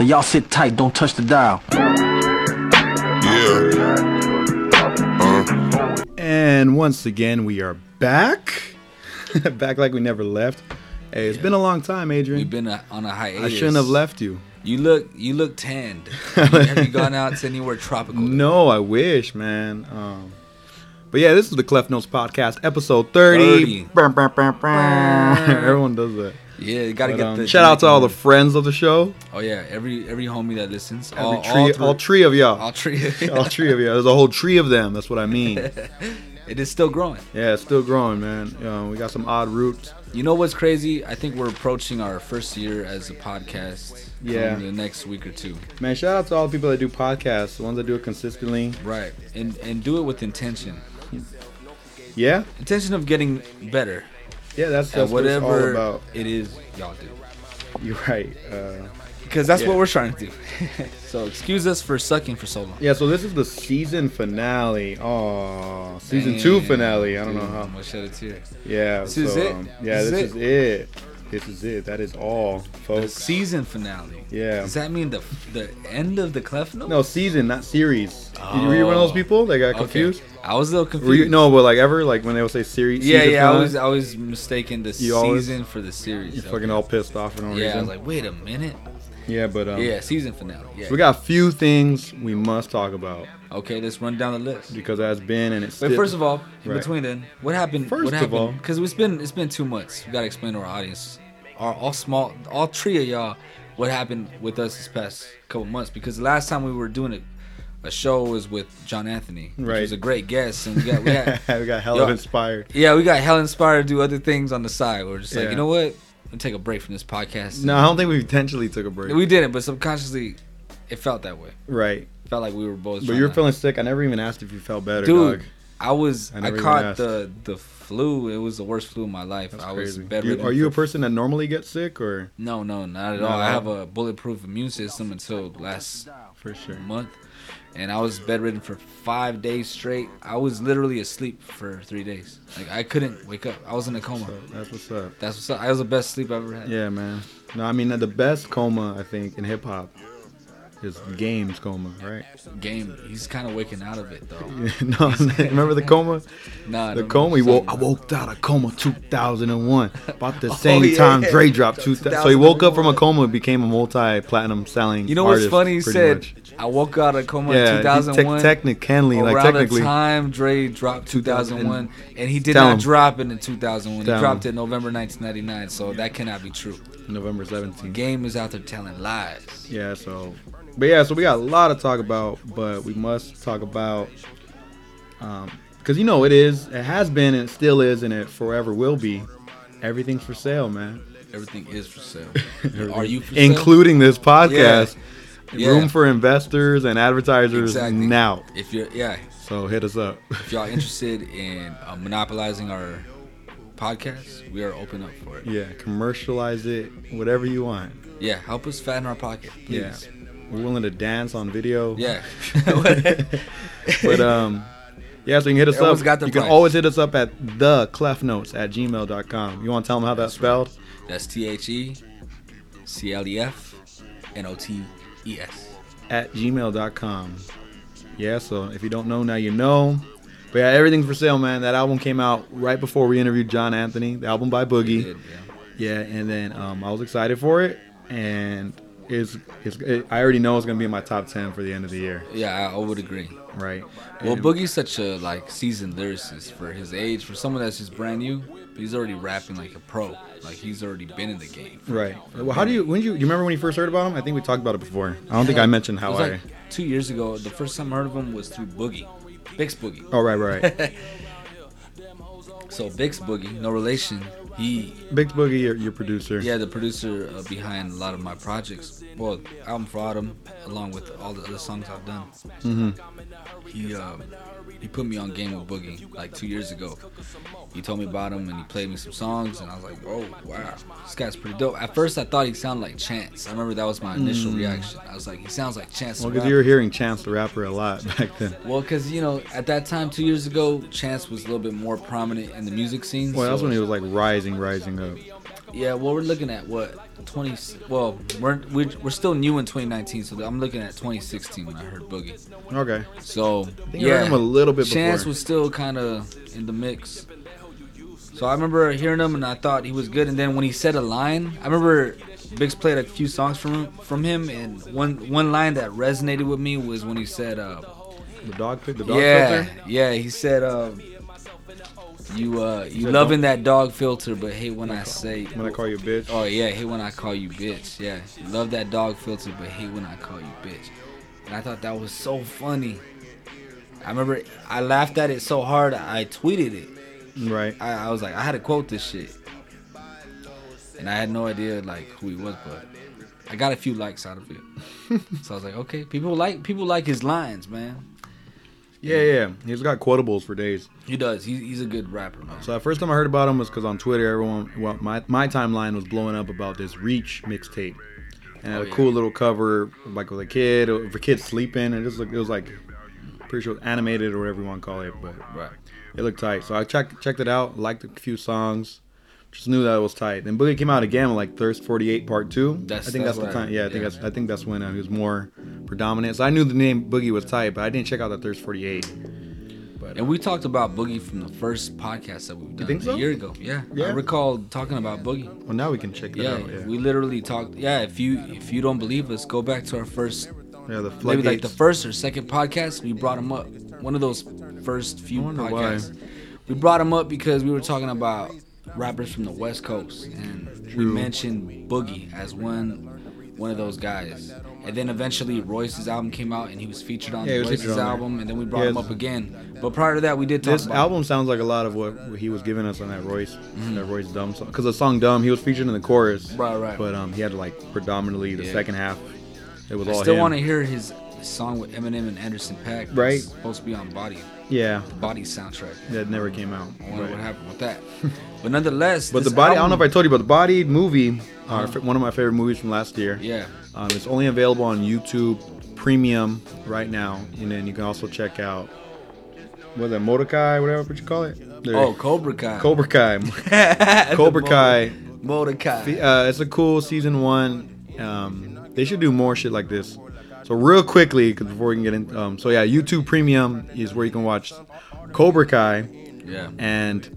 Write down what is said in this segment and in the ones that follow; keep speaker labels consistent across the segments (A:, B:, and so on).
A: Now y'all sit tight, don't touch the dial.
B: And once again, we are back. back like we never left. Hey, it's been a long time,
C: You've
B: Adrian.
C: been a, on a hiatus.
B: I shouldn't have left you.
C: You look, you look tanned. have, you, have you gone out to anywhere tropical?
B: No, I wish, man. Um, but yeah, this is the Cleft Notes Podcast, episode 30.
C: 30.
B: Brr, brr, brr, brr. Everyone does that.
C: Yeah, you gotta
B: But,
C: get
B: um,
C: the.
B: shout out to all the friends of the show.
C: Oh yeah, every every homie that listens.
B: Every
C: all,
B: tree, all,
C: all, three,
B: three of y'all.
C: all three.
B: all three of y'all. There's a whole tree of them. That's what I mean.
C: it is still growing.
B: Yeah, it's still growing, man. Um, we got some odd roots.
C: You know what's crazy? I think we're approaching our first year as a podcast.
B: Yeah.
C: in the next week or two.
B: Man, shout out to all the people that do podcasts, the ones that do it consistently.
C: Right, and and do it with intention.
B: Yeah,
C: Intention of getting better
B: yeah, that's,
C: at
B: that's
C: whatever
B: what it's all about.
C: it is y'all do.
B: You're right. Uh,
C: Because that's
B: Yeah.
C: what we're trying to do. so excuse us for sucking for so long.
B: yeah, so this is the season finale. Oh, season two
C: Damn,
B: finale. I don't know
C: dude,
B: how.
C: I'm gonna shed a tear.
B: Yeah,
C: This is
B: so,
C: it.
B: um, yeah, this,
C: This is
B: is it. This is it. That is all,
C: The
B: folks.
C: season finale.
B: Yeah.
C: Does that mean the the end of the cleft note?
B: No, season, not series. Did you, were you one of those
C: Oh.
B: people that got
C: Okay.
B: confused?
C: I was a little confused.
B: Were you, no, but like ever, like when they would say series.
C: Yeah,
B: season
C: yeah. I
B: finale,
C: was I was mistaken the
B: You always-
C: season for the series.
B: You're
C: Okay.
B: fucking all pissed off for no
C: yeah. I
B: reason.
C: was like, wait a minute.
B: yeah, but um,
C: yeah, season finale. Yeah.
B: so we got a few things we must talk about
C: okay, let's run down the list.
B: because that's been and it's.
C: But
B: still-
C: first of all, in
B: Right.
C: between then, what happened?
B: First
C: what
B: of
C: happened?
B: all-
C: because it's been it's been two months. We gotta explain to our audience, our all small, all three of y'all, what happened with us this past couple months. Because the last time we were doing a, a show was with John Anthony,
B: Right.
C: He was a great guest, and we got we had
B: we got hella
C: Yo,
B: inspired.
C: yeah we got hell inspired to do other things on the side. We are just like,
B: Yeah.
C: you know what, I'm gonna take a break from this podcast.
B: No, I don't think we intentionally took a break.
C: we didn't, but subconsciously, it felt that way.
B: right.
C: It felt like we were both.
B: But
C: trying
B: you were
C: to-
B: feeling sick. I never even asked if you felt better,
C: dude.
B: dog.
C: I was
B: I
C: I,
B: never even
C: caught
B: asked.
C: the the flu. It was the worst flu of my life.
B: That's
C: I was
B: crazy.
C: bedridden.
B: You- are you a
C: for-
B: person that normally gets sick or
C: No, no, not at
B: Not
C: all.
B: at
C: I have
B: all?
C: a bulletproof immune system until last
B: for sure?
C: month, and I was bedridden for five days straight. I was literally asleep for three days. Like I couldn't wake up. I was in a coma.
B: So that's what's up.
C: That's what's up. That was the best sleep I ever had.
B: Yeah, man. No, I mean the best coma I think in hip hop is games coma, right?
C: Game. He's kind of waking out of it though.
B: no, remember the coma?
C: Nah, I
B: The
C: don't
B: coma.
C: know.
B: We woke,
C: Something-
B: I woke out of coma 2001, about the same time
C: yeah.
B: Dre dropped. 2000, so he woke up from a coma, and became a multi-platinum selling.
C: You know what's
B: artist,
C: funny? He
B: pretty
C: said,
B: much.
C: "I woke out of coma
B: yeah,
C: in
B: he tec-
C: 2001."
B: technically, like
C: around
B: technically,
C: the time Dre dropped 2001, and he did
B: Tell
C: not
B: him.
C: drop it in 2001.
B: Tell
C: he dropped
B: him.
C: it in November 1999, so that cannot be true.
B: November 17th.
C: Game is out there telling lies.
B: Yeah, so but yeah, so we got a lot to talk about, but we must talk about um because you know it is, it has been, and it still is, and it forever will be. Everything's for sale, man.
C: Everything is for sale. Are you for sale?
B: Including this podcast.
C: Yeah.
B: Room for investors and advertisers
C: Exactly.
B: now.
C: If you're, yeah,
B: So hit us up.
C: if y'all interested in uh, monopolizing our podcast, we are open up for it.
B: yeah, commercialize it, whatever you want.
C: Yeah, help us fatten our pocket,
B: Yeah.
C: please.
B: We're willing to dance on video.
C: Yeah.
B: but um yeah so you can hit us
C: Everyone's
B: up
C: got their
B: you can
C: price.
B: always hit us up at the clefnotes at gmail.com you want to tell them how that's spelled
C: That's T H E C L E F N O T E S.
B: at gmail.com yeah so if you don't know now you know but yeah everything's for sale man that album came out right before we interviewed john anthony the album by boogie
C: Good, yeah.
B: yeah and then um, i was excited for it and it's, it's it, i already know it's gonna be in my top 10 for the end of the year
C: Yeah, I I would agree.
B: right
C: Well,
B: And-
C: Boogie's such a like seasoned lyricist for his age. For someone that's just brand new, he's already rapping like a pro. Like he's already been in the game.
B: Right. Well, how do you when did you you remember when you first heard about him? I think we talked about it before. I don't think I mentioned
C: It
B: how
C: was
B: I.
C: like two years ago. The first time I heard of him was through Boogie, Bix Boogie.
B: Oh right, right. right.
C: So Bix Boogie, no relation. He,
B: Big Boogie, your, your producer.
C: yeah, the producer uh, behind a lot of my projects. Well, album for autumn, along with all the other songs I've done.
B: Mm-hmm.
C: He, uh, he put me on game with Boogie like two years ago. He told me about him and he played me some songs and I was like, oh wow, this guy's pretty dope. At first I thought he sounded like Chance. I remember that was my initial reaction. I was like, he sounds like Chance. the
B: Mm. Well, because
C: Rapper.
B: you were hearing Chance the Rapper a lot back then.
C: Well, because you know, at that time two years ago, Chance was a little bit more prominent in the music scene.
B: Well, that's
C: so-
B: when he was like rising, rising up.
C: Yeah, well, we're looking at what twenty. Well, we're we're, we're still new in 2019, so I'm looking at 2016 when I heard Boogie.
B: Okay.
C: So
B: think I heard
C: yeah,
B: him a little bit
C: Chance
B: before.
C: was still kind of in the mix. So I remember hearing him and I thought he was good. And then when he said a line, I remember Bix played a few songs from him, from him, and one one line that resonated with me was when he said, uh,
B: The dog pick the dog
C: "Yeah,
B: filter.
C: yeah." He said, um, "You uh, you
B: said
C: loving that dog filter, but hey, when I say."
B: When I call you a bitch.
C: Oh yeah, hate when I call you bitch. Yeah, love that dog filter, but hate when I call you bitch. And I thought that was so funny. I remember I laughed at it so hard I tweeted it.
B: Right.
C: I, I was like, I had to quote this shit, and I had no idea like who he was, but I got a few likes out of it. so I was like, okay, people like people like his lines, man.
B: Yeah, yeah. He's got quotables for days.
C: He does. He's, he's a good rapper, man.
B: So the first time I heard about him was because on Twitter, everyone, well, my, my timeline was blowing up about this Reach mixtape, and it had
C: Oh,
B: a
C: yeah.
B: cool little cover like with a kid, or for kids sleeping, and it just looked, it was like, pretty sure it was animated or whatever you want to call it, but
C: Right.
B: it looked tight. So I checked checked it out, liked a few songs, just knew that it was tight. Then Boogie came out again with like Thirst 48 Part Two.
C: That's-
B: I think
C: that's
B: that's,
C: what
B: the
C: I-
B: time. Yeah, I think
C: yeah.
B: that's I think that's when uh, he was more predominant. So I knew the name Boogie was tight, but I didn't check out the Thirst 48.
C: And we talked about Boogie from the first podcast that we've done
B: think so?
C: a year ago. Yeah, I
B: Yeah.
C: recall talking about Boogie.
B: Well, now we can check that
C: Yeah,
B: out. Yeah,
C: we literally talked. Yeah, if you if you don't believe us, go back to our first,
B: yeah the
C: maybe
B: floodgates.
C: like the first or second podcast. We brought him up. One of those first few
B: wonder
C: podcasts. We brought him up because we were talking about rappers from the West Coast, and we
B: True.
C: mentioned Boogie as one one of those guys. And then eventually Royce's album came out, and he was featured on
B: Yeah, he was
C: Royce's
B: featured on there.
C: album. And then we brought
B: Yeah,
C: him up
B: it's-
C: again. But prior to that, we did talk
B: This
C: about
B: album sounds like a lot of what he was giving us on that Royce, that Royce Dumb song. Because the song Dumb, he was featured in the chorus.
C: Mm-hmm. Right, right.
B: But um, he had like predominantly the
C: Yeah.
B: second half. It was
C: I
B: all
C: still
B: him.
C: want to hear his song with Eminem and Anderson Paak. that's
B: Right.
C: supposed to be on Body.
B: Yeah,
C: Body soundtrack.
B: that never came out.
C: I wonder what
B: Right.
C: happened with that. But nonetheless,
B: But the
C: this
B: body, I don't
C: album-
B: know if I told you, but the body movie, uh, fa- one of my favorite movies from last year.
C: Yeah,
B: Um, it's only available on YouTube Premium right now, and then you can also check out what is that Modokai, whatever what you call it. There-
C: Oh, Cobra Kai.
B: Cobra Kai.
C: The
B: Cobra
C: Mo-
B: Kai.
C: Mordecai.
B: Uh, it's a cool season one. Um, they should do more shit like this. So real quickly, 'cause before we can get in, um, so yeah, YouTube Premium is where you can watch Cobra Kai
C: Yeah.
B: and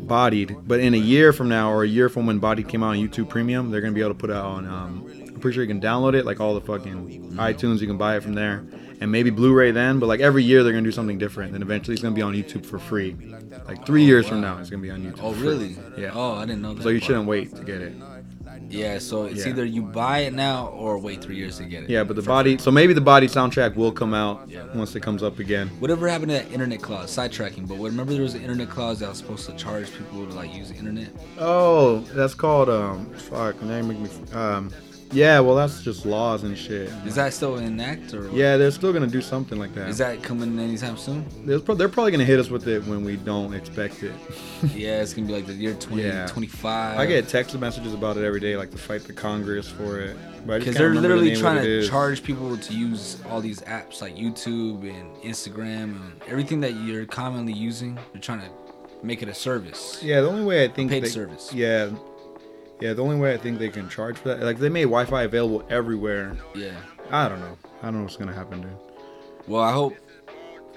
B: Bodied. But in a year from now, or a year from when Bodied came out on YouTube Premium, they're gonna be able to put it out on. Um, I'm pretty sure you can download it, like all the fucking iTunes. You can buy it from there, and maybe Blu-ray then. But like every year, they're gonna do something different, and eventually it's gonna be on YouTube for free. Like three years from now, it's gonna be on YouTube.
C: Oh,
B: for free.
C: really?
B: Yeah.
C: Oh, I didn't know that.
B: So you
C: part.
B: shouldn't wait to get it.
C: Yeah, so it's
B: Yeah.
C: either you buy it now or wait three years to get it.
B: Yeah, but the body. So maybe the body soundtrack will come out once it comes up again.
C: Whatever happened to that internet clause? Sidetracking, but remember there was an internet clause that was supposed to charge people to like use the internet.
B: Oh, that's called um. Fuck, now you make me. Um, yeah, well that's just laws and shit.
C: Is that still in act or?
B: Yeah, they're still gonna do something like that.
C: Is that coming anytime soon?
B: They're pro- they're probably gonna hit us with it when we don't expect it.
C: yeah, it's gonna be like the year 20,
B: Yeah.
C: 25.
B: I get text messages about it every day, like to fight the Congress for it. But I just
C: Because
B: can't
C: they're
B: remember the
C: literally
B: name of
C: trying
B: what it
C: to
B: is.
C: charge people to use all these apps like YouTube and Instagram and everything that you're commonly using. They're trying to make it a service.
B: Yeah, the only way I think
C: Paid
B: they-
C: service.
B: Yeah, yeah, the only way I think they can charge for that, like they made Wi-Fi available everywhere.
C: Yeah.
B: I don't know. I don't know what's gonna happen, dude.
C: Well, I hope.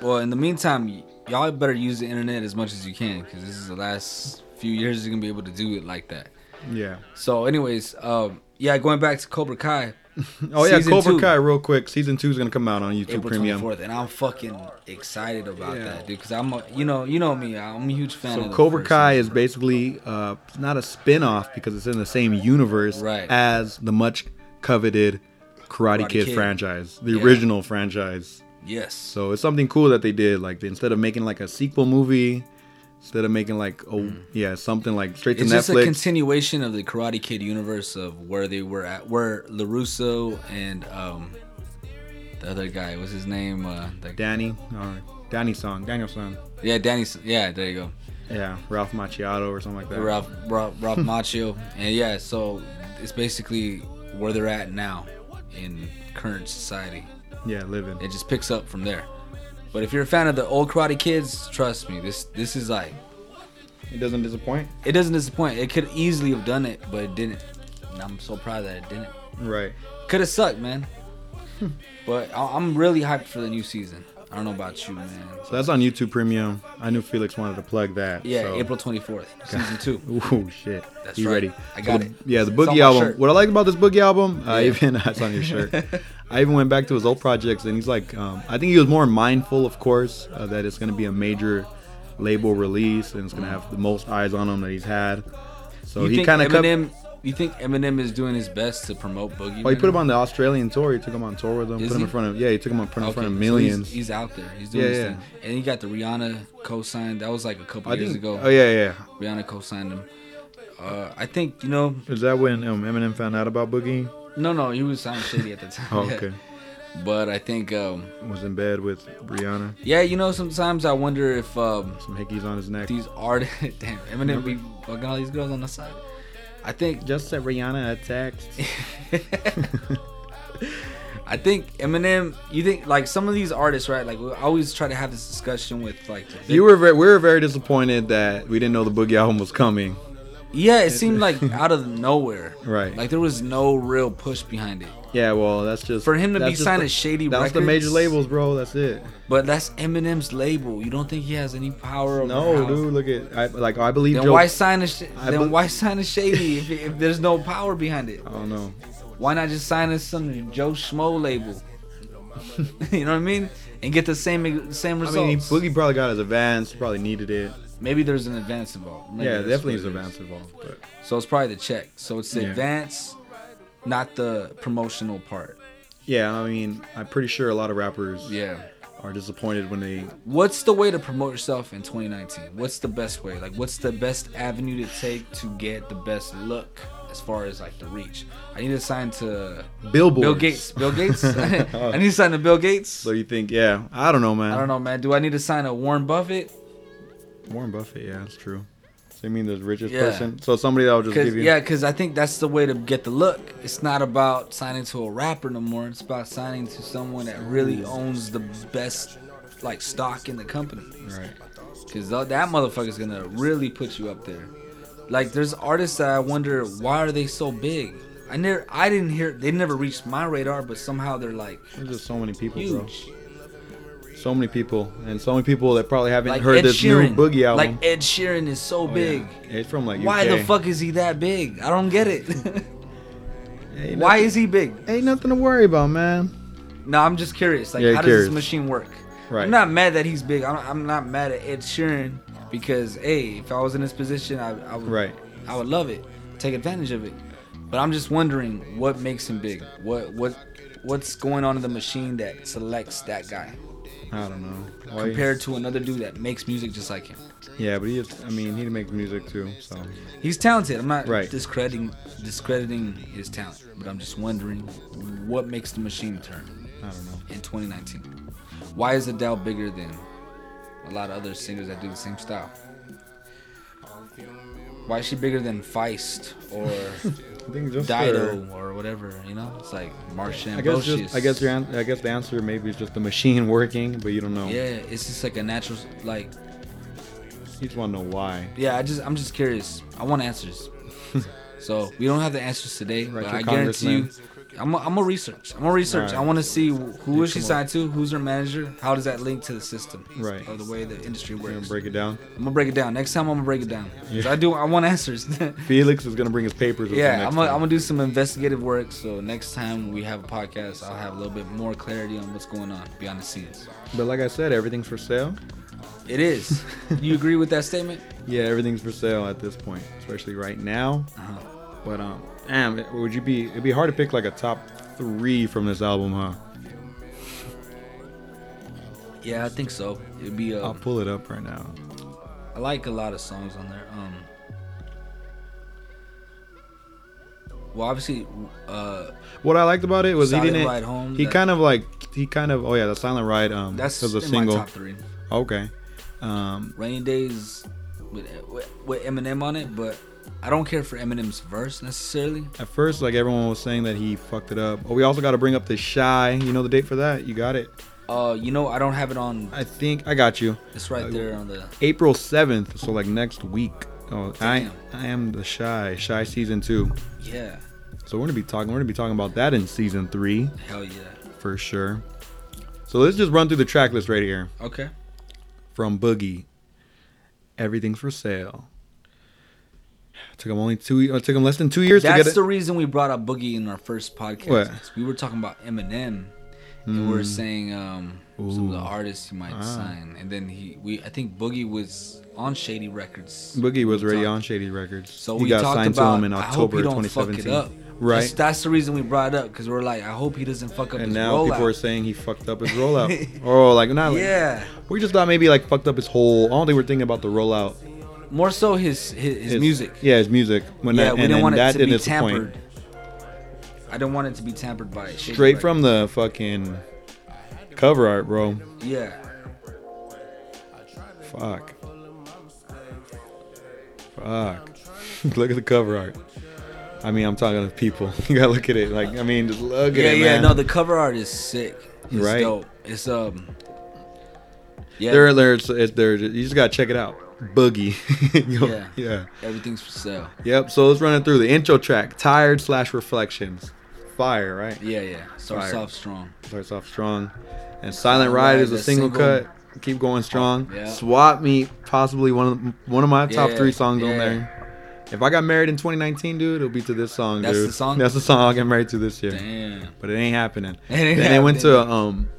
C: Well, in the meantime, y- y'all better use the internet as much as you can because this is the last few years you're gonna be able to do it like that.
B: Yeah.
C: So, anyways, um, yeah, going back to Cobra Kai,
B: Oh yeah,
C: Season
B: Cobra
C: two.
B: Kai, real quick. Season two is gonna come out on YouTube
C: April
B: Premium.
C: 24th, and I'm fucking excited about
B: Yeah.
C: that, dude. Because I'm, a, you know, you know me, I'm a huge fan.
B: So
C: of the
B: Cobra
C: first
B: Kai is basically uh, it's not a spin-off because it's in the same universe
C: Right.
B: as the much coveted Karate,
C: Karate
B: Kid,
C: Kid.
B: franchise, the
C: Yeah.
B: original franchise.
C: season. Yes.
B: So it's something cool that they did. Like they- instead of making like a sequel movie, instead of making like oh yeah something like straight to
C: Hmm. It's just a
B: Netflix.
C: continuation of the Karate Kid universe of where they were at, where Larusso and um, the other guy was his name. Uh, the,
B: Danny, or Danny Song, Daniel Song.
C: yeah, Danny. S- Yeah, there you go.
B: Yeah, Ralph Macchiato or something like that.
C: Ralph, Ralph, Ralph Macchio, and yeah, so it's basically where they're at now in current society.
B: Yeah, living.
C: It just picks up from there. But if you're a fan of the old Karate Kids, trust me, this this is like
B: It doesn't disappoint.
C: It doesn't disappoint. It could easily have done it, but it didn't. And I'm so proud that it didn't.
B: Right.
C: Could have sucked, man. but I- I'm really hyped for the new season. I don't know about you, man.
B: So that's on YouTube Premium. I knew Felix wanted to plug that.
C: Yeah,
B: so.
C: April 24th, season two.
B: Ooh shit!
C: That's
B: you
C: right.
B: ready?
C: I got
B: the-
C: it.
B: Yeah, the
C: It's on
B: boogie
C: my
B: album.
C: shirt.
B: What I like about this boogie album, I
C: Yeah.
B: even that's on your shirt. I even went back to his old projects, and he's like, um, I think he was more mindful, of course, uh, that it's gonna be a major label release, and it's gonna have the most eyes on him that he's had. So
C: you
B: he
C: think
B: kind of kept.
C: Eminem? You think Eminem is doing his best to promote Boogie?
B: Well, he put him on the Australian tour. He took him on tour with him.
C: Is
B: put him
C: he?
B: in front of yeah. He took him in front, in front of millions.
C: He's, he's out there. He's doing
B: Yeah,
C: his
B: yeah.
C: thing. And he got the Rihanna co-sign. That was like a couple
B: I
C: years
B: think.
C: ago.
B: Oh yeah, yeah.
C: Rihanna co-signed him. Uh, I think you know.
B: Is that when um, Eminem found out about Boogie?
C: No, no, he was signed shady at the time.
B: Oh,
C: yeah.
B: okay.
C: But I think, um,
B: Was in bed with Rihanna.
C: yeah, you know, sometimes I wonder if um,
B: Some hickeys on his neck.
C: these artists, damn, Eminem be fucking all these girls on the side. I think,
B: Just said Rihanna attacked.
C: I think Eminem. You think like some of these artists, right? Like we always try to have this discussion with like the
B: you were very, we were very disappointed that we didn't know the Boogie album was coming.
C: Yeah, it seemed like out of nowhere.
B: Right.
C: Like there was no real push behind it.
B: Yeah, well, that's just
C: For him to
B: that's
C: be
B: just
C: signed
B: the-
C: to Shady
B: That's the
C: Records-
B: major labels, bro. That's it.
C: But that's Eminem's label. You don't think he has any power over
B: No,
C: how-
B: dude, look at I, like I believe
C: Then
B: Joe.
C: why sign a sh-
B: I
C: then
B: bel-
C: why sign a shady if, if there's no power behind it?
B: I don't know.
C: Why not just sign us some Joe Schmo label? you know what I mean? And get the same same
B: I
C: results.
B: mean, he, Boogie probably got his advance. Probably needed it.
C: Maybe there's an advance involved. Maybe
B: yeah,
C: that's
B: definitely
C: what
B: his
C: it is.
B: advance involved. But
C: So it's probably the check. So it's the
B: Yeah.
C: advance, not the promotional part.
B: yeah, I mean, I'm pretty sure a lot of rappers
C: Yeah.
B: are disappointed when they
C: What's the way to promote yourself in 2019? What's the best way? Like, what's the best avenue to take to get the best look as far as like the reach? I need to sign to
B: billboards.
C: Bill Gates. Bill Gates. I need to sign to Bill Gates.
B: So you think? Yeah, I don't know, man.
C: I don't know, man. Do I need to sign a Warren Buffett?
B: Warren Buffett. Yeah, that's true. So you mean the richest
C: Yeah.
B: person? So somebody that will just
C: Cause,
B: give you.
C: yeah, because I think that's the way to get the look. It's not about signing to a rapper no more. It's about signing to someone that really owns the best like stock in the company.
B: Right.
C: Cause tho- that motherfucker's gonna really put you up there. Like there's artists that I wonder why are they so big. I never, I didn't hear, they never reached my radar, but somehow they're like
B: There's just so many people, bro.
C: huge.
B: So many people, and so many people that probably haven't
C: Like
B: heard
C: Ed
B: this
C: Sheeran,
B: new Boogie album.
C: like Ed Sheeran is so
B: Oh,
C: big.
B: yeah. It's from like
C: Why the
B: UK.
C: fuck is he that big? I don't get it.
B: Ain't
C: why
B: nothing-
C: is he big?
B: ain't nothing to worry about, man?
C: No, I'm just curious. Like,
B: Yeah,
C: how does
B: curious.
C: this machine work?
B: Right.
C: I'm not mad that he's big. I'm, I'm not mad at Ed Sheeran because, hey, if I was in his position, I, I would.
B: Right.
C: I would love it. Take advantage of it. But I'm just wondering what makes him big. What what what's going on in the machine that selects that guy
B: I don't know. Why-
C: compared to another dude that makes music just like him.
B: yeah, but he is. I mean, he makes music too. So
C: He's talented. I'm not
B: Right.
C: discrediting discrediting his talent, but I'm just wondering what makes the machine turn.
B: I don't know.
C: in 2019. Why is Adele bigger than a lot of other singers that do the same style? Why is she bigger than Feist or
B: I think just
C: Dido
B: her-
C: or whatever? You know, it's like Marcia
B: I guess
C: Ambrosius.
B: just. I guess your. An- I guess the answer maybe is just the machine working, but you don't know.
C: yeah, it's just like a natural like.
B: You just want to know why.
C: Yeah, I just I'm just curious. I want answers. so we don't have the answers today,
B: Write
C: but
B: your
C: I guarantee you. I'm a, I'm a research. I'm a research.
B: Alright.
C: I want to see who is she
B: come up.
C: signed to, who's her manager, how does that link to the system,
B: Right.
C: Or the way the industry
B: We're gonna
C: works.
B: break it down.
C: I'm gonna break it down. Next time I'm gonna break it down. 'Cause
B: Yeah.
C: I do. I want answers.
B: Felix is gonna bring his papers. With him
C: yeah,
B: next
C: I'm gonna,
B: time.
C: I'm gonna do some investigative work. So next time we have a podcast, I'll have a little bit more clarity on what's going on behind the scenes.
B: But like I said, everything's for sale.
C: It is. you agree with that statement?
B: Yeah, everything's for sale at this point, especially right now.
C: Uh-huh.
B: But um, damn, it- would you be? It'd be hard to pick like a top three from this album, huh?
C: Yeah, I think so. It'd be.
B: I'll
C: Um,
B: pull it up right now.
C: I like a lot of songs on there. Um. Well, obviously, uh,
B: What I liked about it was he
C: Silent
B: didn't.
C: Ride Home,
B: he
C: that-
B: kind of like he kind of oh yeah, the Silent Ride um
C: that's
B: was
C: in
B: a single.
C: my top three.
B: Okay. Um,
C: Rainy Days with, with with Eminem on it, but I don't care for Eminem's verse necessarily.
B: at first, like everyone was saying that he fucked it up. Oh, we also got to bring up the shy. You know the date for that? You got it.
C: Uh, you know, I don't have it on.
B: I think I got you.
C: It's right there on the.
B: April seventh, so like next week. Oh, I
C: Damn.
B: I am the shy shy season two.
C: Yeah.
B: So we're gonna be talking. We're gonna be talking about that in season three
C: Hell yeah.
B: for sure. So let's just run through the track list right here
C: Okay.
B: from Boogie. Everything's for sale. Took him only two. It took him less than two years to
C: That's
B: get
C: the
B: it.
C: reason we brought up Boogie in our first podcast.
B: What? Hmm.
C: We were talking about Eminem, and we were saying um, some of the artists he might
B: Ah.
C: sign, and then he, we, I think Boogie was on Shady Records.
B: Boogie was already
C: Talk-
B: on Shady Records.
C: So
B: he
C: we
B: got
C: talked
B: signed
C: about.
B: to him in
C: I hope
B: October
C: you don't fuck
B: 2017.
C: it up.
B: Right.
C: That's, that's the reason we brought it up because we're like, I hope he doesn't fuck up
B: and
C: his
B: now
C: rollout.
B: people are saying he fucked up his rollout. or like not. like-
C: yeah,
B: we just thought maybe like fucked up his whole. I don't think we're thinking about the rollout.
C: more so his his, his
B: His-
C: music.
B: Yeah, his music. When
C: yeah,
B: that,
C: we
B: and
C: didn't
B: then
C: want it
B: that
C: to
B: didn't
C: be
B: disappoint.
C: tampered. I don't want it to be tampered by Shady
B: Straight
C: Records.
B: from the fucking cover art, bro.
C: yeah.
B: Fuck. Fuck. look at the cover art. I mean, I'm talking to people. you gotta look at it. Like, I mean, just look at
C: Yeah,
B: it,
C: yeah,
B: man.
C: no, the cover art is sick. It's
B: Right.
C: dope. It's um Yeah.
B: They're, they're, it's, it's, they're, you just gotta check it out. Boogie. Yo,
C: Yeah.
B: yeah.
C: everything's for sale.
B: Yep. So let's run it through the intro track, "Tired" slash "Reflections." Fire, right?
C: Yeah, yeah. Starts
B: Fire.
C: off strong.
B: Starts off strong. And "Silent Ride" is a single, cut. Keep going strong.
C: Yeah.
B: "Swap Me" possibly one of one of my top
C: Yeah,
B: three songs on
C: yeah.
B: there. If I got married in 2019, dude, it'll be to this song,
C: That's
B: dude.
C: the song?
B: That's the song I got married to this year.
C: Damn.
B: But it ain't happening.
C: It ain't
B: then they went to
C: happening.
B: um,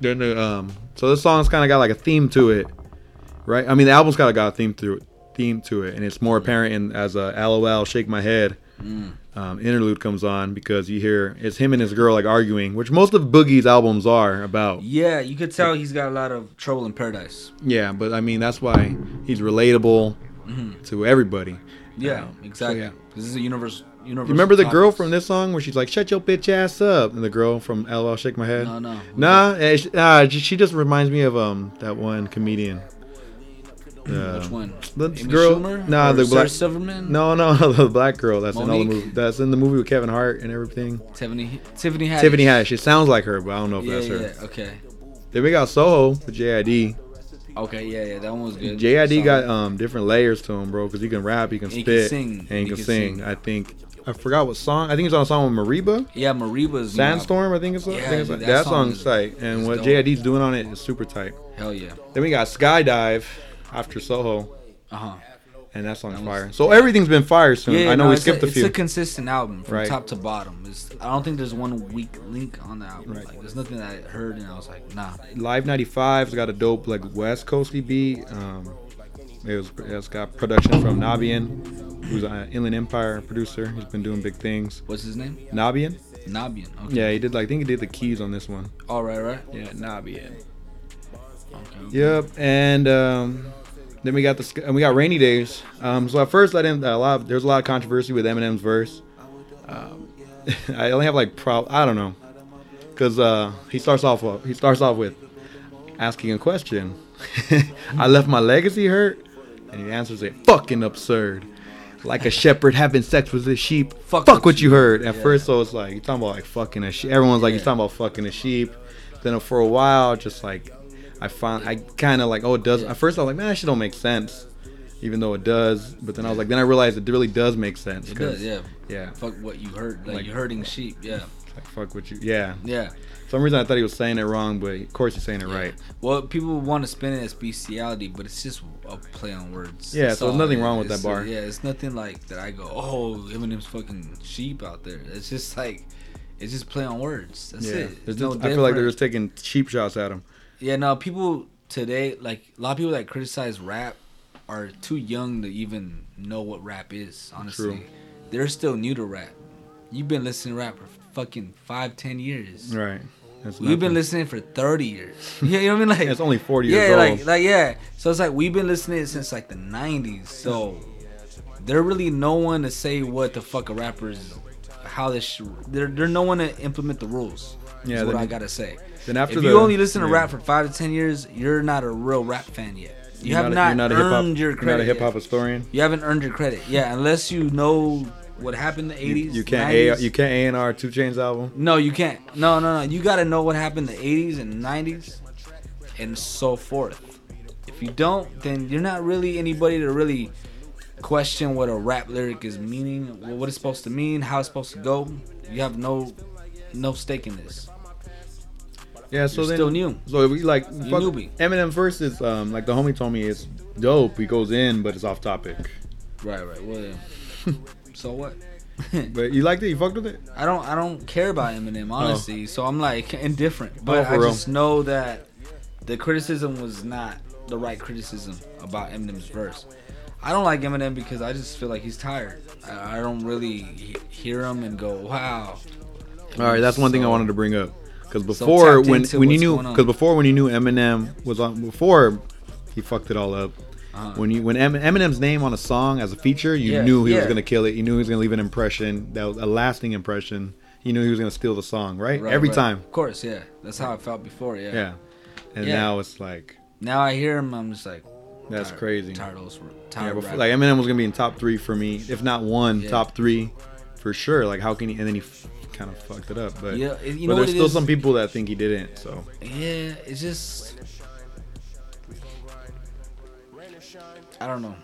B: then the um, so this song's kind of got like a theme to it, right? I mean, the album's kind of got a theme to it, theme to it, and it's more apparent in as a "LOL" "Shake My Head." um, interlude comes on because you hear it's him and his girl like arguing, which most of Boogie's albums are about.
C: Yeah, you could tell he's got a lot of trouble in paradise.
B: Yeah, but I mean that's why he's relatable to everybody.
C: Yeah,
B: Um, so,
C: exactly.
B: yeah.
C: This is a universal universal
B: You remember the girl
C: topics.
B: from this song where she's like, "Shut your bitch ass up," and the girl from "LL Shake My Head."
C: No, no.
B: Nah, eh, sh- nah, j- she just reminds me of um that one comedian. Uh,
C: Which one?
B: The
C: Amy
B: girl-
C: Schumer?
B: nah,
C: Or
B: the
C: Sarah
B: black-
C: Silverman?
B: No, no, the black girl that's in all the
C: Monique?
B: movie. That's in the movie with Kevin Hart and everything.
C: Tiffany Tiffany Haddish.
B: Tiffany Haddish. It sounds like her, but I don't know if
C: Yeah,
B: that's her.
C: yeah, okay.
B: Then we got Soho with JID.
C: Okay, yeah, yeah, that one was good.
B: JID
C: Solid.
B: got um different layers to him, bro, because he can rap, he can
C: He
B: spit,
C: can sing.
B: and he can, sing.
C: sing.
B: I think I forgot what song. I think he's on a song with Mariba,
C: Yeah, Mariba's
B: Sandstorm. I think it's, I
C: Yeah,
B: think it's
C: dude,
B: that,
C: that song
B: song's
C: is-
B: tight, and
C: is
B: what
C: dope.
B: JID's doing on it is super tight.
C: Hell yeah.
B: Then we got Skydive after Soho,
C: Uh huh.
B: and that song's
C: That was-
B: fire. So everything's been fire soon. I know
C: no,
B: we
C: it's
B: skipped a, few.
C: It's a consistent album from
B: Right.
C: top to bottom. It's, I don't think there's one weak link on the album.
B: Right.
C: Like, there's nothing that I heard and I was like, nah.
B: Live 95's got a dope like West Coasty beat. Um, it was it's got production from Nabian, who's an Inland Empire producer. He's been doing big things.
C: What's his name?
B: Nabian.
C: Nabian. Okay.
B: Yeah, he did. Like, I think he did the keys on this one.
C: All right, right.
B: Yeah, Nabian.
C: Okay.
B: Yep, and um, then we got the and we got rainy days. Um, so at first I didn't a lot. There's a lot of controversy with Eminem's verse. Um, I only have like prob I don't know, cause uh, he starts off with, he starts off with asking a question. I left my legacy hurt, and he answers it fucking absurd. Like a shepherd having sex with his sheep. Fuck,
C: Fuck
B: fuck
C: what
B: what you heard. At
C: yeah.
B: first, so it's like you're talking about like fucking a sheep. Everyone's like
C: Yeah.
B: you're talking about fucking a sheep. Then for a while, just like I find I kind of like oh it does. At first I was like man that shit don't make sense, even though it does. But then I was like then I realized it really does make sense.
C: It
B: 'cause-
C: does, yeah.
B: Yeah.
C: Fuck what you heard. Like,
B: Like-
C: you're hurting sheep. Yeah.
B: Like fuck what you. Yeah.
C: Yeah.
B: For some reason I thought he was saying it wrong, but of course he's saying it right.
C: Well, people want to spin it as bestiality, but it's just a play on words.
B: Yeah,
C: That's
B: so there's
C: all
B: nothing
C: it
B: wrong
C: is.
B: with that
C: It's-
B: bar.
C: Yeah, it's nothing like that. I go, oh, Eminem's fucking sheep out there. It's just like, it's just play on words. That's
B: yeah.
C: it.
B: It's
C: no
B: just- I feel like
C: different.
B: they're just taking cheap shots at him.
C: Yeah, no, people today, like a lot of people that criticize rap are too young to even know what rap is, honestly.
B: True.
C: They're still new to rap. You've been listening to rap for fucking five, ten years.
B: Right. That's
C: We've
B: nothing.
C: been listening for thirty years. Yeah, you know what I mean? Like
B: It's only 40
C: yeah,
B: years old.
C: like like yeah. So it's like we've been listening since like the nineties. So there really no one to say what the fuck a rapper is how this sh- there there no one to implement the rules.
B: Yeah,
C: Yeah, is what
B: then-
C: I gotta say.
B: then after
C: if you
B: the-
C: only listen to
B: yeah.
C: rap for five to ten years, you're not a real rap fan yet. You
B: You're a-
C: have not,
B: you're
C: earned your
B: You're
C: credit.
B: not a hip hop
C: yet.
B: historian.
C: You haven't earned your credit. Yeah, unless you know what happened in the 80s.
B: You can't
C: 90s.
B: A, you can't A and R Two Chains album.
C: No, you can't. No, no, no. You got to know what happened in the 80s and 90s and so forth. If you don't, then you're not really anybody to really question what a rap lyric is meaning, wh- what it's supposed to mean, how it's supposed to go. You have no no stake in this.
B: Yeah, so
C: You're
B: then
C: still new.
B: So we like
C: You
B: fuck,
C: newbie.
B: Eminem verse is um like the homie told me it's dope. He goes in, but it's off topic.
C: Right, right. Well, yeah. so what?
B: But you liked it? You fucked with it?
C: I don't I don't care about Eminem honestly, so I'm like indifferent.
B: Oh,
C: But
B: for
C: I
B: real.
C: just know that the criticism was not the right criticism about Eminem's verse. I don't like Eminem because I just feel like he's tired. I, I don't really he- hear him and go, "Wow."
B: All right, that's one thing I
C: So-
B: wanted to bring up because before
C: tapped
B: when
C: into
B: when you
C: what's
B: knew
C: going on.
B: because before when you knew Eminem was on before he fucked it all up.
C: Uh-huh.
B: When you when Em- Eminem's name on a song as a feature, you
C: Yeah,
B: knew he was
C: yeah.
B: gonna kill it. You knew he was gonna leave an impression that was a lasting impression. You knew he was gonna steal the song, right?
C: Right,
B: Every
C: right.
B: time,
C: Of course, yeah. That's how I felt before, yeah.
B: yeah. And
C: Yeah.
B: now it's like
C: Now I hear him, I'm just like
B: that's
C: tired-
B: crazy.
C: Tired of those
B: Yeah,
C: tired
B: before-
C: rappers.
B: like Eminem was gonna be in top three for me, if not one,
C: Yeah.
B: top three for sure. Like how can he? And then he f- kind of fucked it up, but
C: Yeah, and you
B: but
C: know what
B: there's
C: it
B: still
C: is?
B: some people that think he didn't. So
C: Yeah, it's just I don't know.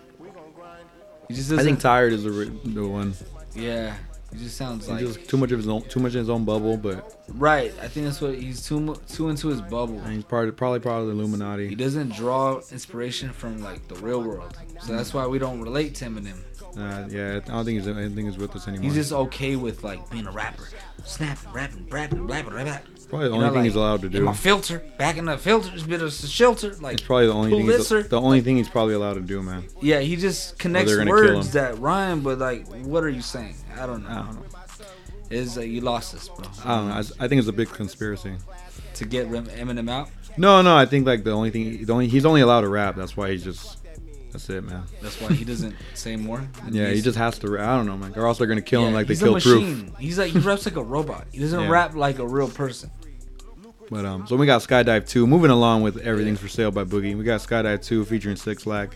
C: He just
B: I
C: doesn't.
B: think tired is the, re- the one.
C: yeah, he just sounds
B: He's
C: like
B: just too much of his own, too much in his own bubble, but
C: right. I think that's what he's too mu- too into his bubble.
B: and he's part of, probably part of the
C: He
B: Illuminati.
C: doesn't draw inspiration from like the real world, so that's why we don't relate to Eminem.
B: Uh, yeah, I don't think he's I don't think he's with us anymore.
C: He's just okay with like being a rapper, snapping, rapping, rapping, rapping, rapping.
B: probably the only thing he's allowed to
C: In
B: do.
C: my filter, back in the filter, it's a bit of a shelter. Like
B: It's probably the only thing he's,
C: Pulitzer.
B: the only thing he's probably allowed to do, man.
C: Yeah, he just connects
B: gonna kill him.
C: words that rhyme, but like, what are you saying? I don't know.
B: I don't know.
C: Is uh, you lost us, bro?
B: I don't know. I, s- I think it's a big conspiracy.
C: to get Rem- Eminem out.
B: No, no, I think like the only thing, the only he's only allowed to rap. That's why he's just. That's it, man.
C: That's why he doesn't say more.
B: Yeah, he just has to. ra- I don't know, man. Or else they're gonna kill him like they
C: he's a
B: killed Proof.
C: machine. He's like he raps like a robot. He doesn't
B: Yeah.
C: rap like a real person.
B: But um, so we got Skydive Two. Moving along with Everything's for Sale by Boogie. We got Skydive Two featuring Six Lack.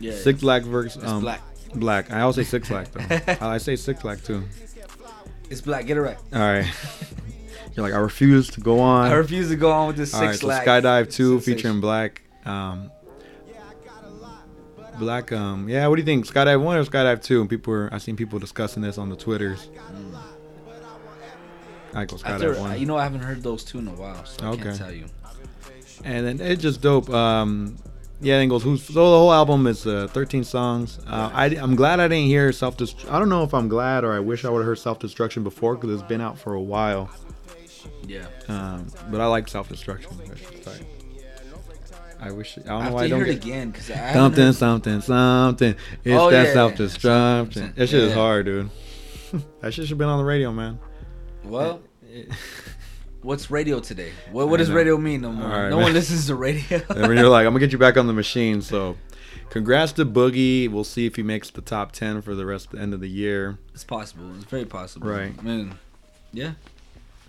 C: Yeah,
B: Six Lack verse.
C: it's
B: Um,
C: black.
B: Black. I always say Six Lack though. I I say Six Lack too.
C: It's black. Get it right.
B: All right. You're like I refuse to go on.
C: I refuse to go on with this
B: Uh, All right,
C: six
B: so
C: lack.
B: Skydive Two
C: sensation.
B: featuring Black. Um, Black. Um, yeah. What do you think? Skydive One or Skydive Two? And people were. I seen people discussing this on the twitters. I go
C: Mm. I
B: Skydive
C: thought-
B: One.
C: you know, I haven't heard those two in a while, so I
B: Okay.
C: can't tell you.
B: and then it's just dope. Um, yeah, then goes who's so the whole album is uh, 13 songs. Uh, I I'm glad I didn't hear self destruction. I don't know if I'm glad or I wish I would have heard self destruction before because it's been out for a while.
C: Yeah.
B: Um, but I like self destruction. I wish I
C: I
B: don't know
C: have
B: why
C: to
B: I don't
C: hear it
B: get
C: again because I haven't
B: something
C: heard-
B: something something. It's
C: Oh,
B: that
C: yeah.
B: self destruction. That shit is
C: Yeah.
B: hard, dude. that shit should have been on the radio, man.
C: Well, what's radio today? What, what does
B: know.
C: radio mean no more?
B: All right,
C: no
B: man.
C: one listens to radio.
B: and when you're like, I'm gonna get you back on the machine. So, congrats to Boogie. We'll see if he makes the top ten for the rest of the end of the year.
C: it's possible. It's very possible.
B: Right.
C: I mean, yeah.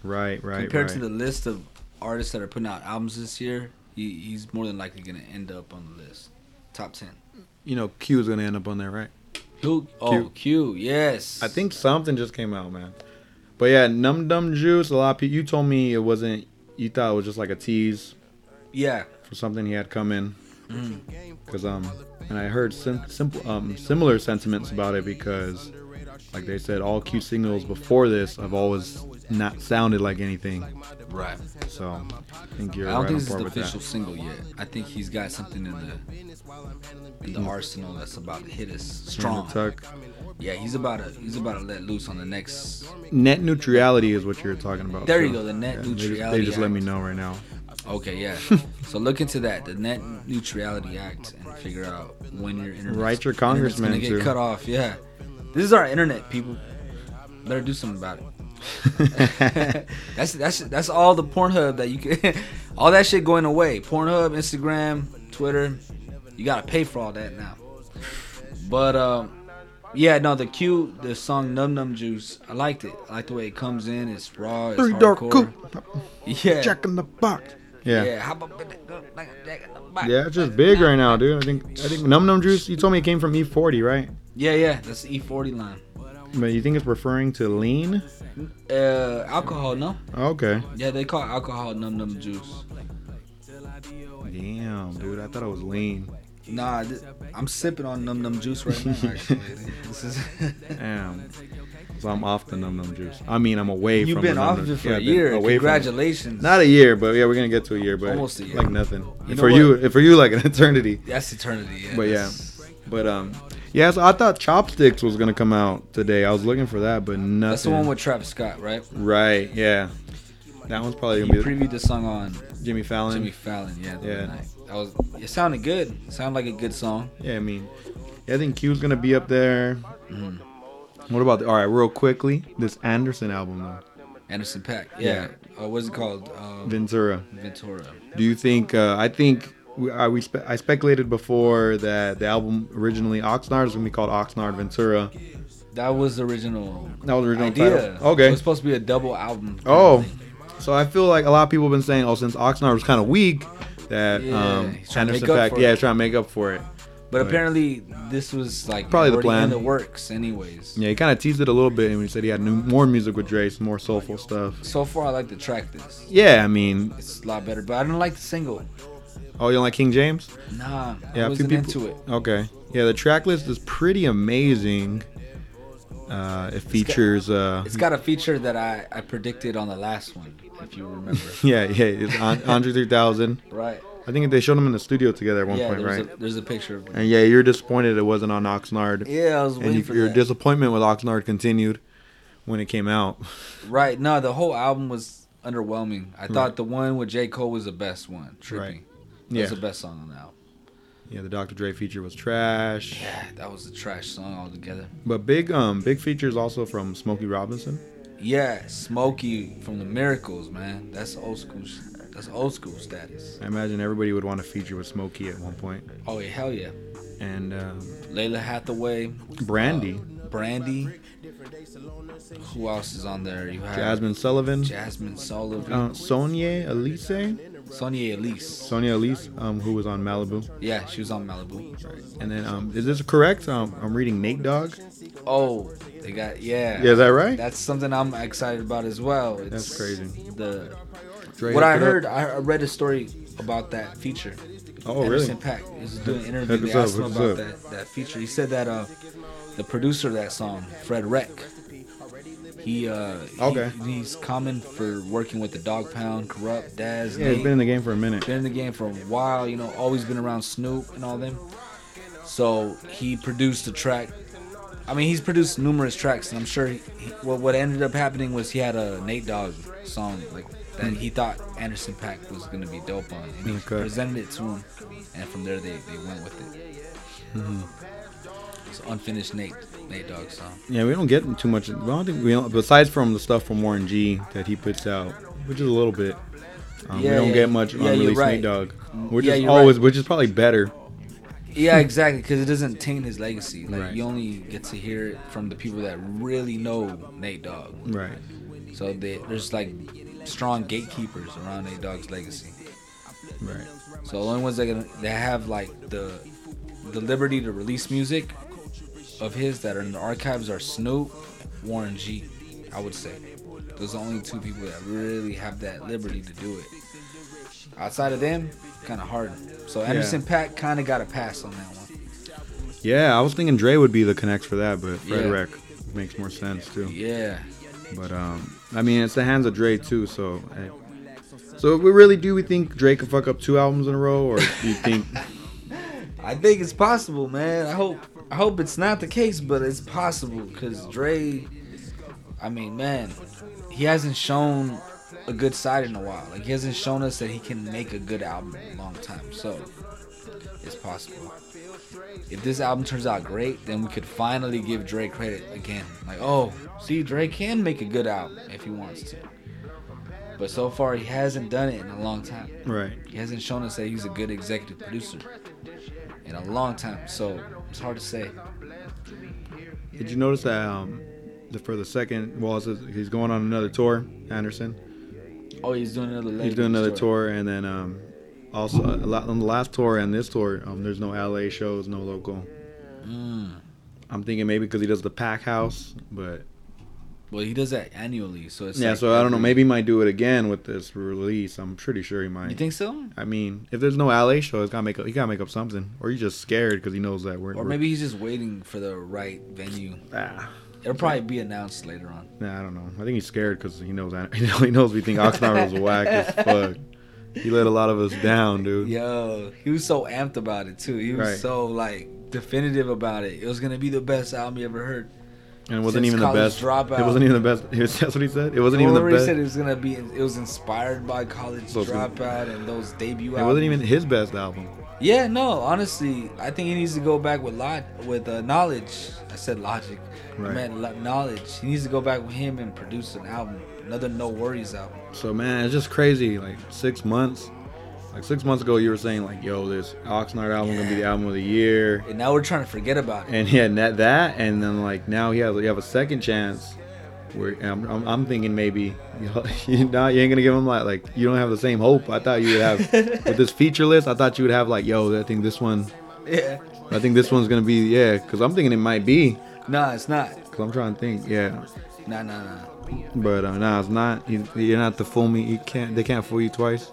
B: Right, right,
C: Compared
B: right.
C: to the list of artists that are putting out albums this year, he, he's more than likely going to end up on the list, top ten.
B: you know, Q is gonna end up on there, right?
C: Who? Oh, Q. Yes.
B: I think something just came out, man. But yeah, Num Dum Juice. A lot of people. You told me it wasn't. You thought it was just like a tease
C: Yeah.
B: for something he had come in. Cause um, and I heard sim- simple um similar sentiments about it because, like they said, all Q singles before this have always not sounded like anything.
C: Right.
B: So I think you're
C: I don't
B: right
C: think
B: on
C: this is
B: par
C: the
B: with that.
C: official single yet. I think he's got something in the in the arsenal that's about to hit us strong.
B: Tuck.
C: Yeah, he's about to he's about to let loose on the next
B: Net neutrality is what you're talking about.
C: There you
B: too.
C: go, the net
B: they just- They
C: neutrality
B: just let
C: act.
B: me know right now.
C: Okay, yeah. so look into that, the Net Neutrality Act, and figure out when your internet.
B: Write your congressman,
C: gonna get
B: too.
C: cut off. Yeah, this is our internet, people. Better do something about it. that's that's that's all the Pornhub that you can, all that shit going away. Pornhub, Instagram, Twitter. You gotta pay for all that now. But um, yeah, no, the Q, the song Num Num Juice, I liked it. I like the way it comes in. It's raw. It's
B: Three
C: hardcore.
B: dark coupe,
C: Yeah.
B: Jack in the box.
C: Yeah.
B: Yeah.
C: hop up in that gun like a jack in the box.
B: Yeah, it's just big right now, dude. I think I think Num Num Juice. You told me it came from E40, E right?
C: Yeah, yeah. That's the E40 E line.
B: Man, you think it's referring to lean?
C: Uh, alcohol, no?
B: Okay.
C: Yeah, they call alcohol num num juice.
B: Damn, dude, I thought it was lean.
C: Nah, th- I'm sipping on num num juice right now. Actually, this is.
B: Damn. So I'm off the num num juice. I mean, I'm away
C: You've
B: from.
C: been
B: the
C: off
B: num
C: of
B: num-
C: it for
B: yeah,
C: a
B: I've been
C: year.
B: away from it.
C: Congratulations.
B: Not a year, but yeah, we're gonna get to a year, but
C: Almost a year.
B: like nothing.
C: You know
B: for
C: what?
B: you, for you, like an eternity.
C: That's eternity. Yeah.
B: But yeah.
C: That's-
B: But um, yeah. So I thought Chopsticks was gonna come out today. I was looking for that, but nothing.
C: That's the one with Travis Scott, right?
B: Right. Yeah. That one's probably
C: He
B: gonna be
C: previewed the song on
B: Jimmy Fallon.
C: Jimmy Fallon. Yeah. The
B: Yeah.
C: other night. That was. It sounded good. It sounded like a good song.
B: Yeah, I mean, yeah, I think Q's gonna be up there.
C: Mm-hmm.
B: What about the, all right, real quickly, this Anderson album though,
C: Anderson Pack. Yeah. Uh, what's it called? Um,
B: Ventura.
C: Ventura.
B: Do you think? Uh, I think we, I, we spe- I speculated before that the album originally Oxnard was gonna be called Oxnard Ventura.
C: That was the original
B: That was the original
C: idea.
B: title.
C: It
B: Okay.
C: was supposed to be a double album.
B: Oh, so I feel like a lot of people have been saying, oh, since Oxnard was kind of weak, that
C: Yeah,
B: um,
C: he's trying to
B: Anderson
C: make up
B: Pack,
C: for
B: yeah,
C: it.
B: he's trying to make up for it.
C: But apparently, this was like
B: Probably the
C: already
B: plan.
C: in the works, anyways.
B: Yeah, he kind of teased it a little bit, and he said he had new, more music with Dre, some more soulful stuff.
C: So far, I like the track. This
B: Yeah, I mean,
C: it's a lot better, but I don't like the single.
B: oh, you don't like King James?
C: Nah,
B: Yeah,
C: I
B: a few
C: wasn't
B: people-
C: into it.
B: Okay. Yeah, the track list is pretty amazing. Uh, it features. Uh,
C: It's got a feature that I, I predicted on the last one, if you remember.
B: yeah, yeah, it's An- Andre 3000.
C: right?
B: I think they showed them in the studio together at one
C: yeah,
B: point,
C: there's,
B: right?
C: a, there's a picture of it.
B: and yeah, you're disappointed it wasn't on Oxnard.
C: Yeah, I was
B: and
C: waiting
B: you,
C: for
B: your
C: that.
B: disappointment with Oxnard continued when it came out.
C: right? No, the whole album was underwhelming.
B: Hmm.
C: I thought the one with J Cole was the best one. Tripping. That
B: Yeah.
C: was the best song on the album.
B: Yeah, the Dr. Dre feature was trash.
C: That was a trash song altogether.
B: But big um big features also from Smokey Robinson.
C: Yeah, Smokey from the Miracles, man. That's old school. sh- That's old school status.
B: I imagine everybody would want to feature with Smokey at one point.
C: Oh yeah, hell yeah.
B: And um,
C: Layla Hathaway,
B: Brandy,
C: Brandy. Who else is on there? You have
B: Jasmine Sullivan,
C: Jasmine Sullivan,
B: uh, Sonia Elise.
C: Sonia Elise.
B: Sonia Elise, um, who was on Malibu.
C: Yeah, she was on Malibu.
B: And then, um, is this correct? Um, I'm reading Nate Dogg.
C: Oh, they got yeah.
B: Yeah, is that right?
C: That's something I'm excited about as well. It's
B: That's crazy.
C: The
B: Dre
C: what I
B: hooked it up.
C: heard, I I read a story about that feature.
B: Oh,
C: Anderson
B: really?
C: Pack is doing an interview.
B: Hook
C: They
B: us
C: asked
B: up,
C: him
B: hook
C: about
B: us
C: that, that feature. He said that uh, the producer of that song, Fred Reck, he uh, he-
B: Okay.
C: he's common for working with the Dog Pound, Corrupt, Daz,
B: Yeah,
C: Nate.
B: he's been in the game for a minute.
C: been in the game for a while, you know, always been around Snoop and all them. So he produced a track. I mean, he's produced numerous tracks, and I'm sure he, he- what what ended up happening was he had a Nate Dogg song like that he thought Anderson Pack was gonna be dope on, and he
B: Okay.
C: presented it to him, and from there they, they went with it.
B: Mm-hmm.
C: It's unfinished Nate Nate Dogg song.
B: Yeah, we don't get too much. We don't think we don't, besides from the stuff from Warren G that he puts out, which is a little bit. Um, we
C: Yeah,
B: don't
C: yeah.
B: get much on
C: Yeah, you're
B: release
C: right. Mm,
B: Nate Dogg, which
C: Yeah,
B: is
C: you're
B: always,
C: right.
B: which is probably better.
C: Yeah, exactly, because it doesn't taint his legacy. Like
B: Right.
C: you only get to hear it from the people that really know Nate Dogg.
B: Right.
C: So they, there's like strong gatekeepers around Nate Dogg's legacy.
B: Right.
C: So the only ones that can, that have like the the liberty to release music of his that are in the archives are Snoop, Warren G. I would say those are the only two people that really have that liberty to do it. Outside of them, kind of hard. So Anderson Pack kind of got a pass on that one.
B: Yeah, I was thinking Dre would be the connect for that, but Fred
C: Yeah.
B: Reck makes more sense too.
C: Yeah,
B: But um, I mean, it's the hands of Dre too. So, eh. so if we really do, we think Dre could fuck up two albums in a row, or do you think?
C: I think it's possible, man. I hope I hope it's not the case, but it's possible because Dre. I mean, man, he hasn't shown a good side in a while. Like he hasn't shown us that he can make a good album in a long time. So it's possible. If this album turns out great, then we could finally give Dre credit again. Like, oh, see, Dre can make a good album if he wants to. But so far, he hasn't done it in a long time.
B: right.
C: He hasn't shown us that he's a good executive producer in a long time, so it's hard to say.
B: Did you notice that um, the, for the second, Wallace is, he's going on another tour, Anderson.
C: Oh, he's doing another leg.
B: He's doing another tour, and then um, also
C: Hmm.
B: a lot, on the last tour and this tour, um, there's no LA shows, no local. I'm thinking maybe because he does the pack house, but
C: Well, he does that annually, so it's
B: yeah.
C: like
B: So I don't know.
C: every-
B: Maybe he might do it again with this release. I'm pretty sure he might.
C: you think so,
B: I mean, if there's no LA show, it's gotta make up. He gotta make up something, or he's just scared because he knows that we're.
C: or
B: we're-
C: maybe he's just waiting for the right venue.
B: ah,
C: It'll probably be announced later on.
B: nah, I don't know. I think he's scared because he knows that he knows we think Oxnard was whack as fuck. He let a lot of us down, dude.
C: Yo, he was so amped about it too. He was
B: Right.
C: so like definitive about it. It was gonna be the best album he ever heard.
B: and it wasn't
C: Since
B: even the
C: college
B: best.
C: dropout.
B: It wasn't even the best. that's what he said. It wasn't
C: He
B: even the
C: already
B: best.
C: said it was gonna be. It was inspired by College
B: So it's-
C: Dropout and those debut.
B: It wasn't even his best album.
C: Yeah, no. Honestly, I think he needs to go back with lot with uh, knowledge. I said logic. I
B: Right.
C: meant lo- knowledge. He needs to go back with him and produce an album, another No Worries album.
B: So man, it's just crazy. Like six months, like six months ago, you were saying like, "Yo, this Oxnard album gonna be the album of the year,"
C: And now we're trying to forget about it.
B: and he had that, that and then like now he has you have a second chance. Where and I'm, I'm, I'm thinking maybe you know, you nah, you ain't gonna give him like like you don't have the same hope. I thought you would have with this feature list. I thought you would have like, "Yo, I think this one,
C: Yeah.
B: I think this one's gonna be yeah," because I'm thinking it might be.
C: Nah, it's not.
B: Cause I'm trying to think, yeah,
C: Nah, nah, nah.
B: but uh, nah, it's not. You, you're not the fool me. You can't. They can't fool you twice.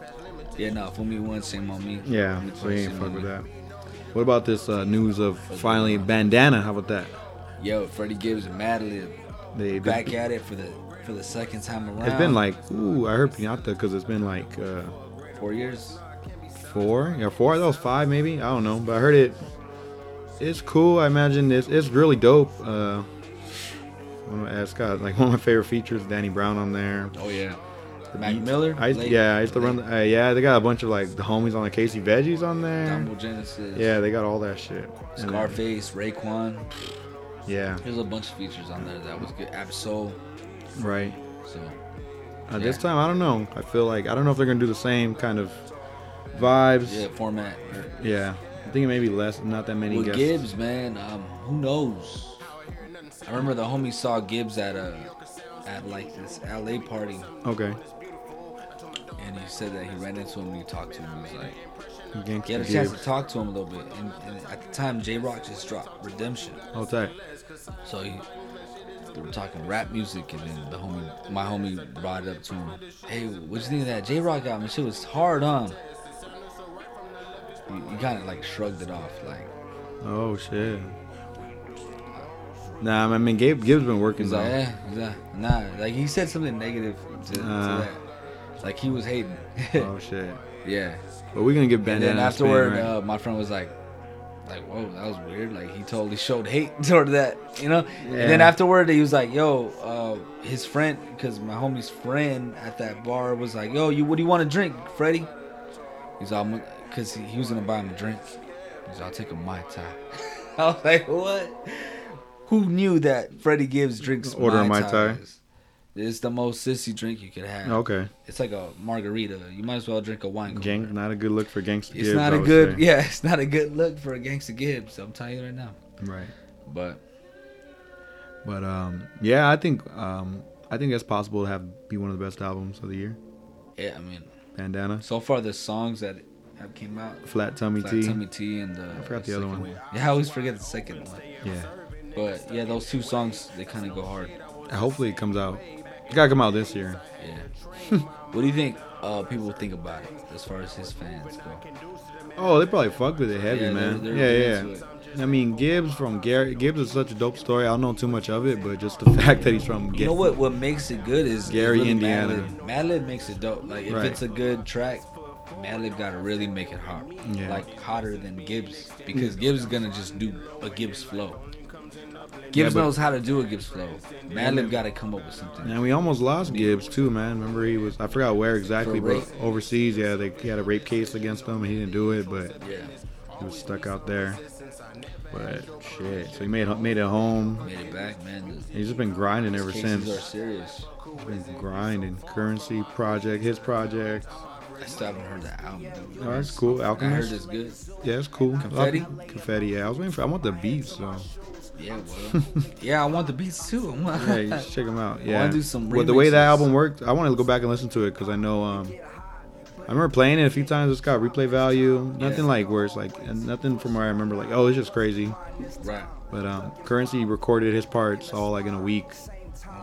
C: Yeah, nah. Fool me once, shame on me.
B: Yeah,
C: Fool me
B: so
C: twice,
B: he ain't
C: shame
B: fuck
C: on
B: with
C: me.
B: that. What about this uh, news of finally bandana? How about that?
C: Yo, Freddie Gibbs and Madlib
B: They, they-
C: back at it for the for the second time around.
B: it's been like ooh, I heard Pinata because it's been like uh,
C: four years.
B: four, yeah, four. That was five, maybe. I don't know, but I heard it. It's cool. I imagine it's it's really dope. Uh, one of my, it's got uh, like one of my favorite features, Danny Brown on there.
C: Oh yeah. Mac Miller.
B: I used,
C: Blake,
B: yeah, I used to run.
C: Blake,
B: Uh, yeah, they got a bunch of like the homies on the Casey Veggies on there.
C: Dumbo Genesis.
B: Yeah, they got all that shit. And then-
C: Scarface, Raekwon.
B: Yeah,
C: There's a bunch of features on there that was good. Absol.
B: right.
C: So
B: Uh, This
C: Yeah.
B: time, I don't know. I feel like I don't know if they're gonna do the same kind of vibes.
C: yeah,
B: Yeah,
C: format.
B: I think it may be less, not that many
C: With
B: guests.
C: Gibbs, man, um, who knows? I remember the homie saw Gibbs at a at like this LA party,
B: Okay.
C: and he said that he ran into him and he talked to him. He was like,
B: Gangsta
C: he had a chance
B: Gibbs.
C: to talk to him a little bit, and, and at the time, J Rock just dropped Redemption,
B: Oh, tight.
C: so he. They were talking rap music, and then the homie, my homie, brought it up to him. Hey, what you think of that J Rock album? Shit was hard, huh? He, he kind of like shrugged it off, like
B: Oh shit. Nah, I mean Gabe Gibbs been working
C: He's
B: though.
C: like, eh, nah, nah. Like he said something negative to,
B: Uh.
C: to that. Like he was hating.
B: oh shit.
C: yeah.
B: But we're gonna get
C: "Eh." And
B: bandana.
C: then afterward,
B: spin, right?
C: uh, my friend was like, like, whoa, that was weird. Like he totally showed hate toward that, you know. And then
B: Yeah.
C: afterward, he was like, yo, uh, his friend, because my homie's friend at that bar was like, yo, you, what do you want to drink, Freddie? He's all, cause he, he was gonna buy him a drink. He's all, I'll take a mai tai. I was like, what? Who knew that Freddie Gibbs drinks
B: Order a Mai Tai.
C: Tais? It's the most sissy drink you could have.
B: okay.
C: It's like a margarita. You might as well drink a wine. cooler.
B: Gang, not a good look for Gangsta
C: It's
B: Gibbs.
C: not
B: I
C: a
B: would
C: good,
B: say.
C: yeah, it's not a good look for a gangster Gibbs. I'm telling you right now.
B: Right.
C: But
B: But um, yeah, I think um, I think that's possible to have be one of the best albums of the year.
C: yeah, I mean,
B: Bandana,
C: so far the songs that have came out,
B: Flat Tummy
C: Flat
B: T.
C: Tummy T and uh,
B: I forgot the other
C: second
B: one.
C: Yeah, I always forget the second one.
B: Yeah.
C: But yeah, those two songs they kind of go hard.
B: Hopefully it comes out. It gotta come out this year.
C: Yeah. what do you think uh, people think about it as far as his fans go?
B: Oh, they probably fucked with it heavy,
C: Yeah, they're-
B: man.
C: they're really
B: yeah, yeah. I mean, Gibbs from Gary. Gibbs is such a dope story. I don't know too much of it, but just the fact that he's from.
C: You know
B: Ga-
C: what? What makes it good is
B: Gary,
C: really
B: Indiana.
C: Madlib. Madlib makes it dope. Like if
B: Right.
C: it's a good track, Madlib gotta really make it hot.
B: Yeah. Mm.
C: Like hotter than Gibbs because Gibbs is gonna just do a Gibbs flow. Gibbs
B: but-
C: knows how to do a Gibbs flow. Madlib gotta come up with something.
B: And we almost lost Gibbs too, man. Remember he was I forgot where exactly,
C: For
B: but
C: rape.
B: overseas. Yeah, they he had a rape case against him, and he didn't do it, but
C: Yeah.
B: he was stuck out there. But shit, so he made made it home.
C: Made it back, man. The
B: He's just been grinding ever
C: cases
B: since.
C: are serious.
B: Been grinding. Currency project, his project.
C: I still haven't heard the album. Though.
B: Oh, that's cool.
C: I heard
B: Alchemist.
C: it's good.
B: Yeah, it's cool.
C: Confetti?
B: Confetti. Yeah, I was waiting for. I want the beats though.
C: Yeah, well. yeah, I want the beats too. I want-
B: Yeah, you should check them out. Yeah,
C: do some
B: Well, the way
C: remixes.
B: that album worked, I want to go back and listen to it because I know um, I remember playing it a few times. It's got replay value. Nothing like where it's like and nothing from where I remember like oh it's just crazy.
C: Right.
B: But um, Currency recorded his parts all like in a week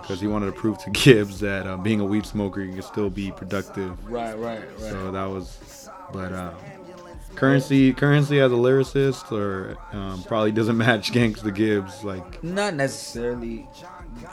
B: because he wanted to prove to Gibbs that uh, being a weed smoker you can still be productive.
C: Right. Right. Right.
B: So that was, but um, Currency Currency as a lyricist or um, probably doesn't match Gangsta Gibbs like
C: Not necessarily.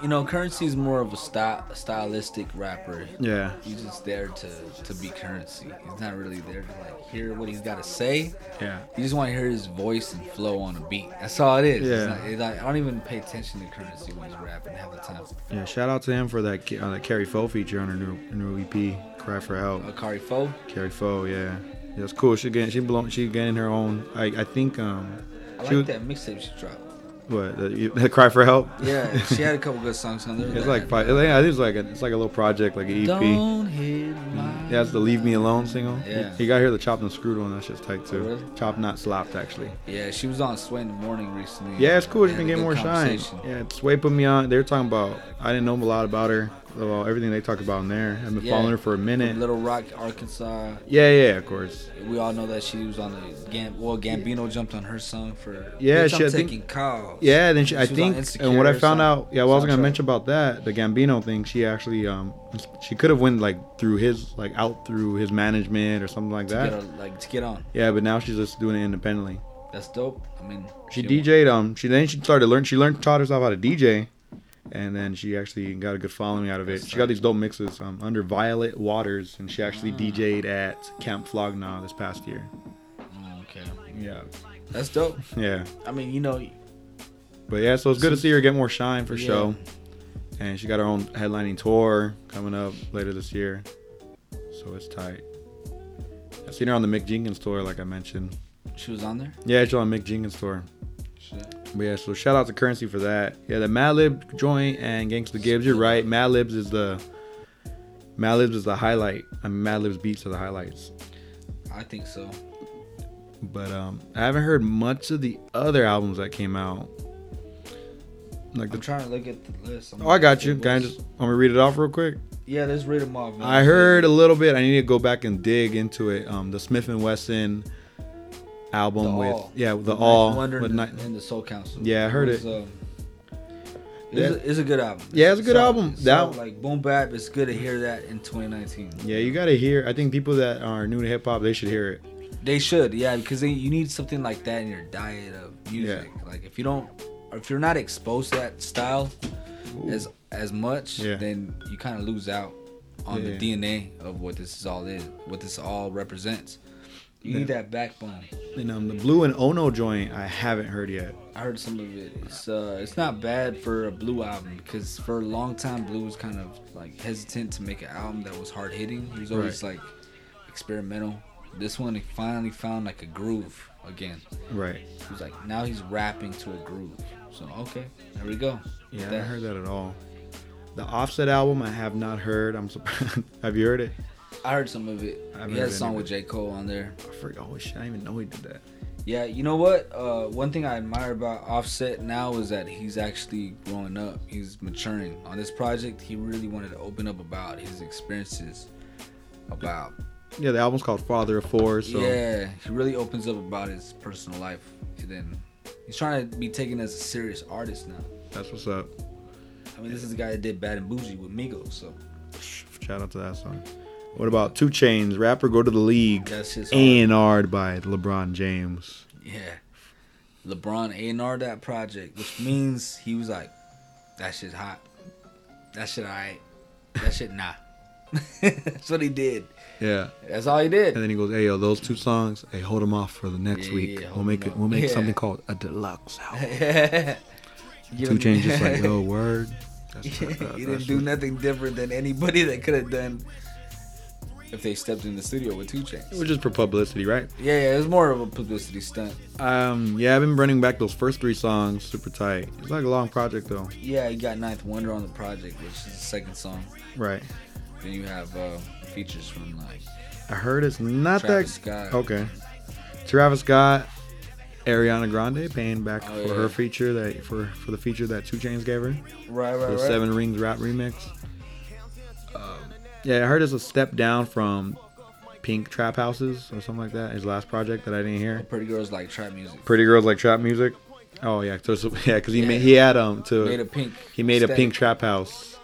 C: You know, Currency is more of a sty stylistic rapper.
B: yeah
C: He's just there to, to be currency. He's not really there to like hear what he's got to say.
B: yeah
C: You just want to hear his voice and flow on a beat. That's all it is. It's
B: Yeah.
C: not- it's like- I don't even pay attention to currency when he's rapping half the time.
B: yeah. Shout out to him for that Ki- uh, that Carrie Foe feature on her new new EP Cry for Help.
C: Akari Fo.
B: Carrie Foe, yeah. That's cool. She getting she belong she getting her own. I I think um
C: I
B: she
C: like that mixtape she dropped.
B: was what the, you- the cry for help.
C: Yeah, she had a couple good songs on there.
B: It's like fi- it's like I think it's like a, it's like a little project like an E EP.
C: Don't hit my.
B: Yeah, it's the Leave Me Alone single.
C: Yeah.
B: You got to hear the chopped and screwed one. That shit's tight too.
C: Oh, really?
B: Chopped not slapped actually.
C: Yeah, she was on Sway in the Morning recently.
B: Yeah, it's cool.
C: They
B: She's been
C: had a
B: getting more
C: good
B: shine.
C: conversation.
B: Yeah, Sway put me on. They were talking about. I didn't know a lot about her. Well, everything they talk about in there. I've been
C: Yeah.
B: following her for a minute.
C: Little Rock, Arkansas.
B: yeah, yeah, of course.
C: We all know that she was on the Gam. Well, Gambino jumped on her song for.
B: Yeah,
C: Bitch,
B: she- I
C: I'm
B: think-
C: taking calls.
B: Yeah, then she, I
C: She was on
B: think,
C: Insecure
B: and what I
C: or
B: found
C: something.
B: out, yeah, well, I was gonna
C: Soundtrack.
B: mention about that, the Gambino thing. She actually, um, she could have went like through his, like out through his management or something like
C: To get
B: that.
C: her, like to get on.
B: Yeah, but now she's just doing it independently.
C: That's dope. I mean,
B: She DJ'd, um, she then she started learn, she learned, taught herself how to DJ, and then she actually got a good following out of it. She got these dope mixes, um, under Violet Waters, and she actually DJ'd at Camp Flogna this past year.
C: Mm, Okay,
B: Yeah,
C: that's dope.
B: yeah.
C: I mean, you know,
B: But yeah, so it's good to see her get more shine for
C: Yeah.
B: sure. And she got her own headlining tour coming up later this year. So it's tight. I've seen her on the Mick Jenkins tour, like I mentioned.
C: she was on there.
B: Yeah, she's on Mick Jenkins tour.
C: Shit.
B: But yeah, so shout out to Currency for that. Yeah, the Madlib joint and Gangsta Gibbs, you're right. Madlibs is the Madlibs is the highlight. I mean, Madlib's beats are the highlights.
C: I think so.
B: But um I haven't heard much of the other albums that came out. Like the
C: I'm trying to look at the list. I'm
B: Oh, I got
C: like,
B: you.
C: what's-
B: Can I just I'm gonna read it off real quick.
C: Yeah, let's read them off. man.
B: I heard a little bit. I need to go back and dig into it. Um, the Smith and Wesson album
C: The
B: with
C: All.
B: yeah, with the
C: Ninth
B: All
C: Wonder
B: with
C: and,
B: Night.
C: and the Soul Council.
B: Yeah, I heard
C: was, um, it was
B: Yeah.
C: a- it's a good album.
B: Yeah, it's a good
C: Solid.
B: album.
C: Solid,
B: That-
C: like boom bap. It's good to hear that in 2019.
B: Yeah, you gotta hear. I think people that are new to hip hop they should hear it.
C: They should, yeah, because they, you need something like that in your diet of music. Like if you don't, or if you're not exposed to that style as as much,
B: Yeah.
C: then you kind of lose out on
B: Yeah.
C: the DNA of what this is all is, what this all represents. You need that backbone.
B: And um, the Blue and Ono joint I haven't heard yet.
C: I heard some of it. It's uh, it's not bad for a Blue album because for a long time Blue was kind of like hesitant to make an album that was hard hitting. He was always like experimental. This one he finally found like a groove again.
B: Right.
C: He was like now he's rapping to a groove. So okay, there we go.
B: Yeah, I
C: That-
B: haven't heard that at all. The Offset album I have not heard. I'm surprised. have you heard it?
C: I heard some of it.
B: I haven't
C: He had
B: heard
C: a
B: any
C: song
B: of
C: with J Cole on there.
B: I forgot. Oh shit! I didn't even know he did that.
C: Yeah, you know what? Uh, one thing I admire about Offset now is that he's actually growing up. He's maturing. On this project, he really wanted to open up about his experiences. About
B: Yeah, the album's called Father of Four. So
C: yeah, he really opens up about his personal life. And then he's trying to be taken as a serious artist now.
B: that's what's up.
C: I mean, this is the guy that did Bad and Bougie with Migos, so
B: Shout out to that song. What about Two Chains? Rapper go to the league.
C: That's his
B: A and R'd by LeBron James.
C: yeah. LeBron A and R that project, which means he was like, that shit hot, that shit alright, that shit nah. That's what he did.
B: Yeah.
C: That's all he did.
B: And then he goes, "Hey yo, those two songs. Hey, hold them off for the next
C: Yeah,
B: week.
C: yeah, hold
B: we'll make
C: 'em
B: it.
C: off."
B: We'll make
C: Yeah.
B: something called a deluxe album.
C: Give
B: two
C: him-
B: Chains just like, yo, word. That's,
C: he
B: that- that-
C: didn't
B: that's
C: do
B: what-
C: nothing different than anybody that could have done if they stepped in the studio with two chains.
B: It was just for publicity, right?
C: Yeah, yeah, it was more of a publicity stunt.
B: Um, yeah, I've been running back those first three songs, super tight. It's like a long project though,
C: Yeah, you got Ninth Wonder on the project, which is the second song.
B: right?
C: Then you have uh, features from like
B: I heard it's not
C: Travis
B: that.
C: Scott.
B: Okay. Travis Scott, Ariana Grande paying back
C: Oh,
B: for
C: yeah.
B: her feature that for for the feature that Two Chains gave her,
C: right,
B: the
C: right, right.
B: Seven Rings rap remix. Um, yeah, I heard it's a step down from Pink Trap Houses or something like that. His last project that I didn't hear.
C: Pretty girls like trap music.
B: Pretty Girls Like Trap Music. Oh yeah, so, so yeah, because he
C: Yeah.
B: made he had um to
C: Made a pink.
B: he made a
C: aesthetic.
B: pink trap house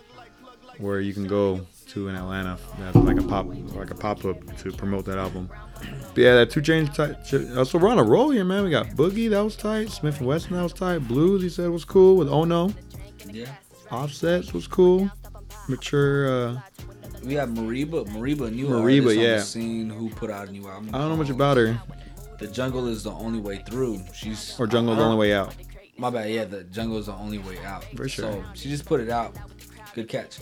B: where you can go to in Atlanta. That's like a pop like a pop up to promote that album. But yeah, that two change tight. Uh, so we're on a roll here, man. We got Boogie that was tight, Smith and Wesson that was tight, Blues he said was cool with Oh No,
C: Yeah.
B: Offsets was cool, Mature. uh
C: We have Mariba. Mariba, new
B: Mariba,
C: artist on
B: yeah.
C: the scene who put out a new album.
B: I don't know much
C: called
B: about her
C: The Jungle is the only way through. She's uh-huh.
B: or Jungle's the only way out.
C: My bad. Yeah, the jungle is the only way out.
B: For sure.
C: So she just put it out. Good catch.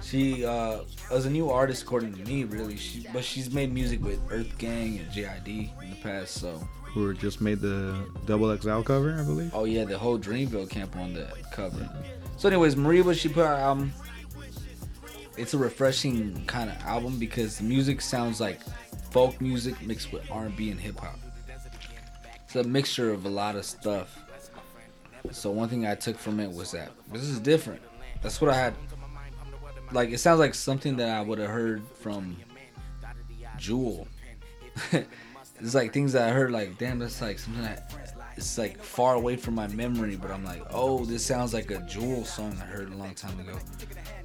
C: She uh, was a new artist according to me, really. She, but she's made music with Earth Gang and JID in the past. So
B: Who just made the Double XL cover, I believe.
C: oh yeah, the whole Dreamville camp on the cover. So anyways, Mariba she put out an album. It's a refreshing kind of album because the music sounds like folk music mixed with R&B and hip hop. It's a mixture of a lot of stuff. So one thing I took from it was that this is different. That's what I had. Like it sounds like something that I would have heard from Jewel. it's like things that I heard. Like damn, that's like something that it's like far away from my memory. But I'm like, oh, this sounds like a Jewel song I heard a long time ago.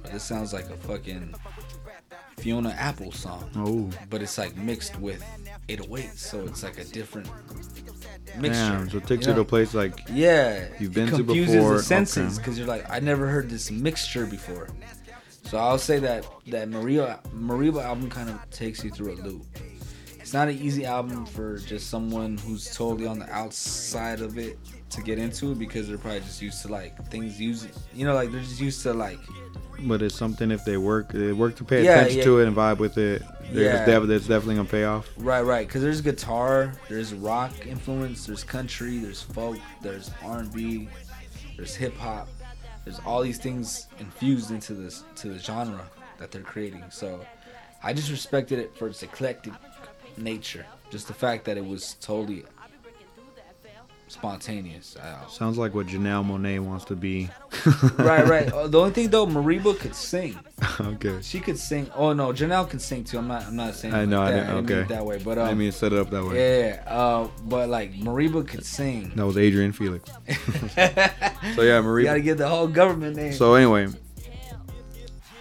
C: Or this sounds like a fucking Fiona Apple song
B: Oh,
C: but it's like mixed with 808, so it's like a different mixture.
B: damn! So it takes you
C: you
B: to
C: know?
B: a place like
C: Yeah,
B: You've been
C: it
B: to
C: confuses
B: before,
C: the senses
B: okay.
C: because you're like, I never heard this mixture before. So I'll say that that Maria Mariba album kind of takes you through a loop. It's not an easy album for just someone who's totally on the outside of it to get into because they're probably just used to like things using, you know, like they're just used to like
B: but it's something if they work they work to pay
C: Yeah,
B: attention
C: yeah.
B: to it and vibe with it there's,
C: Yeah.
B: def- there's definitely gonna pay off
C: Right, right. Because there's guitar, there's rock influence, there's country, there's folk, there's R&B, there's hip hop. There's all these things infused into this to the genre that they're creating. So I just respected it for its eclectic nature. Just the fact that it was totally spontaneous. I-
B: sounds like what janelle monet wants to be
C: right, right. Uh, The only thing though, Mariba could sing.
B: okay
C: She could sing. Oh no, Janelle can sing too. I'm not. I'm not saying.
B: I
C: like
B: know, I
C: that.
B: didn't-
C: didn't mean it
B: okay.
C: that way, but um,
B: i mean set it up that way
C: Yeah, uh, but like Mariba could sing.
B: that was adrian felix so yeah
C: You gotta
B: marie
C: get the whole government name.
B: so anyway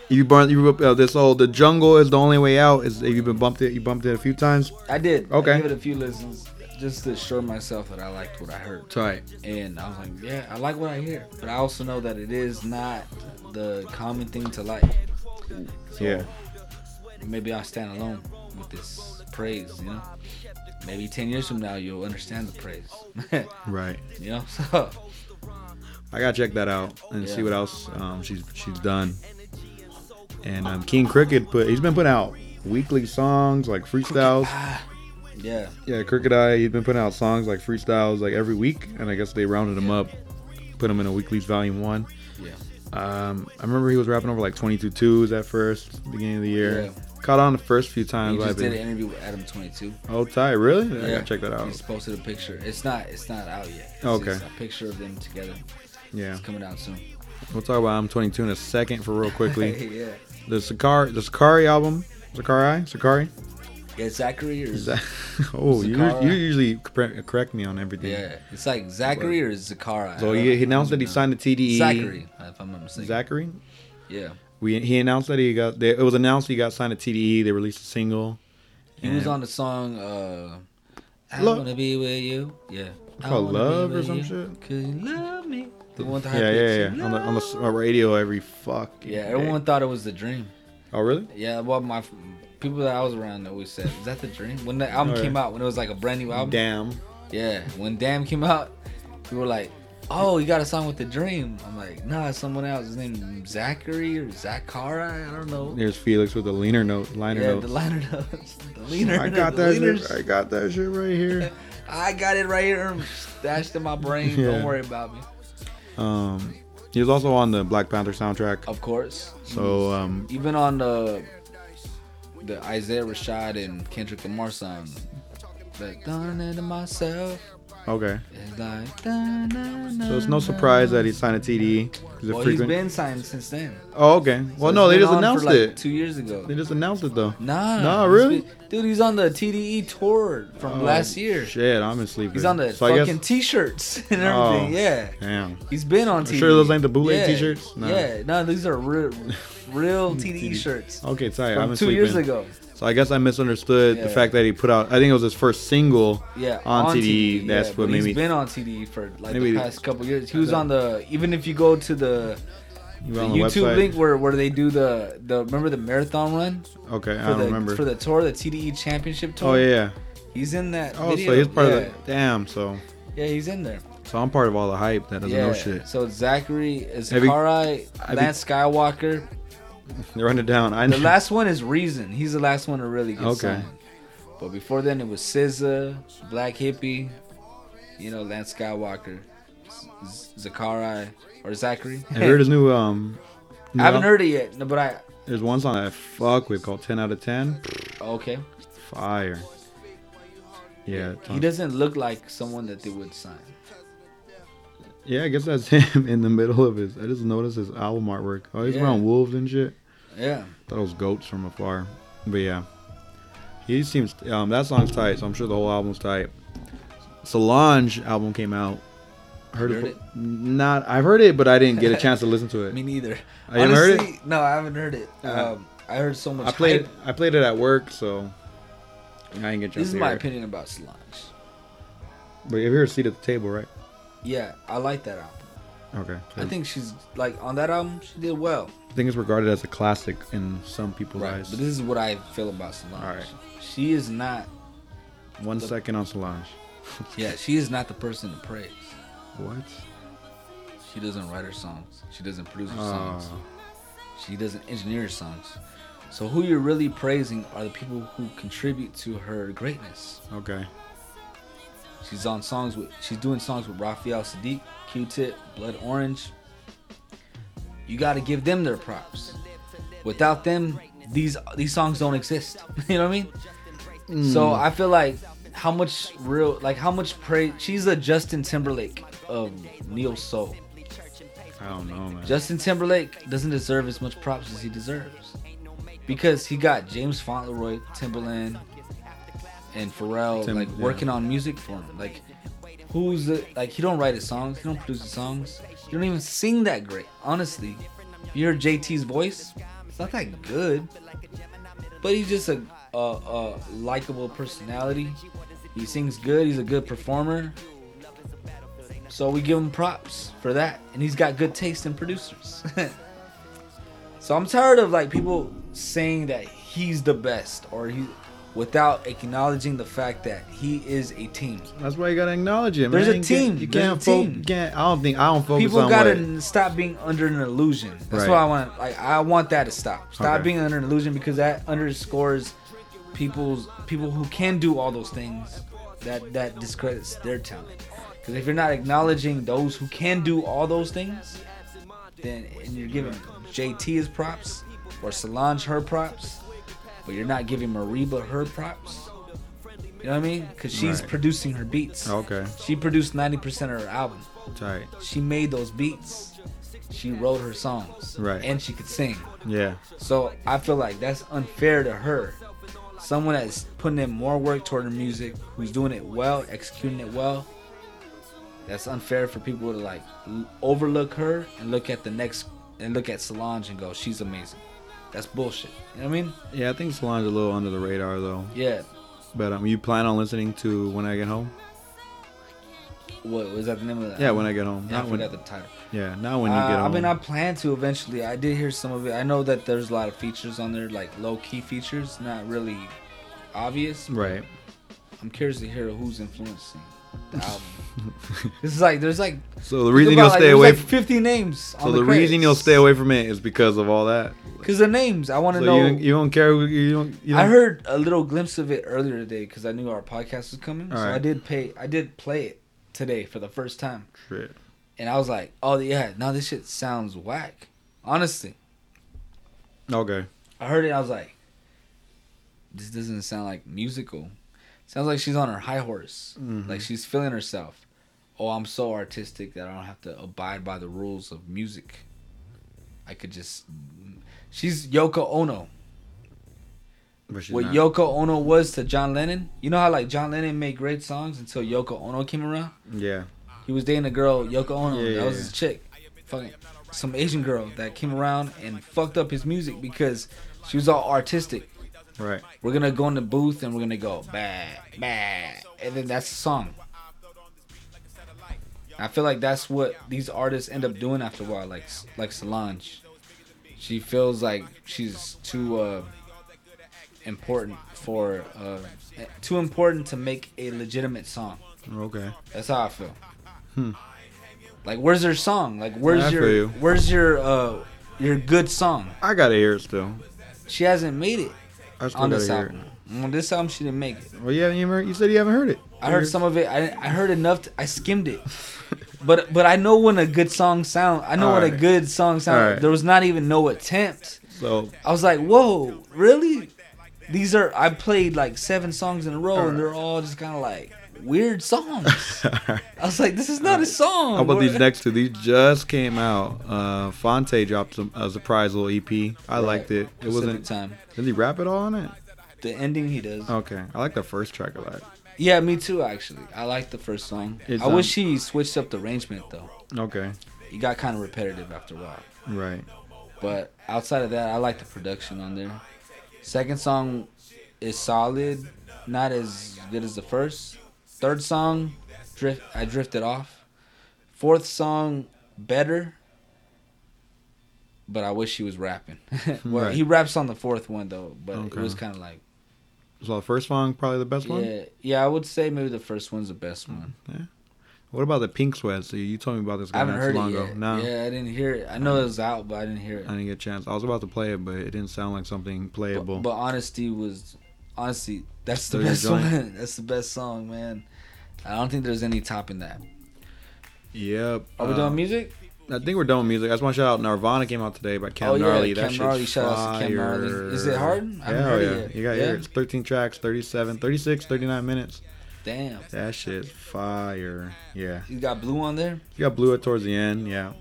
B: you bumped you uh, this old the jungle is the only way out is you've been bumped it you bumped it a few times
C: I did.
B: Okay.
C: I gave it a few listens just to assure myself that I liked what I heard.
B: tight
C: And I was like, yeah, I like what I hear. But I also know that it is not the common thing to like. So
B: yeah
C: Maybe I'll stand alone with this praise, you know? Maybe 10 years from now, you'll understand the praise.
B: right
C: you know? So,
B: I gotta check that out and
C: Yeah.
B: see what else um, she's she's done. And um, King Cricket put he's been putting out weekly songs like freestyles.
C: yeah.
B: Yeah, Cricket Eye he's been putting out songs like freestyles like every week, and I guess they rounded him up, put him in a weekly's volume one.
C: Yeah.
B: Um, I remember he was rapping over like 22 twos at first beginning of the year.
C: Yeah.
B: Caught on the first few
C: He
B: times. I've
C: just did an
B: been,
C: interview with Adam22.
B: oh, tight, really? I
C: Yeah.
B: gotta check that
C: He's
B: out.
C: posted a picture. It's not. It's not out yet. It's
B: Okay.
C: just a picture of them together.
B: Yeah,
C: It's coming out soon.
B: we'll talk about I'm 22 in a second for real quickly.
C: yeah.
B: the Sakari, the Sakari album, Sakari, Sakari.
C: Yeah. Zachary or
B: Is that- oh, you,
C: Zakara.
B: you usually correct correct me on everything.
C: yeah. It's like Zachary or Zakara.
B: So he, he announced that he signed the TDE.
C: Zachary, if I'm not mistaken.
B: Zachary.
C: Yeah.
B: We he announced that he got. They, it was announced he got signed to TDE. They released a single.
C: He was
B: And-
C: on the song. uh I
B: Love-
C: wanna be with you. Yeah. I
B: called
C: wanna be
B: Love or
C: with
B: some
C: you,
B: shit?
C: Cause you love me. The one with the high
B: yeah, yeah, yeah.
C: pitch.
B: On the on the s- uh, radio every fuck.
C: Yeah, everyone thought it was the dream.
B: Oh really?
C: Yeah, well, my f- people that I was around always said, "Is that the dream?" When the album
B: Alright.
C: came out, when it was like a brand new album,
B: Damn.
C: Yeah, when Damn came out, we were like, "Oh, you got a song with the Dream." I'm like, "Nah, it's someone else. His name Zachary or Zachara. I don't know."
B: There's Felix with the leaner note. Liner
C: yeah,
B: notes.
C: the liner notes, the leaner.
B: I got
C: the
B: that.
C: leaners.
B: Shit, I got that shit right here.
C: I got it right here, stashed in my brain.
B: Yeah.
C: Don't worry about me.
B: Um, he was also on the Black Panther soundtrack.
C: Of course.
B: So um,
C: even on the the Isaiah Rashad and Kendrick Lamar song, Like, done it to myself.
B: Okay.
C: It's like, dun, dun,
B: So it's
C: dun,
B: no
C: dun.
B: surprise that he signed a TDE. 'cause it
C: Well, he's
B: frequent-
C: been signed since then.
B: oh, okay. Well,
C: So
B: no,
C: it's
B: they
C: been
B: just
C: on for,
B: announced
C: like,
B: it.
C: two years ago.
B: They just announced it though.
C: Nah,
B: Nah,
C: he's
B: really?
C: been- dude, he's on the TDE tour from
B: Oh,
C: last year.
B: Shit, I'm in sleep.
C: He's on the
B: so I
C: fucking
B: guess,
C: t-shirts and
B: Oh.
C: everything. Yeah,
B: damn.
C: he's been on TDE.
B: sure those ain't the bootleg
C: yeah.
B: t-shirts? No.
C: Yeah, no, these are real, real TDE shirts
B: Okay, tight. I'm
C: from
B: in
C: two
B: sleep
C: years
B: in.
C: ago.
B: So I guess I misunderstood
C: Yeah.
B: the fact that he put out. I think it was his first single.
C: Yeah,
B: On TDE, that's
C: E, but
B: what made
C: he's
B: me-
C: been on TDE for like
B: Maybe-
C: the past couple years. He was on the even if you go to the,
B: You
C: the
B: were on the
C: YouTube
B: website.
C: link where where they do the the remember the marathon run
B: Okay, I
C: for
B: don't
C: the
B: remember.
C: for the tour the TDE Championship tour.
B: oh yeah.
C: he's in that.
B: Oh,
C: video.
B: so he's part
C: yeah.
B: of the. Damn. So
C: Yeah, he's in there.
B: so I'm part of all the hype that doesn't
C: yeah.
B: know shit.
C: So Zachary is
B: Have you-
C: Karai,
B: have you-
C: Lance Skywalker,
B: Run it down. I
C: The last one is Reason. He's the last one to really get
B: Okay.
C: signed. But before then, it was SZA, Black Hippie, you know, Lance Skywalker, Z- Zakari or Zachary.
B: Have you heard his new um?
C: I haven't heard it yet, no, but I
B: There's one song I fuck with called Ten Out of Ten.
C: okay.
B: Fire. Yeah.
C: He doesn't look like someone that they would sign.
B: Yeah, I guess that's him in the middle of his. I just noticed his album artwork. Oh, he's
C: Yeah.
B: around wolves and shit.
C: Yeah,
B: Thought it was goats from afar. But yeah, he seems. Um, that song's tight, so I'm sure the whole album's tight. Solange album came out. Heard,
C: Heard
B: it,
C: it?
B: Not. I've heard it, but I didn't get a chance to listen to it.
C: me neither.
B: I Oh, haven't heard it?
C: Honestly, No, I haven't heard it.
B: Uh,
C: Um, I heard so much.
B: I played.
C: hype.
B: I played it at work, so I didn't get a chance.
C: This is
B: to
C: my
B: hear it.
C: opinion about Solange.
B: But you hear a seat at the table, right?
C: Yeah, I like that album.
B: Okay.
C: I think she's like on that album. She did well.
B: I think it's regarded as a classic in some people's eyes.
C: But this is what I feel about Solange.
B: Alright.
C: She is not.
B: One second on Solange.
C: Yeah, she is not the person to praise.
B: What?
C: She doesn't write her songs. She doesn't produce her
B: Oh.
C: songs. She doesn't engineer her songs. So who you're really praising are the people who contribute to her greatness.
B: Okay.
C: She's on songs with. She's doing songs with Raphael Sadiq, Q-Tip, Blood Orange. You got to give them their props. Without them, these these songs don't exist. you know what I mean? So I feel like how much real, like how much praise. She's a Justin Timberlake of neo soul.
B: I don't know, man.
C: Justin Timberlake doesn't deserve as much props as he deserves because he got James Fauntleroy, Timberland, and Pharrell
B: Tim-
C: like
B: yeah.
C: working on music for him. Like, who's the like? He don't write his songs. He don't produce his songs. He don't even sing that great. Honestly, you hear JT's voice. It's not that good, but he's just a a, a likable personality. He sings good. He's a good performer. So we give him props for that, and he's got good taste in producers. so I'm tired of like people saying that he's the best or he, without acknowledging the fact that he is a team.
B: That's why you gotta acknowledge it.
C: There's
B: man.
C: a
B: You
C: team.
B: Can't, you
C: There's a
B: can't. Fo-
C: team.
B: you can't. I don't think. I don't focus
C: People
B: on
C: gotta
B: what.
C: n- stop being under an illusion. That's
B: Right.
C: what I want. Like I want that to stop. Stop
B: Okay.
C: being under an illusion because that underscores people's people who can do all those things. That that discredits their talent. Because if you're not acknowledging those who can do all those things, then and you're giving JT his props or Solange her props, but you're not giving Mariba her props. You know what I mean? Because she's
B: Right.
C: producing her beats.
B: Okay.
C: She produced 90% of her album.
B: Tight.
C: She made those beats. She wrote her songs.
B: Right.
C: And she could sing.
B: Yeah.
C: So I feel like that's unfair to her. Someone that's putting in more work toward her music, who's doing it well, executing it well. That's unfair for people to like l- overlook her and look at the next and look at Solange and go, she's amazing. That's bullshit. You know what I mean?
B: Yeah. I think Solange a little under the radar though.
C: Yeah.
B: But um, you plan on listening to When I Get Home?
C: What was that the name of that?
B: Yeah, When I Get Home.
C: Yeah, I
B: Not when.
C: forgot the title.
B: Yeah, not when you
C: Uh,
B: get home.
C: I mean, I plan to eventually. I did hear some of it. I know that there's a lot of features on there, like low key features, not really obvious.
B: right.
C: I'm curious to hear who's influencing the album. this is like there's like
B: So the
C: think
B: reason
C: about,
B: you'll
C: like,
B: stay
C: there's,
B: away.
C: like 50 names.
B: so the, reason you'll stay away from it is because of all that.
C: because the names. I want to
B: So
C: know.
B: you, you don't care. who- You don't. You don't
C: I heard a little glimpse of it earlier today because I knew our podcast was coming, so I
B: Alright.
C: did pay. I did play it today for the first time,
B: Shit.
C: and I was like, oh yeah, now this shit sounds whack. Honestly.
B: Okay.
C: I heard it. I was like, this doesn't sound like musical. Sounds like she's on her high horse.
B: Mm-hmm.
C: Like she's feeling herself. Oh, I'm so artistic that I don't have to abide by the rules of music. I could just. She's Yoko Ono.
B: But she's
C: what
B: not.
C: Yoko Ono was to John Lennon. You know how like John Lennon made great songs until Yoko Ono came around.
B: yeah.
C: He was dating a girl, Yoko Ono.
B: Yeah,
C: that
B: yeah,
C: was
B: yeah.
C: his chick. Fucking some Asian girl that came around and fucked up his music because she was all artistic.
B: Right.
C: We're gonna go in the booth and we're gonna go bah bah, and then that's the song. I feel like that's what these artists end up doing after a while, like like Solange. She feels like she's too uh, important for uh, too important to make a legitimate song.
B: Okay.
C: That's how I feel. Like, where's your song? Like, where's
B: Hmm. I feel
C: your
B: you.
C: where's your uh your good song?
B: I gotta hear it still.
C: She hasn't made it
B: I still
C: on
B: gotta
C: this
B: hear
C: album. On this album, she didn't make it.
B: it. Well, you haven't even heard, you said you haven't heard it.
C: I heard some of it. I, I heard enough. To, I skimmed it, but but I know when a good song sound. I know what a
B: Alright.
C: good song sound.
B: Alright.
C: There was not even no attempt.
B: So
C: I was like, whoa, really? These are I played like seven songs in a row, and they're all just kind of like weird songs. I was like, this is not a song.
B: How about
C: What-
B: these next two? These just came out. Uh, Fonte dropped some, a surprise little EP. I liked it. It
C: Pacific
B: wasn't. Oh.
C: time.
B: Did he rap it all on it?
C: The ending he does.
B: Okay, I like the first track a lot.
C: Yeah, me too. Actually, I like the first song.
B: It's,
C: I
B: um,
C: wish he switched up the arrangement though.
B: Okay,
C: It got kind of repetitive after a while.
B: right.
C: But outside of that, I like the production on there. Second song is solid, not as good as the first. Third song, drift. I drifted off. Fourth song, better. But I wish he was rapping. well,
B: Right.
C: he raps on the fourth one though, but
B: Okay.
C: it was kind of like,
B: So the first song probably the best one.
C: yeah, yeah. I would say maybe the first one's the best one.
B: What about the Pink Sweat? So you told me about this
C: I
B: guy
C: haven't
B: not
C: heard
B: too
C: it
B: long ago.
C: yet.
B: No,
C: Yeah, I didn't hear it. I know it was out, but I didn't hear it.
B: I didn't get a chance. I was about to play it, but it didn't sound like something
C: But,
B: playable.
C: but honesty was honesty. That's the
B: Those are
C: best
B: joint.
C: one. That's the best song, man. I don't think there's any topping that.
B: yep.
C: Are we
B: uh,
C: doing music?
B: I think we're done with music. I just want to shout out Nirvana came out today by Cam
C: Oh, yeah,
B: Gnarly. that
C: Cam
B: shit's
C: Gnarly. Shout outs to Cam Gnarly.
B: fire.
C: Is it hard? I haven't
B: yeah,
C: heard
B: oh,
C: it
B: yeah.
C: yet.
B: You got to
C: Yeah?
B: hear it. It's 13 tracks, 37, 36, 39 minutes.
C: Damn,
B: That shit's fire. Yeah.
C: you got blue on there.
B: You got Blue it towards the end. Yeah.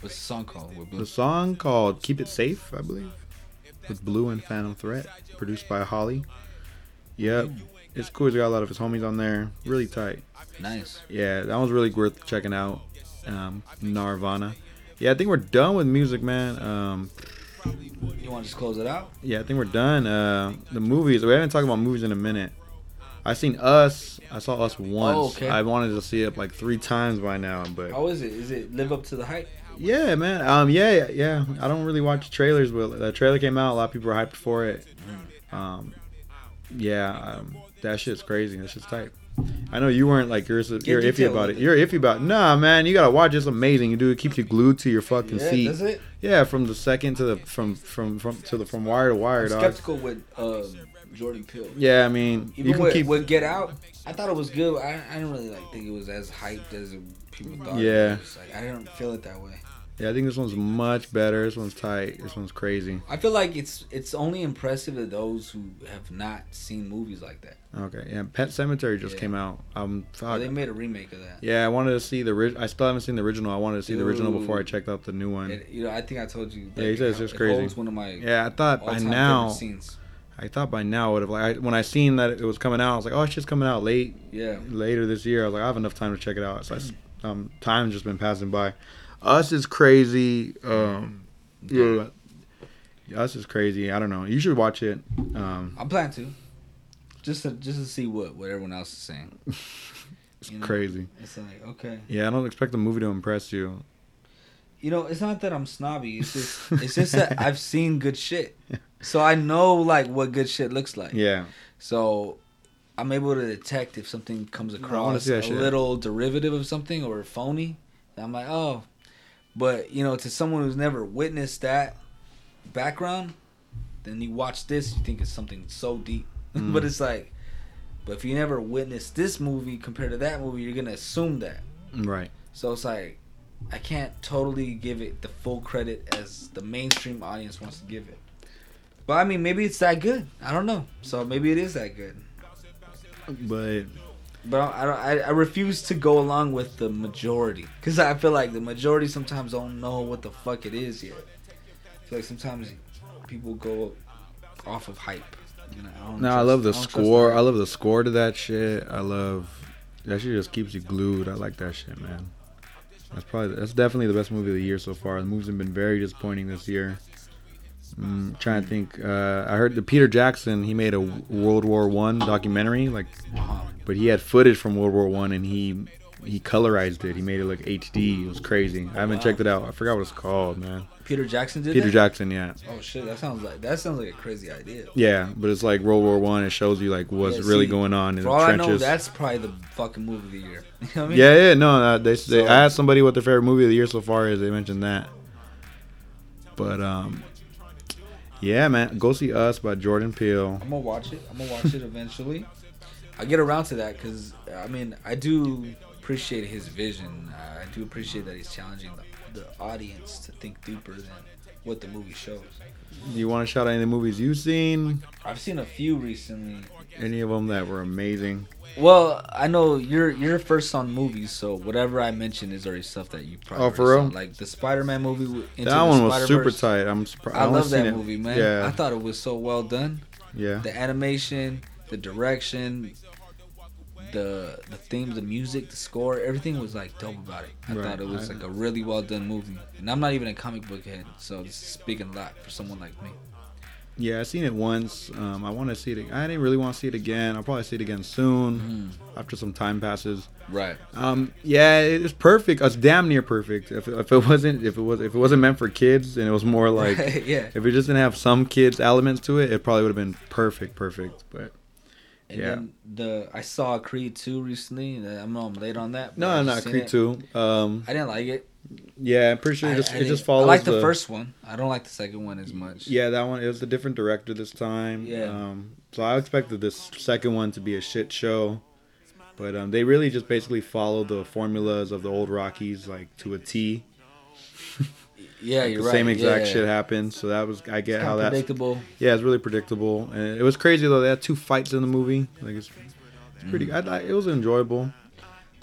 C: What's the song called? With blue.
B: The song called Keep It Safe, I believe, with Blue and Phantom Threat, produced by Holly. Yep. It's cool. He's got a lot of his homies on there. Really tight.
C: Nice.
B: Yeah, that one's really worth checking out. Um, Nirvana. Yeah, I think we're done with music, man. Um,
C: You want to just close it out?
B: Yeah, I think we're done. Uh, the movies. We haven't talked about movies in a minute. I seen Us. I saw Us once.
C: Oh, okay. Oh.
B: I wanted to see it like three times by now, but
C: How is it? Is it live up to the hype?
B: yeah, man. Um, yeah, yeah, yeah. I don't really watch trailers, but the trailer came out. A lot of people were hyped for it. Um, yeah, um, that shit's crazy. That shit's tight. I know you weren't like you're you're iffy
C: detailed
B: about it.
C: with it.
B: You're iffy about it. Nah, man, you gotta watch. it. It's amazing. You do. It keeps you glued to your fucking
C: Yeah,
B: seat.
C: does it?
B: Yeah, from the second to the from from from to the from wire to wire,
C: I'm
B: dog.
C: skeptical with um, Jordan Peele.
B: Yeah, I mean, you
C: Even
B: can
C: with,
B: keep.
C: with Get Out, I thought it was good. I, I didn't really like think it was as hyped as people thought.
B: Yeah.
C: It was. Like, I didn't feel it that way.
B: yeah, I think this one's much better. This one's tight. This one's crazy.
C: I feel like it's it's only impressive to those who have not seen movies like that.
B: Okay, yeah. Pet Cemetery just
C: Yeah.
B: came out. Um, fuck.
C: They made a remake of that.
B: Yeah, I wanted to see the. Ri- I still haven't seen the original. I wanted to see the original
C: Dude.
B: before I checked out the new one.
C: It- you know, I think I told you.
B: Yeah, he
C: like,
B: said it's
C: how
B: just
C: it
B: crazy.
C: holds one of my
B: yeah, I thought by
C: all-time
B: now.
C: favorite scenes.
B: I thought by now would have like I, when I seen that it was coming out. I was like, oh, it's just coming out late
C: Yeah,
B: later this year. I was like, I have enough time to check it out. So I s um, time's just been passing by. Us is crazy. Um, yeah. Us is crazy. I don't know. You should watch it. Um,
C: I plan to. Just to just to see what what everyone else is saying.
B: it's
C: You know?
B: crazy.
C: It's like okay,
B: Yeah, I don't expect the movie to impress you.
C: you know, it's not that I'm snobby. It's just it's just that I've seen good shit, so I know like what good shit looks like.
B: Yeah,
C: So I'm able to detect if something comes
B: wanna
C: across
B: see that
C: a
B: shit.
C: little derivative of something or phony. And I'm like, oh. But you know, to someone who's never witnessed that background, then you watch this, you think it's something so deep.
B: Mm.
C: but it's like, but if you never witnessed this movie compared to that movie, you're gonna assume that.
B: right.
C: So it's like, I can't totally give it the full credit as the mainstream audience wants to give it. But I mean, maybe it's that good. I don't know. So maybe it is that good.
B: But
C: But I, I don't. I, I refuse to go along with the majority because I feel like the majority sometimes don't know what the fuck it is yet. I feel like sometimes people go off of hype. You know, I don't
B: no, I
C: trust-
B: love the
C: don't trust
B: score.
C: that.
B: I love the score to that shit. I love that shit. Just keeps you glued. I like that shit, man. That's probably that's definitely the best movie of the year so far. The movies have been very disappointing this year. Mm, trying to think. Uh, I heard the Peter Jackson. He made a World War One documentary, like, but he had footage from World War One and he he colorized it. He made it look HD. It was crazy. I haven't checked it out. I forgot what it's called, man.
C: Peter Jackson did
B: Peter
C: that?
B: Jackson, yeah.
C: oh shit, that sounds like that sounds like a crazy idea.
B: Yeah, but it's like World War One. It shows you like what's
C: Yeah,
B: really
C: see,
B: going on in
C: For
B: the
C: all I
B: trenches.
C: know, that's probably the fucking movie of the year. You know what I mean?
B: yeah, yeah, no, no they, they
C: So-
B: I asked somebody what their favorite movie of the year so far is. They mentioned that, but um, yeah, man, go see Us by Jordan Peele.
C: I'm gonna watch it. I'm gonna watch it eventually. I get around to that because I mean I do appreciate his vision. I do appreciate that he's challenging the, the audience to think deeper than what the movie shows.
B: Do you want to shout out any of the movies you've seen?
C: I've seen a few recently.
B: Any of them that were amazing?
C: Well, I know you're you're first on movies, so whatever I mention is already stuff that you probably
B: Oh, for
C: already
B: real?
C: saw. Like the Spider-Man movie. with- Into
B: that
C: the
B: one was super
C: Spider-Verse.
B: tight. I'm surprised.
C: I
B: only
C: love that
B: seen it-
C: movie, man.
B: Yeah,
C: I thought it was so well done.
B: yeah.
C: the animation, the direction, the the theme, the music, the score, everything was like dope about it. I
B: Right.
C: thought it was
B: I-
C: like a really well done movie. And I'm not even a comic book head, so this is speaking a lot for someone like me.
B: Yeah, I seen it once. Um, I want to see it. I didn't really want to see it again. I'll probably see it again soon
C: Mm-hmm.
B: after some time passes.
C: Right.
B: Um, yeah, it was perfect. It's damn near perfect. If, if it wasn't, if it was, if it wasn't meant for kids, and it was more like,
C: Right, yeah.
B: if it just didn't have some kids elements to it, it probably would have been perfect, perfect. But
C: And
B: Yeah.
C: then the I saw Creed 2 recently. and I know I'm late on that. but
B: no,
C: I just
B: not
C: seen
B: Creed
C: it.
B: two. Um,
C: I didn't like it.
B: yeah, I'm pretty sure
C: I-
B: it just,
C: I
B: it just
C: didn't- I
B: follows.
C: like the, first one. I don't like the second one as much.
B: Yeah, that one. It was a different director this time.
C: Yeah.
B: Um, so I expected this second one to be a shit show, but um, they really just basically follow the formulas of the old Rockies like to a T.
C: Yeah, you're
B: the
C: right.
B: same exact
C: yeah.
B: shit happened. So that was I get
C: It's
B: how
C: kinda
B: that's
C: predictable.
B: Yeah, it's really predictable, and it was crazy though. They had two fights in the movie. Like it's, it's pretty. I, I, it was enjoyable.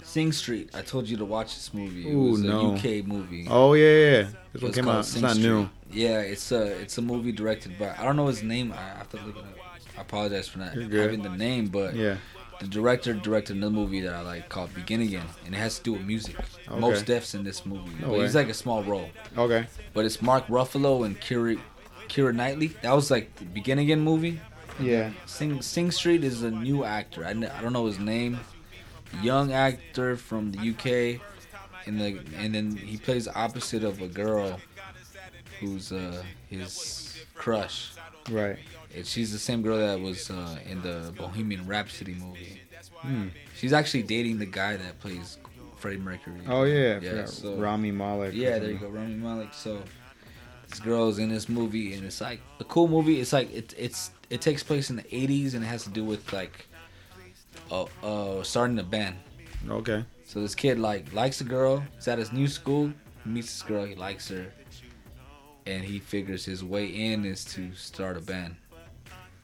C: Sing Street. I told you to watch this movie. It
B: Ooh,
C: was
B: no.
C: a UK movie.
B: Oh yeah, yeah. yeah. This one
C: It's
B: came
C: called
B: out. It's
C: Sing
B: not
C: Street.
B: new.
C: Yeah, it's a it's a movie directed by I don't know his name. I have to look it up. I apologize for not
B: You're good.
C: having the name, but
B: Yeah.
C: the director directed another movie that I like called Begin Again, and it has to do with music. Most Def's in this movie,
B: No
C: but he's
B: way.
C: like a small role.
B: Okay.
C: But it's Mark Ruffalo and Kira Kira Knightley. That was like the Begin Again movie.
B: Yeah.
C: Sing Sing Street is a new actor. I, kn- I don't know his name. Young actor from the UK, and the and then he plays opposite of a girl who's uh, his crush.
B: Right.
C: And she's the same girl that was uh, in the Bohemian Rhapsody movie.
B: Hmm.
C: She's actually dating the guy that plays Freddie Mercury.
B: Oh yeah. I
C: Yeah,
B: forgot.
C: so-
B: Rami Malek.
C: Yeah, there you go, Rami Malek. So this girl's in this movie, and it's like a cool movie. It's like it, it's it takes place in the '80s, and it has to do with like uh, uh starting a band.
B: Okay.
C: So this kid like likes a girl. He's at his new school, meets this girl, he likes her, and he figures his way in is to start a band.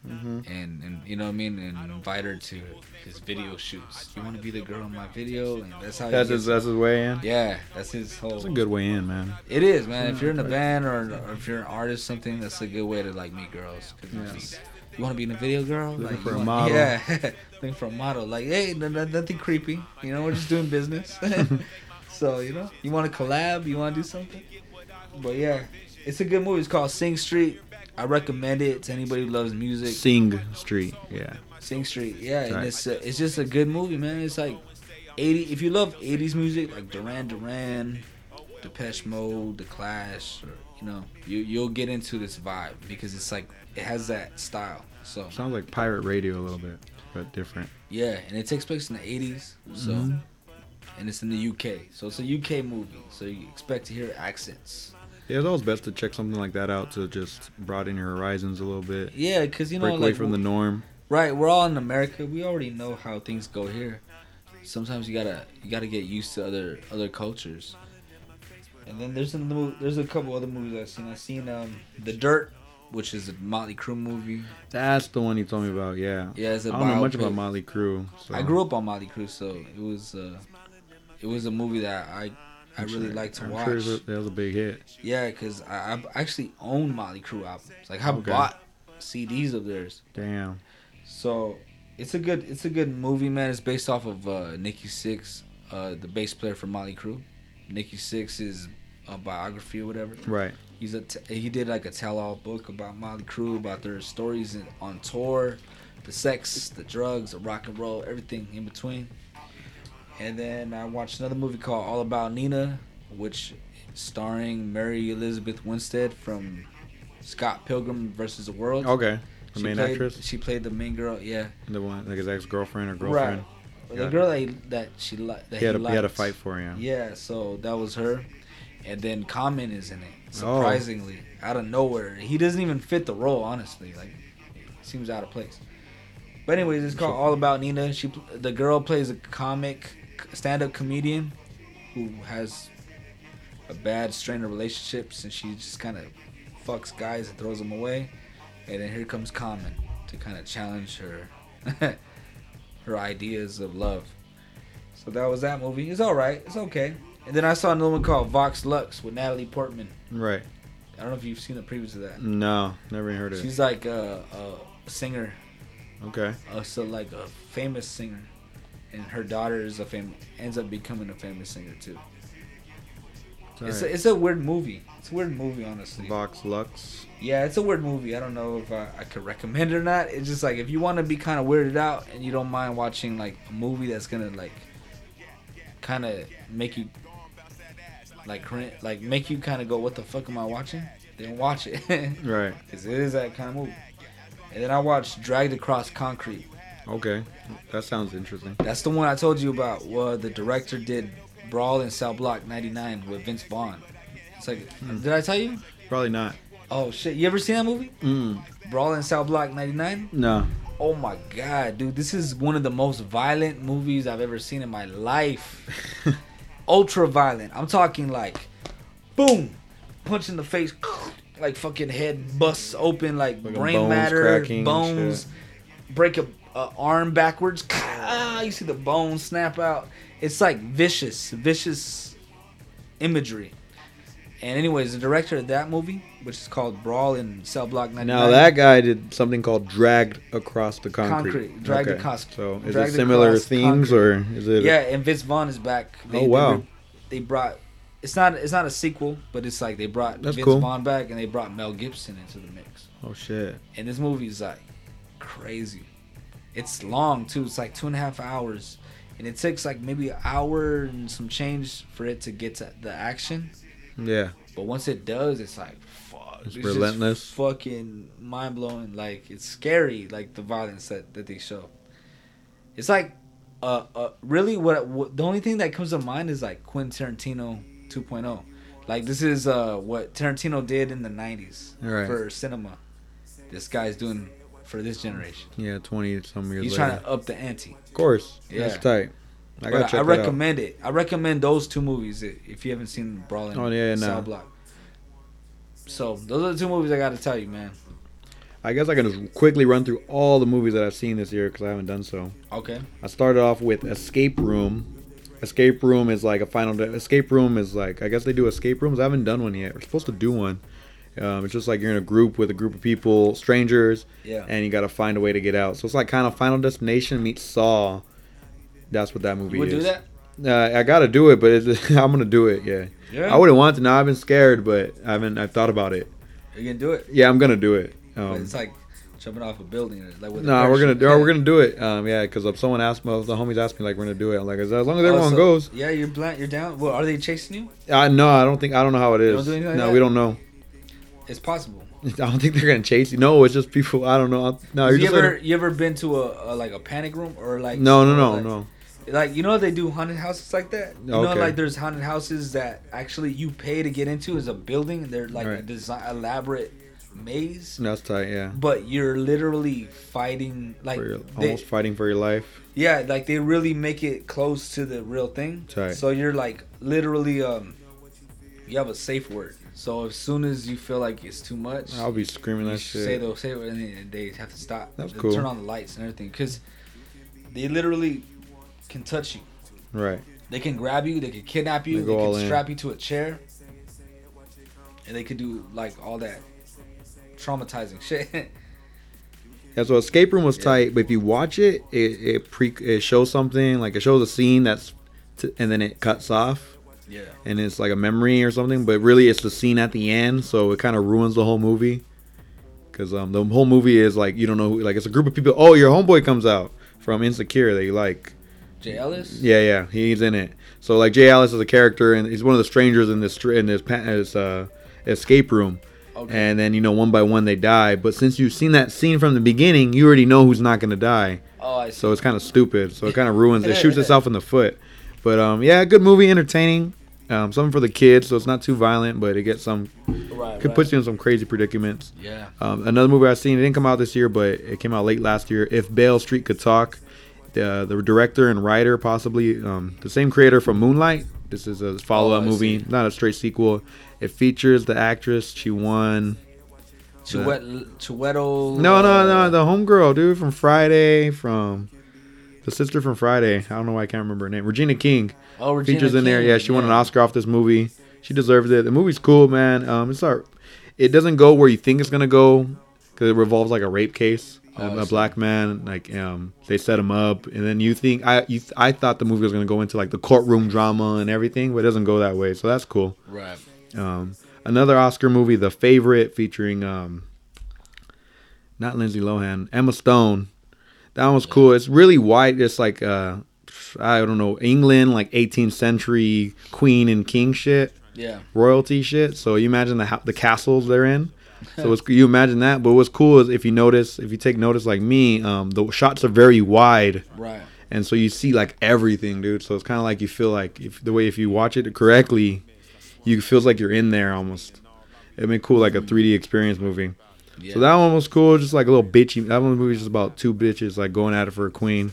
B: Mm-hmm.
C: And and you know what I mean, and invite her to his video shoots. You want to be the girl in my video, and that's how. he
B: That's
C: gets-
B: his. That's his way in.
C: yeah, that's his whole.
B: That's a good way in, man.
C: It is, man. If
B: Mm,
C: you're in a band or, or if you're an artist, something that's a good way to like meet girls. 'Cause it's
B: Yeah.
C: just, you want to be in a video, girl?
B: Looking
C: Like,
B: for
C: you
B: a
C: want-
B: model.
C: Yeah, looking for a model. Like, hey, no, no, nothing creepy. You know, we're just doing business. so you know, you want to collab? You want to do something? But yeah, it's a good movie. It's called Sing Street. I recommend it to anybody who loves music.
B: Sing Street. Yeah.
C: Sing Street, yeah, and
B: Right.
C: it's uh, it's just a good movie, man. It's like eighty. If you love eighties music, like Duran Duran, Depeche Mode, The Clash, or, you know, you you'll get into this vibe because it's like it has that style. So
B: Sounds like pirate radio a little bit, but different.
C: yeah, and it takes place in the eighties. So
B: Mm-hmm.
C: and it's in the UK, so it's a UK movie. So you expect to hear accents.
B: Yeah, it's always best to check something like that out to just broaden your horizons a little bit,
C: Yeah, because you know,
B: break away
C: like
B: from the norm.
C: Right, we're all in America. We already know how things go here. Sometimes you gotta you gotta get used to other other cultures. And then there's another mo- there's a couple other movies I've seen. I've seen um, The Dirt. which is a Motley Crue movie.
B: That's the one you told me about. Yeah.
C: Yeah, it's
B: I
C: a
B: don't know much
C: biopic.
B: about Motley Crue. So.
C: I grew up on Motley Crue, so it was uh, it was a movie that I I
B: I'm
C: really
B: sure-
C: liked to
B: I'm
C: watch.
B: Sure that that was a big hit.
C: Yeah, because I, I actually own Motley Crue albums. Like I
B: Okay.
C: bought CDs of theirs.
B: Damn.
C: So it's a good it's a good movie, man. It's based off of uh, Nikki Six, uh, the bass player for Motley Crue. Nikki Six is a biography or whatever.
B: Right.
C: He's a t- he did like a tell-all book about Motley Crue, about their stories in, on tour, the sex, the drugs, the rock and roll, everything in between. And then I watched another movie called All About Nina, which starring Mary Elizabeth Winstead from Scott Pilgrim versus the World.
B: Okay. The main
C: played,
B: actress,
C: She played the main girl. Yeah.
B: the one like his ex girlfriend or girlfriend.
C: Right.
B: Got
C: The
B: it.
C: girl that, he, that she li- that
B: He had a
C: he
B: he had a
C: liked.
B: fight for him.
C: Yeah, so that was her. And then Common is in it,
B: Oh.
C: surprisingly, out of nowhere. He doesn't even fit the role, honestly. Like, seems out of place. But anyways, it's called All About Nina. She, pl- the girl, plays a comic, stand-up comedian, who has a bad strain of relationships, and she just kind of fucks guys and throws them away. And then here comes Common to kind of challenge her, her ideas of love. So that was that movie. It's all right. It's okay. And then I saw another one called Vox Lux with Natalie Portman.
B: Right.
C: I don't know if you've seen the previews of that.
B: No, never even heard of it.
C: She's like a, a singer,
B: Okay.
C: uh, so like a famous singer, and her daughter is a fam- ends up becoming a famous singer too. It's a,
B: Alright.
C: it's a weird movie. It's a weird movie, honestly.
B: Vox Lux.
C: Yeah, it's a weird movie. I don't know if I, I could recommend it or not. It's just like if you want to be kind of weirded out and you don't mind watching like a movie that's gonna like kind of make you like crin- like make you kind of go, what the fuck am I watching? Then watch it.
B: Right.
C: 'Cause it is that kind of movie. And then I watched Dragged Across Concrete.
B: Okay. That sounds interesting.
C: That's the one I told you about. Well, the director did Brawl in South Block '99 with Vince Vaughn. It's like, did I tell you?
B: Probably not.
C: Oh shit! You ever seen that movie?
B: Mm.
C: Brawl in South Block '99.
B: No.
C: Oh my god, dude, this is one of the most violent movies I've ever seen in my life. Ultra violent. I'm talking like boom, punch in the face, like fucking head busts open, like
B: Fucking
C: brain
B: bones
C: matter,
B: cracking and
C: bones, break a, a arm backwards. Ah, you see the bone snap out. It's like vicious, vicious imagery. And anyways, the director of that movie, which is called Brawl in Cell Block 99.
B: Now that guy did something called dragged across the concrete.
C: Concrete. Dragged across-
B: So is
C: dragged
B: it similar
C: across
B: themes or is it?
C: Yeah, and Vince Vaughn is back.
B: Oh, wow.
C: They, brought. It's not. It's not a sequel, but it's like they brought
B: That's
C: Vince
B: cool.
C: Vaughn back, and they brought Mel Gibson into the mix.
B: Oh shit.
C: And this movie is like crazy. It's long too. It's like two and a half hours, and it takes like maybe an hour and some change for it to get to the action.
B: Yeah.
C: But once it does, it's like fuck.
B: It's
C: just
B: relentless.
C: fucking mind blowing. Like it's scary. Like the violence that, that they show. It's like, uh, uh really what, what the only thing that comes to mind is like Quentin Tarantino 2.0. Like this is uh what Tarantino did in the 90s
B: Right.
C: for cinema. This guy's doing for this generation.
B: Yeah. Twenty some years
C: He's
B: later.
C: trying to up the ante.
B: Of course.
C: Yeah.
B: That's tight. I
C: I,
B: gotta
C: but
B: check
C: I, I
B: that out.
C: recommend it. I recommend those two movies i- if you haven't seen Brawl and
B: Oh, yeah,
C: Cell
B: no.
C: Block. So those are the two movies I gotta tell you, man.
B: I guess I can just quickly run through all the movies that I've seen this year because I haven't done so.
C: Okay.
B: I started off with Escape Room. Escape Room is like a final. De- escape Room is like I guess they do escape rooms. I haven't done one yet. We're supposed to do one. Um, it's just like you're in a group with a group of people, strangers,
C: Yeah.
B: and you got to find a way to get out. So it's like kind of Final Destination meets Saw. That's what that movie
C: you would
B: is.
C: do that?
B: Uh, I gotta do it, but it's, I'm gonna do it. Yeah.
C: Yeah.
B: I wouldn't want to. Now I've been scared, but I haven't. I've thought about it.
C: You're gonna do it.
B: Yeah, I'm gonna do it.
C: But
B: Um,
C: it's like jumping off a building. Like with a
B: no, we're gonna
C: parachute.
B: do. We're gonna do it. Um, yeah, because if someone asked me, if the homies asked me, like, we're gonna do it. I'm like, as as long as everyone
C: Oh, so-
B: goes.
C: Yeah, you're blind. You're down. Well, are they chasing you?
B: I no, I don't think. I don't know how it
C: don't
B: is.
C: do anything like
B: no,
C: that?
B: we don't know.
C: It's possible.
B: I don't think they're gonna chase you. No, it's just people. I don't know. No, you're
C: you
B: just.
C: ever
B: Like,
C: you ever been to a, a like a panic room or like
B: no, no,
C: or,
B: no,
C: like-
B: no.
C: Like you know they do haunted houses like that. You know
B: Okay.
C: like there's haunted houses that actually you pay to get into as a building and they're like a
B: Right.
C: design elaborate maze.
B: That's tight. Yeah,
C: But you're literally fighting like
B: for your,
C: they-
B: almost fighting for your life.
C: Yeah, like they really make it close to the real thing.
B: Tight.
C: So you're like literally um you have a safe word. So as soon as you feel like it's too much,
B: I'll be screaming
C: you
B: that
C: say
B: shit.
C: those say it, and then they have to stop.
B: That's
C: They
B: cool.
C: Turn on the lights and everything, because they literally can touch you.
B: Right.
C: They can grab you. They can kidnap you.
B: They
C: They,
B: go all
C: can
B: in.
C: strap you to a chair, and they could do like all that traumatizing shit.
B: Yeah, so escape room was
C: Yeah.
B: tight, but if you watch it, it it pre it shows something like it shows a scene that's, t- and then it cuts off,
C: yeah.
B: and it's like a memory or something. But really, it's the scene at the end, so it kind of ruins the whole movie. Cause um, the whole movie is like you don't know who like it's a group of people. Oh, your homeboy comes out from Insecure. They like
C: Jay Ellis.
B: yeah yeah he's in it. So like Jay Alice is a character and he's one of the strangers in this str- in this pa- his, uh, escape room.
C: Okay.
B: And then you know one by one they die. But since you've seen that scene from the beginning, you already know who's not gonna die.
C: oh, I see.
B: So it's kind of stupid. So it kind of ruins. It shoots itself in the foot. But um, yeah, good movie, entertaining. Um, something for the kids, so it's not too violent, but it gets some
C: right,
B: could
C: right.
B: put you in some crazy predicaments.
C: Yeah.
B: Um, another movie I've seen, it didn't come out this year, but it came out late last year. If Bale Street Could Talk, the the director and writer, possibly um, the same creator from Moonlight. This is a follow up
C: Oh, I
B: movie,
C: see.
B: not a straight sequel. It features the actress. She won.
C: Chuet, Chueto.
B: No, no, no.
C: uh,
B: The homegirl, dude, from Friday, from the sister from Friday. I don't know why I can't remember her name. Regina King
C: Oh, Regina
B: features in there.
C: King,
B: Yeah, she won an Oscar off this movie. She deserves it. The movie's cool, man. Um, it's our, it doesn't go where you think it's gonna go, because it revolves like a rape case.
C: Oh,
B: Um,
C: I
B: a
C: see.
B: black man, like um, they set him up, and then you think I, you, I thought the movie was gonna go into like the courtroom drama and everything, but it doesn't go that way. So that's cool.
C: Right.
B: Um, another Oscar movie, The Favorite, featuring um, not Lindsay Lohan, Emma Stone. That one's cool. It's really white. It's like uh, I don't know England, like 18th century queen and king shit,
C: Yeah.
B: royalty shit. So you imagine the ho- the castles they're in. So it's, you imagine that. But what's cool is if you notice, if you take notice like me, um, the shots are very wide
C: Right.
B: and so you see like everything, dude. So it's kind of like you feel like if the way if you watch it correctly, you it feels like you're in there almost. It'd been cool, like a 3D experience movie.
C: Yeah.
B: So that one was cool, just like a little bitchy. That one movie just about two bitches like going at it for a queen.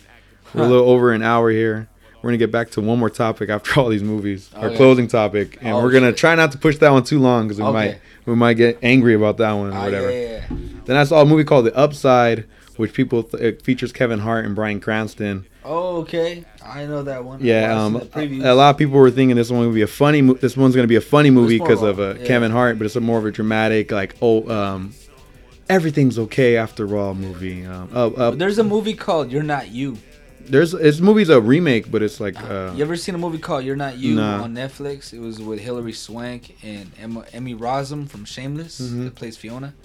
B: We're a little over an hour here. We're gonna get back to one more topic after all these movies, our
C: Okay.
B: closing topic, and
C: Oh,
B: we're gonna
C: shit.
B: try not to push that one too long because we
C: Okay.
B: might we might get angry about that one or
C: Ah,
B: whatever.
C: yeah, yeah.
B: Then I saw a movie called The Upside, which people th- it features Kevin Hart and Brian Cranston.
C: Oh, okay. I know that one.
B: Yeah,
C: I've
B: um,
C: seen the previews.
B: a lot of people were thinking this one would be a funny. Mo- this one's gonna be a funny movie
C: more
B: because
C: of
B: of
C: a-
B: uh,
C: yeah.
B: Kevin Hart, but it's a more of a dramatic, like oh, um, everything's okay after all movie. Um, uh, uh,
C: There's a movie called You're Not You.
B: there's this movie's a remake, but it's like uh,
C: You ever seen a movie called You're Not You
B: Nah.
C: on Netflix? It was with Hilary Swank and Emma, Emmy Rossum from Shameless
B: Mm-hmm.
C: that plays Fiona.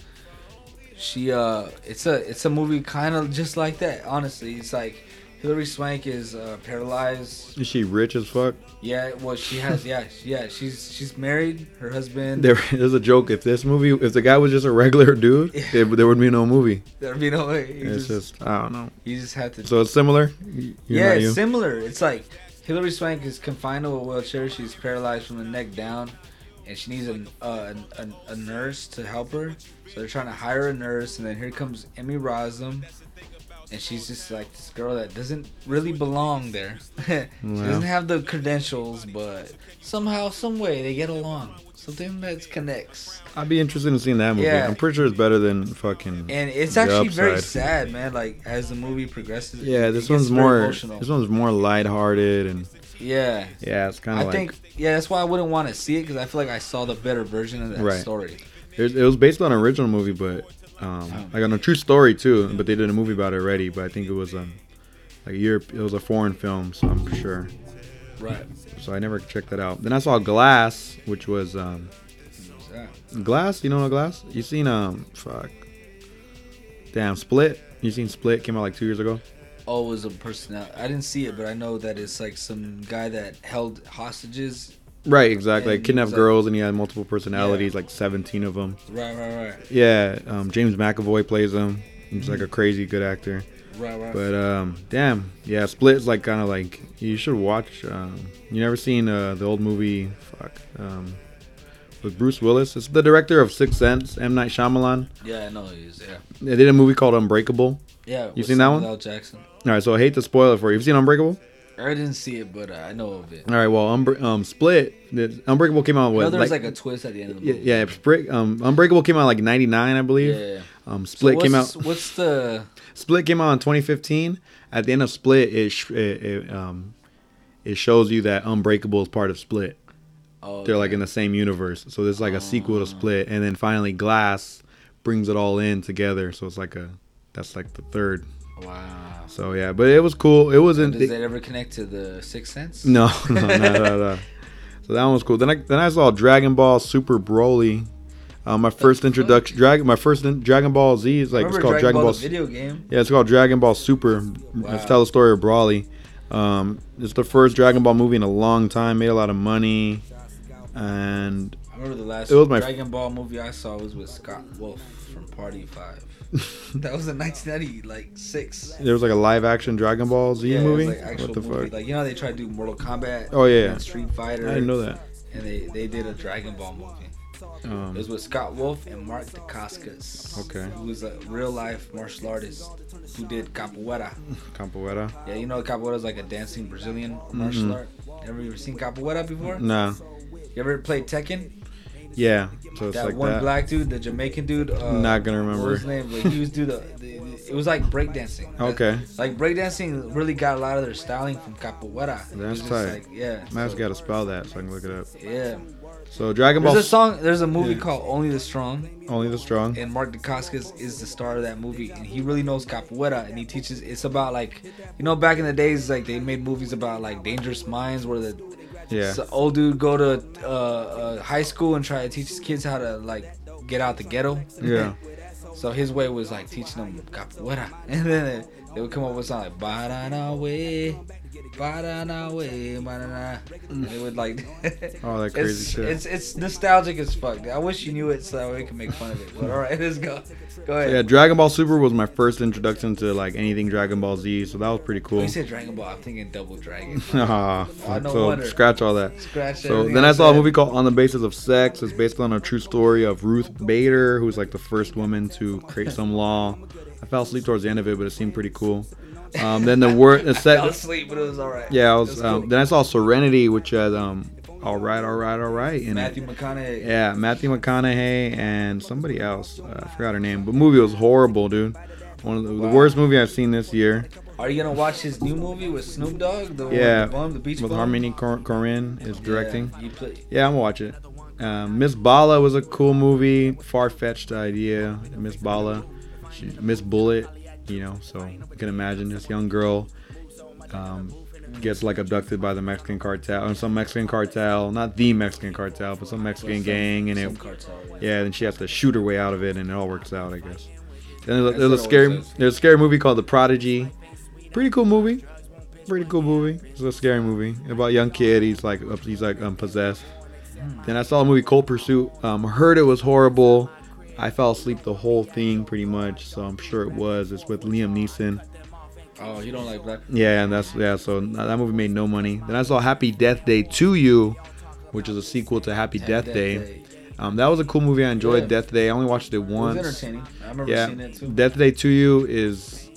C: She uh it's a it's a movie kind of just like that, honestly. It's like Hilary Swank is uh, paralyzed.
B: is she rich as fuck?
C: Yeah, well she has yeah, she- yeah, she's she's married. Her husband
B: There is a joke. If this movie, if the guy was just a regular dude, there, there would be no movie.
C: there'd be no way. You
B: It's
C: just,
B: just I don't know.
C: you just have to
B: So it's similar. You're
C: yeah,
B: not
C: it's
B: you.
C: similar. It's like Hillary Swank is confined to a wheelchair. She's paralyzed from the neck down, and she needs a a, a, a nurse to help her. So they're trying to hire a nurse, and then here comes Emmy Rossum, and she's just like this girl that doesn't really belong there. she
B: Wow.
C: doesn't have the credentials, but somehow, some way, they get along. Something that connects.
B: I'd be interested in seeing that movie.
C: Yeah.
B: I'm pretty sure it's better than fucking.
C: And it's
B: The
C: actually very
B: Upside.
C: sad, man. Like as the movie progresses,
B: yeah,
C: it
B: this
C: gets
B: one's
C: very
B: more.
C: emotional.
B: This one's more lighthearted and
C: yeah.
B: yeah, it's kind
C: I
B: of like.
C: think yeah, that's why I wouldn't want to see it because I feel like I saw the better version of that
B: Right.
C: story.
B: There's, it was based on an original movie, but
C: Oh.
B: um, like on a true story too. But they did a movie about it already. But I think it was um, like a Europe. It was a foreign film, so I'm sure.
C: Right.
B: So I never checked that out. Then I saw Glass, which was um, Glass. You know what Glass? You seen um, fuck, damn Split. You seen Split? Came out like two years ago.
C: Oh, it was a person. I didn't see it, but I know that it's like some guy that held hostages.
B: Right, exactly.
C: And
B: like
C: he
B: kidnapped
C: was, like-
B: girls, and he had multiple personalities, like 17 of them.
C: Right, right, right,
B: Yeah, um, James McAvoy plays him. He's like
C: Mm.
B: a crazy good actor.
C: right, right.
B: But um, damn, yeah, Split's like kind of like you should watch. Um, you never seen uh, the old movie? Fuck, um, with Bruce Willis. It's the director of Sixth Sense, M Night Shyamalan.
C: yeah, I know it is. Yeah,
B: They did a movie called Unbreakable.
C: yeah.
B: You seen that one?
C: Samuel L. Jackson.
B: All right, so I hate to spoil it for you. You've seen Unbreakable?
C: I didn't see it, but uh, I know of it.
B: All right, well, Unbre- um, Split, the- Unbreakable came out
C: I
B: with
C: know there was like a twist at the end of the
B: yeah,
C: movie.
B: yeah, Sprit- um, Unbreakable came out like '99, I believe.
C: Yeah.
B: Um, Split came out.
C: What's- What's the?
B: Split came out in 2015. At the end of Split, it sh- it, it um it shows you that Unbreakable is part of Split.
C: Oh,
B: They're like
C: okay.
B: in the same universe, so there's like a sequel to Split, and then finally Glass brings it all in together. So it's like a that's like the third.
C: Wow.
B: So yeah, but it was cool. It wasn't.
C: Does that ever connect to the Sixth Sense?
B: No, no, no, no, no. So that one was cool. Then I then I saw Dragon Ball Super Broly. Uh, my first introduction, Dragon. My first in, Dragon Ball Z is like it's
C: Remember
B: called Dragon Ball.
C: the
B: S-
C: video game.
B: yeah, it's called Dragon Ball Super. It's tell the story of Broly. Um, it's the first Dragon Ball movie in a long time. Made a lot of money, and
C: I remember the last
B: It was my-
C: Dragon Ball movie I saw was with Scott Wolf from Party Five. that was in 1990, like six.
B: there was like a live action Dragon Ball Z
C: it was,
B: movie.
C: like, actual
B: what the
C: movie.
B: fuck?
C: Like you know, how they try to do Mortal Kombat.
B: Oh, yeah.
C: and Street Fighter.
B: I didn't know that.
C: And they they did a Dragon Ball movie. It
B: Um,
C: was with Scott Wolf and Mark Dacascos.
B: Okay.
C: Who was a real life martial artist who did capoeira.
B: Capoeira.
C: Yeah, you know capoeira is like a dancing Brazilian
B: Mm-hmm.
C: martial art. Ever you ever seen capoeira before?
B: Nah.
C: You ever played Tekken?
B: Yeah. So it's
C: that
B: like
C: one
B: that.
C: black dude, the Jamaican dude. Uh,
B: Not gonna
C: What was his
B: remember.
C: name? But he was do the, the, the- It was like breakdancing.
B: Okay.
C: Like breakdancing really got a lot of their styling from capoeira. It
B: That's
C: was just
B: tight.
C: Like, yeah.
B: Matt's
C: so-
B: got to spell that so I can look it up.
C: Yeah.
B: So Dragon
C: There's
B: Ball
C: a song. There's a movie
B: Yeah.
C: called Only the Strong,
B: Only the strong.
C: and Mark Dacascos is the star of that movie, and he really knows capoeira, and he teaches. It's about like, you know, back in the days, like they made movies about like dangerous minds where the
B: Yeah.
C: So old dude go to uh, uh, high school and try to teach his kids how to like get out the ghetto.
B: Yeah.
C: So his way was like teaching them capoeira, and then they would come up with something like "Barana way, Barana way, Barana." They would like
B: All that crazy
C: it's,
B: shit.
C: It's it's nostalgic as fuck. I wish you knew it so that way we can make fun of it. But all right, let's go. Go ahead.
B: yeah, Dragon Ball Super was my first introduction to like anything Dragon Ball Z, so that was pretty
C: When
B: cool.
C: you said Dragon Ball, I'm thinking Double Dragon.
B: Ah,
C: Oh, no
B: so
C: wonder.
B: scratch all that.
C: Scratch
B: So
C: everything
B: then I saw a
C: said.
B: movie called On the Basis of Sex. It's based on a true story of Ruth Bader, who's like the first woman to create some law. I fell asleep towards the end of it, but it seemed pretty cool. Um, then the word the
C: I was
B: set.
C: asleep, but it was all right.
B: Yeah, I
C: It
B: was, um,
C: cool.
B: then I saw Serenity, which had um, all right, all right, all right. in it.
C: Matthew McConaughey.
B: Yeah, Matthew McConaughey and somebody else. Uh, I forgot her name. But movie was horrible, dude. One of the, the worst movie I've seen this year.
C: Are you gonna watch his new movie with Snoop Dogg? The one with
B: Yeah,
C: the bum, the beach
B: with
C: bum?
B: Harmony Cor- Corinne is
C: Yeah,
B: directing.
C: you play-
B: Yeah, I'm gonna watch it. Um, Miss Bala was a cool movie, far fetched idea. Miss Bala, she, Miss Bullet, you know. So you can imagine this young girl um, gets like abducted by the Mexican cartel or some Mexican cartel, not the Mexican cartel, but some Mexican gang, and
C: some
B: it
C: cartel, yeah.
B: Yeah, then she has to shoot her way out of it, and it all works out, I guess. Then there's a,
C: That's
B: there's
C: what
B: a
C: it
B: scary,
C: always says.
B: there's a scary movie called The Prodigy. Pretty cool movie. Pretty cool movie. It's a scary movie about a young kid. He's like, up- he's like um, possessed. Then I saw a movie Cold Pursuit. Um, heard it was horrible. I fell asleep the whole thing pretty much, so I'm sure it was. It's with Liam Neeson.
C: Oh, you don't like black?
B: Yeah, and that's yeah. So n- that movie made no money. Then I saw Happy Death Day to You, which is a sequel to Happy, Death, Day. Um, that was a cool movie. I enjoyed
C: Yeah.
B: Death Day. I only watched it
C: It was
B: once.
C: entertaining. I remember
B: Yeah,
C: seeing it too.
B: Death Day to You is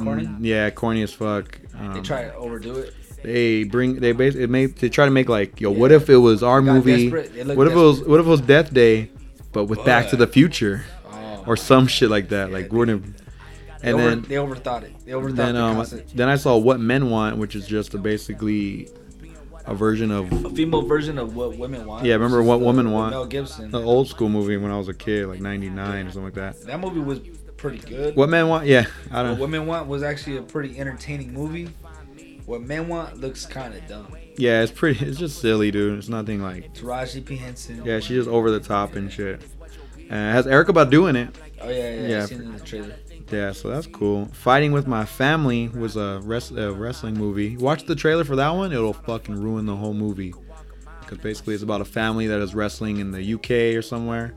C: Corny?
B: mm, yeah, corny as fuck. Um,
C: they try to overdo it.
B: they bring they bas it made they try to make like yo,
C: Yeah.
B: what if it was our
C: Got
B: movie?
C: desperate. They looked
B: What if it was
C: desperate.
B: what if it was Death Day, but with Back to
C: But-
B: the Future
C: Oh.
B: or some shit like that?
C: Yeah,
B: like
C: they-
B: we're gonna
C: they
B: and
C: over,
B: then
C: they overthought it. They overthought
B: then
C: the
B: um
C: concept.
B: then I saw What Men Want, which is just a basically a version of
C: A female version of what women want.
B: Yeah, remember
C: which is
B: What
C: the-
B: Women
C: with
B: Want.
C: Mel Gibson.
B: an old school movie when I was a kid, like '99 or something like that.
C: That movie was pretty good.
B: What Men Want? Yeah, I
C: What
B: don't.
C: Women Want was actually a pretty entertaining movie. What Men Want looks kind of dumb.
B: Yeah, it's pretty. It's just silly, dude. It's nothing like.
C: Taraji P Henson. Oh,
B: Yeah, she's just over the top and shit. And it has Erica Badu in it.
C: Oh yeah, yeah. yeah.
B: Yeah.
C: I seen it in the trailer.
B: Yeah, so that's cool. Fighting with My Family was a, res- a wrestling movie. Watch the trailer for that one, it'll fucking ruin the whole movie. Because basically, it's about a family that is wrestling in the UK or somewhere.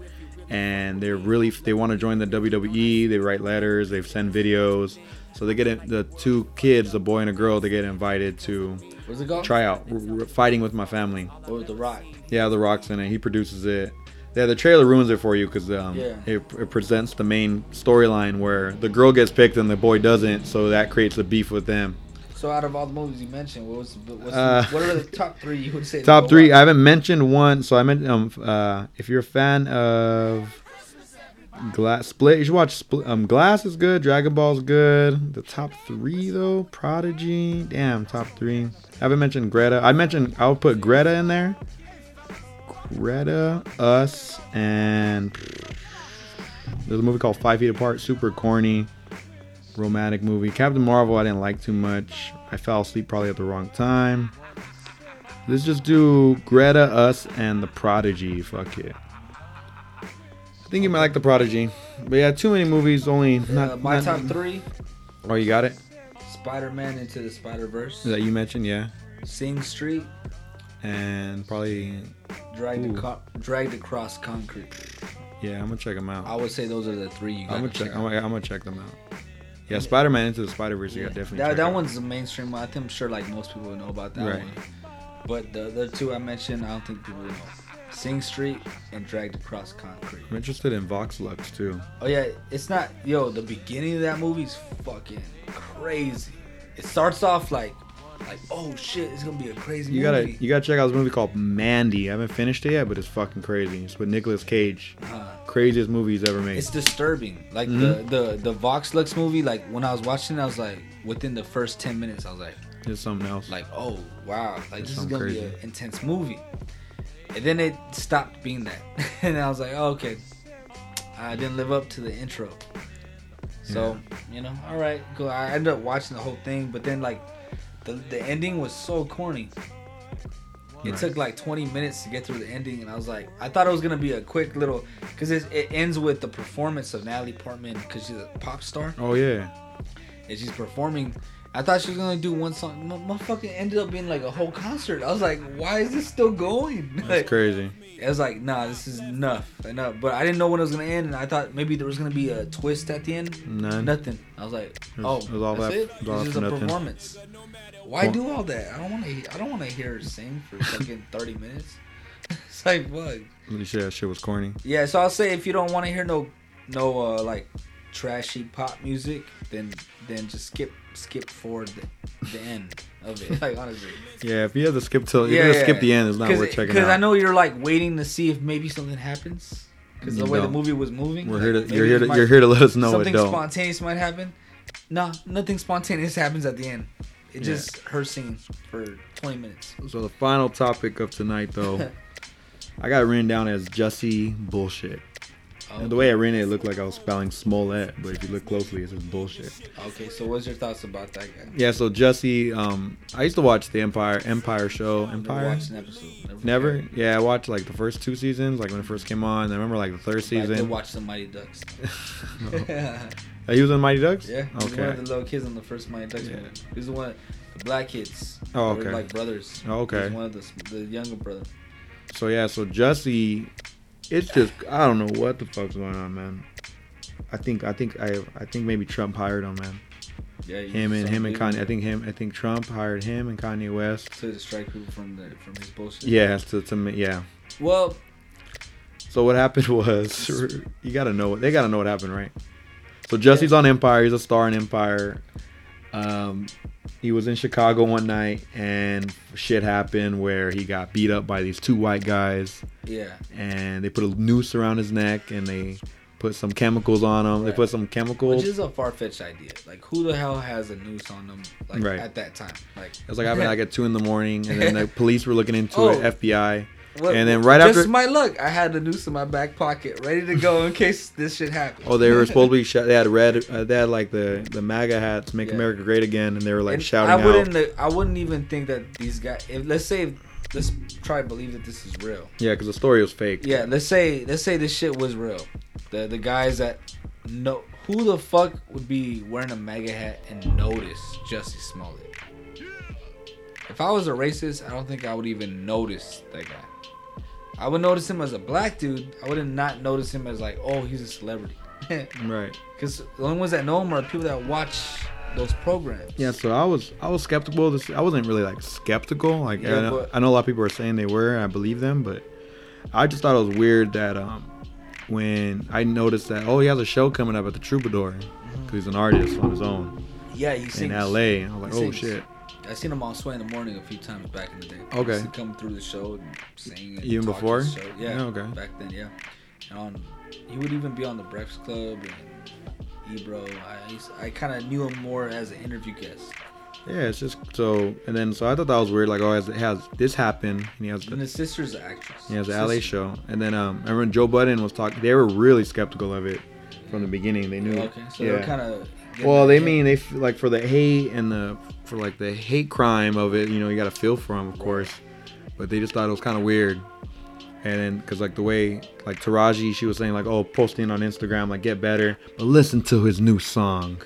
B: And they're really, they want to join the WWE. They write letters, they send videos. So they get in, the two kids, a boy and a girl, they get invited to
C: What's it called?
B: try out r- r- Fighting with My Family.
C: Or The Rock.
B: Yeah, The Rock's in it. He produces it. Yeah, the trailer ruins it for you because um,
C: Yeah.
B: it, it presents the main storyline where the girl gets picked and the boy doesn't, so that creates a beef with them.
C: So out of all the movies you mentioned, what was the- what's
B: Uh,
C: the, what are the top three you would say? to
B: Top
C: go
B: three. I
C: watch?
B: haven't mentioned one, so I meant um uh if you're a fan of Glass Split, you should watch Split. Um, Glass is good. Dragon Ball's good. The top three though, Prodigy. Damn, top three. I haven't mentioned Greta. I mentioned I'll put Greta in there. Greta, Us, and there's a movie called Five Feet Apart. Super corny, romantic movie. Captain Marvel. I didn't like too much. I fell asleep probably at the wrong time. Let's just do Greta, us, and the Prodigy. Fuck it. I think you might like the Prodigy, but yeah, too many movies. Only not,
C: Uh, my
B: not-
C: top three:
B: Oh, you got it.
C: Spider-Man into the Spider-Verse,
B: That you mentioned, yeah,
C: Sing Street,
B: and probably
C: Dragged,
B: Ooh.
C: aco- dragged Across Concrete.
B: yeah. I'm gonna check them out.
C: I would say those are the three you got.
B: I'm gonna check. I'm gonna, I'm gonna check them out. Yeah, Spider Man into the Spider Verse. You got definitely.
C: that,
B: check
C: that
B: out.
C: one's the mainstream one. I think I'm sure like most people would know about that
B: Right.
C: one. But the other two I mentioned, I don't think people would know. Sing Street and Dragged Across Concrete.
B: I'm interested in Vox Lux too.
C: Oh yeah, it's not yo. The beginning of that movie's fucking crazy. It starts off like, like oh shit, it's gonna be a crazy
B: You gotta
C: movie.
B: you gotta check out this movie called Mandy. I haven't finished it yet, but it's fucking crazy. It's with Nicolas Cage.
C: Uh,
B: Craziest movie he's ever made.
C: it's disturbing. Like
B: Mhm.
C: the the the Vox Lux movie. Like when I was watching, it, I was like, within the first ten minutes, I was like,
B: It's something else.
C: like oh wow, like this is
B: sounds
C: gonna be
B: crazy.
C: an intense movie. And then it stopped being that, and I was like, oh, okay, I didn't live up to the intro. So you know, all right, cool. I ended up watching the whole thing, but then like the the ending was so corny. It
B: Right.
C: took like 20 minutes to get through the ending, and I was like, I thought it was gonna be a quick little, because it, it ends with the performance of Natalie Portman, because she's a pop star
B: oh yeah.
C: and she's performing. I thought she was gonna do one song. M- motherfucking ended up being like a whole concert. I was like, why is this still going?
B: That's
C: Like,
B: crazy.
C: I was like, nah, this is enough, enough. But I didn't know when it was gonna end, and I thought maybe there was gonna be a twist at the end.
B: None.
C: Nothing. I was like,
B: was-
C: oh,
B: it was all
C: that's
B: that-
C: it.
B: it was all
C: This is
B: for
C: a
B: nothing.
C: performance. Why
B: Well-
C: do all that? I don't want to. I don't want to hear her sing for fucking thirty minutes. It's like fuck.
B: Holy shit, that shit was corny.
C: Yeah, so I'll say if you don't want to hear no no uh, like trashy pop music, then then just skip skip forward the, the end of it. Like honestly,
B: Yeah, if you have to skip till, if you have to skip the end, it's not
C: Cause
B: worth
C: it-
B: checking
C: Cause
B: out.
C: I know you're like waiting to see if maybe something happens. Cause the
B: You
C: way the
B: don't.
C: movie was moving,
B: We're
C: like,
B: here to,
C: maybe
B: you're here to,
C: might-
B: you're here to let us know it
C: something
B: don't.
C: spontaneous might happen. No, nothing spontaneous happens at the end. It
B: Yeah.
C: just her singing for 20 minutes.
B: so the final topic of tonight, though, I got it written down as Jussie bullshit.
C: Oh,
B: And the way I ran it, it looked like I was spelling Smollett, but if you look closely, it says bullshit.
C: okay, so what's your thoughts about that guy?
B: Yeah, so Jussie, um, I used to watch the Empire Empire show.
C: Never
B: Empire.
C: watched an episode.
B: Never. Yeah, I watched like the first two seasons, like when it first came on. I remember like the third
C: But I did
B: season.
C: watch the Mighty Ducks.
B: No.
C: yeah,
B: He was in Mighty Ducks.
C: he's one
B: Okay.
C: of the little kids on the first Mighty Ducks
B: Yeah.
C: movie. He's the one, the black kids.
B: Oh,
C: They were
B: okay.
C: like brothers.
B: Oh, okay.
C: He's one of the, s- the younger brother.
B: So yeah, so Jussie, it's just I don't know what the fuck's going on, man. I think I think I I think maybe Trump hired him, man.
C: Yeah, he's
B: Him and
C: some
B: him and
C: dude
B: Kanye. I think him. I think Trump hired him and Kanye West.
C: to distract people from the from his bullshit.
B: Yeah, to to me, yeah.
C: Well,
B: So what happened was you gotta know they gotta know what happened, right? So Jesse's on Empire. He's a star in Empire. Um, he was in Chicago one night and shit happened where he got beat up by these two white guys.
C: yeah.
B: and they put a noose around his neck and they put some chemicals on him. They
C: Right.
B: put some
C: Which
B: chemicals.
C: is a far fetched idea. Like, who the hell has a noose on them? Like
B: Right.
C: at that time. Like,
B: it was like happened like at two in the morning, and then the police were looking into
C: Oh.
B: it, FBI.
C: what-
B: and then right
C: just
B: after-
C: my luck, I had a noose in my back pocket, ready to go in case this shit happened.
B: Oh, they were supposed to be. Sh- they had red. Uh, they had like the the MAGA hats, "Make
C: Yeah.
B: America Great Again," and they were like
C: And
B: shouting
C: I
B: out.
C: wouldn't. I wouldn't even think that these guys. If let's say, let's try to believe that this is real.
B: Yeah, because the story was fake.
C: Yeah, let's say let's say this shit was real. The the guys that know who the fuck would be wearing a MAGA hat and notice Jussie Smollett. If I was a racist, I don't think I would even notice that guy. I would notice him as a black dude. I would not notice him as like, oh, he's a celebrity.
B: Right.
C: Because the only ones that know him are people that watch those programs.
B: Yeah. So I was I was skeptical. This I wasn't really like skeptical. Like
C: Yeah,
B: I, know,
C: but-
B: I know a lot of people are saying they were. and I believe them, but I just thought it was weird that um when I noticed that oh he has a show coming up at the Troubadour because he's an artist on his own
C: Yeah, you see.
B: in L.A. I was like
C: Mm-hmm. He
B: oh
C: sings.
B: shit.
C: I seen him on Sway in the Morning a few times back in the day.
B: Okay.
C: He'd come through the show and sing. And
B: Even
C: talk to
B: before?
C: the show. Yeah.
B: Yeah, okay.
C: Back then, yeah. And on, he would even be on the Breakfast Club and Ebro. I used- I kind of knew him more as an interview guest.
B: Yeah, it's just so. And then so I thought that was weird. Like, oh, has has this happened? And he has
C: And
B: the
C: his sister's an actress.
B: he has the
C: His
B: LA
C: sister-
B: show. And then um, I remember Joe Budden was talking. They were really skeptical of it from the beginning. They knew.
C: Oh, Okay, so
B: yeah.
C: they're kind of.
B: well, they mean they f- like for the hate and the for like the hate crime of it. You know, you got to feel for them, of course. But they just thought it was kind of weird. And then, cause like the way like Taraji, she was saying like, oh, posting on Instagram, like get better, but listen to his new song.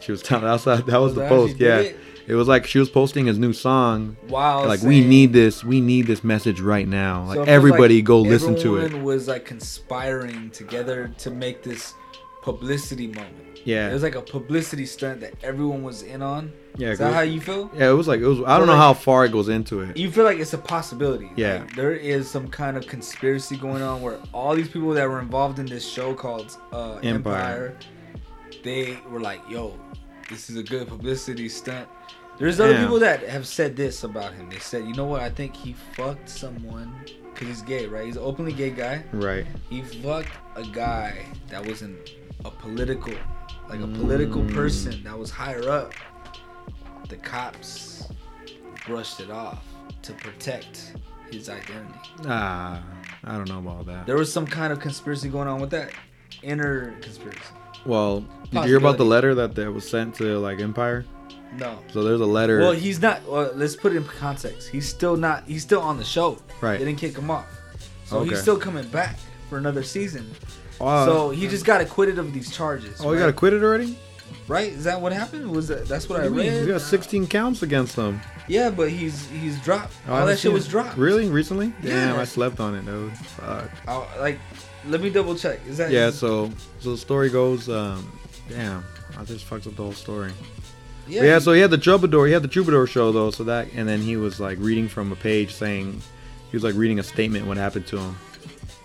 B: She was telling that's that was
C: Oh,
B: the
C: they
B: post,
C: actually
B: yeah.
C: did it?
B: it was like she was posting his new song,
C: Wow.
B: like we need this we need this message right now like
C: So it feels
B: everybody
C: like
B: go listen to it
C: Everyone was like conspiring together to make this publicity moment.
B: Yeah.
C: it was like a publicity stunt that everyone was in on.
B: Yeah,
C: is that
B: good.
C: how you feel?
B: yeah it was like it was i don't know
C: like- e
B: how far it goes into it
C: You feel like it's a possibility.
B: Yeah.
C: Like, there is some kind of conspiracy going on where all these people that were involved in this show called uh,
B: Empire.
C: Empire. they were like, "Yo, this is a good publicity stunt." There's other
B: Yeah.
C: people that have said this about him. They said, "You know what? I think he fucked someone because he's gay, right? He's an openly gay guy."
B: right
C: He fucked a guy that wasn't a political, like
B: Mm.
C: a political person that was higher up. The cops brushed it off to protect his identity.
B: ah i don't know about that
C: There was some kind of conspiracy going on with that inner conspiracy.
B: well did you hear about the
C: Possibility.
B: letter that, that was sent to like empire
C: No.
B: so there's a letter
C: Well, he's not. Well, let's put it in context. He's still not. He's still on the show.
B: Right.
C: They didn't kick him off, so
B: Okay.
C: he's still coming back for another season.
B: uh,
C: so he just got acquitted of these charges.
B: oh
C: right?
B: he got acquitted already
C: Right? Is that what happened? Was that, that's what I
B: he
C: read?
B: got 16 counts against him
C: Yeah, but he's he's dropped.
B: Oh, I
C: All
B: haven't
C: that
B: seen
C: shit was
B: it.
C: dropped.
B: really recently damn
C: Yeah.
B: i slept on it dude Fuck.
C: I, like, let me double check. Is that
B: yeah so so the story goes um damn i just fucked up the whole story
C: yeah,
B: But Yeah, so he had the troubadour. He had the troubadour show though, so that and then he was like reading from a page saying he was like reading a statement what happened to him.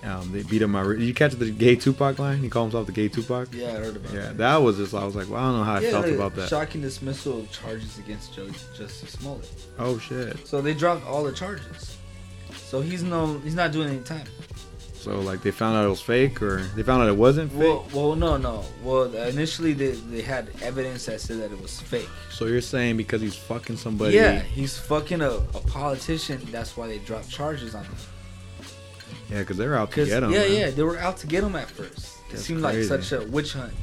B: Um, they beat him. My you catch the gay Tupac line? He called himself the gay Tupac.
C: yeah, I heard about
B: Yeah,
C: that.
B: that was just. I was like, well, I don't know how I
C: yeah,
B: felt
C: look,
B: about that.
C: Shocking dismissal of charges against Joe Justice Smollett.
B: oh shit!
C: So they dropped all the charges. So he's no he's not doing any time.
B: So like they found out it was fake, or they found out it wasn't fake.
C: Well, well, no, no. Well, initially they, they had evidence that said that it was fake.
B: so you're saying because he's fucking somebody?
C: yeah, he's fucking a, a politician. That's why they dropped charges on him.
B: Yeah, because they're out to
C: Cause,
B: get him.
C: yeah,
B: man.
C: yeah, they were out to get him at first. It
B: That's
C: seemed
B: crazy.
C: like such a witch hunt,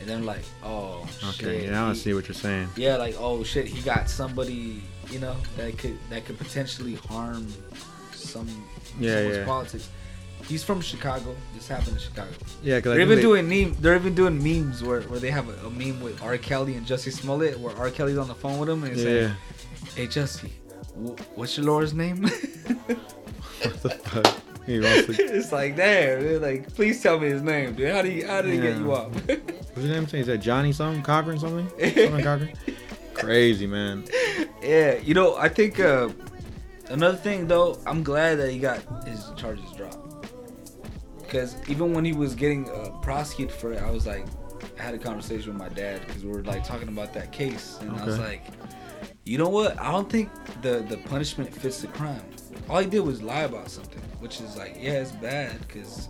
C: and then like, oh
B: Okay,
C: shit.
B: now I
C: he-
B: see what you're saying.
C: Yeah, like oh shit, he got somebody you know that could that could potentially harm some
B: Yeah,
C: someone's
B: yeah.
C: politics. He's from Chicago. This happened in Chicago.
B: Yeah, because
C: They're even doing meme, They're even doing memes where, where they have a, a meme with R. Kelly and Jussie Smollett, where R. Kelly's on the phone with him and he's
B: Yeah.
C: like, "Hey Jussie, wh- what's your Laura's name?"
B: what the fuck? He wants to-
C: it's like, damn, dude, like, please tell me his name, dude. How do you, how did he get
B: Yeah.
C: you off?
B: What's his name? Is that Johnny something? Cochran something? Something Cochran? Crazy man.
C: yeah, you know, I think uh, another thing though, I'm glad that he got his charges dropped. Because even when he was getting uh, prosecuted for it, I was like, I had a conversation with my dad because we were like talking about that case, and I was
B: Okay.
C: like, you know what? I don't think the the punishment fits the crime. All he did was lie about something, which is like, yeah, it's bad because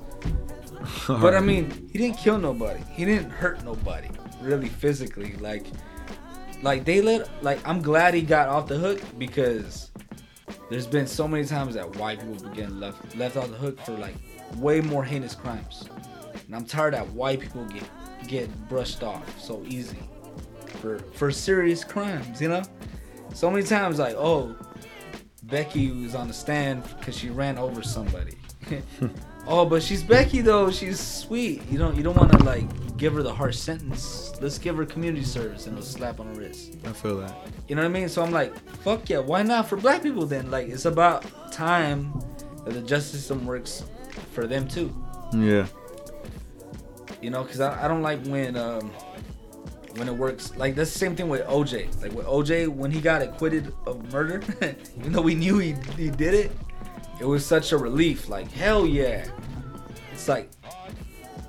C: but I mean, he didn't kill nobody. He didn't hurt nobody, really physically. Like, like they let. Like, I'm glad he got off the hook because there's been so many times that white people been getting left left off the hook for like way more heinous crimes, and I'm tired that white people get get brushed off so easy for for serious crimes. You know, so many times like, oh, Becky was on the stand because she ran over somebody. oh, but she's Becky though. She's sweet. You don't you don't want to like give her the harsh sentence. Let's give her community service and a slap on the wrist.
B: I feel that.
C: You know what I mean? So I'm like, fuck yeah. Why not for black people then? Like it's about time that the justice system works for them too.
B: Yeah.
C: You know, because I, I don't like when um when it works. Like that's the same thing with OJ. Like with OJ, when he got acquitted of murder, even though we knew he he did it, it was such a relief. Like hell yeah. It's like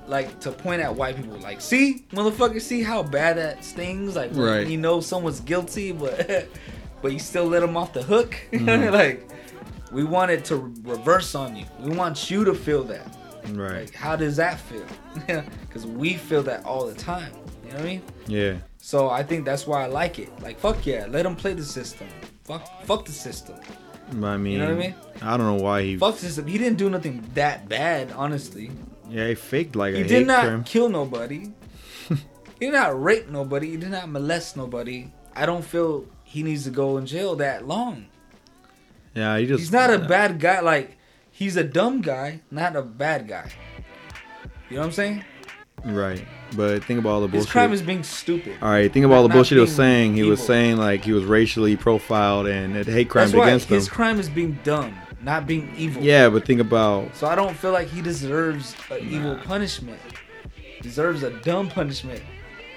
C: like to point at white people. Like see, motherfucker, see how bad that stings. Like when
B: Right.
C: you know someone's guilty, but but you still let him off the hook. like, we wanted to reverse on you. We want you to feel that.
B: Right.
C: Like, how does that feel? Because we feel that all the time. You know what I mean?
B: Yeah.
C: So I think that's why I like it. Like, fuck yeah, let him play the system. Fuck, fuck the system.
B: But I mean,
C: know what I mean?
B: I don't know why he.
C: Fuck the system. He didn't do nothing that bad, honestly.
B: Yeah, he faked like
C: He
B: a
C: did
B: hate
C: not
B: crime.
C: kill nobody. he did not rape nobody. He did not molest nobody. I don't feel he needs to go in jail that long.
B: Yeah, he just.
C: He's not a bad guy. Like, he's a dumb guy, not a bad guy. You know what I'm saying?
B: Right. But think about all the
C: His
B: bullshit.
C: crime is being stupid.
B: all right, think about all the
C: not
B: bullshit he was
C: being
B: saying. He was
C: evil.
B: saying like he was racially profiled and it hate crimes
C: That's why
B: against him.
C: his crime is being dumb, not being evil.
B: yeah, but think about
C: So I don't feel like he deserves an evil punishment. Deserves a dumb punishment.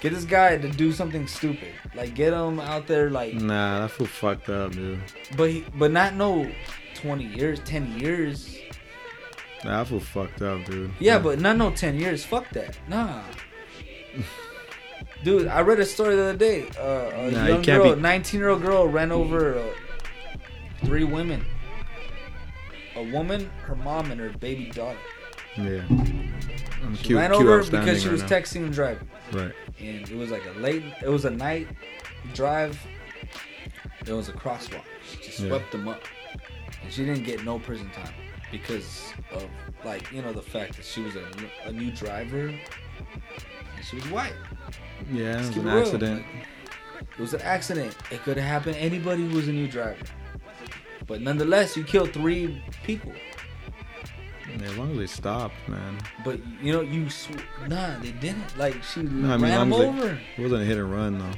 C: Get this guy to do something stupid. Like get him out there like
B: nah, that fool fucked up, dude.
C: but he, but not no 20 years, 10 years.
B: Nah, that fool fucked up, dude.
C: Yeah, but not no 10 years. Fuck that. Nah. Dude, I read a story the other day. Uh, a
B: Nah, you
C: young
B: can't
C: girl,
B: be-
C: 19 year old girl, ran over uh, three women. A woman, her mom, and her baby daughter.
B: yeah. I'm
C: She
B: cute,
C: ran
B: cute
C: over
B: outstanding
C: because she
B: right
C: was
B: now.
C: texting and driving.
B: Right.
C: and it was like a late it was a night drive there was a crosswalk she just
B: Yeah.
C: swept them up and she didn't get no prison time because of like you know the fact that she was a, a new driver and she was white
B: Yeah, it
C: Let's
B: was
C: keep
B: an
C: it real.
B: accident.
C: it was an accident it could have happened to anybody who was a new driver but nonetheless you killed three people
B: Yeah, as long as they stopped, man.
C: but you know you sw- nah they didn't like she
B: No, I mean,
C: ran
B: as
C: them
B: long as
C: over
B: they, it wasn't a hit and run though.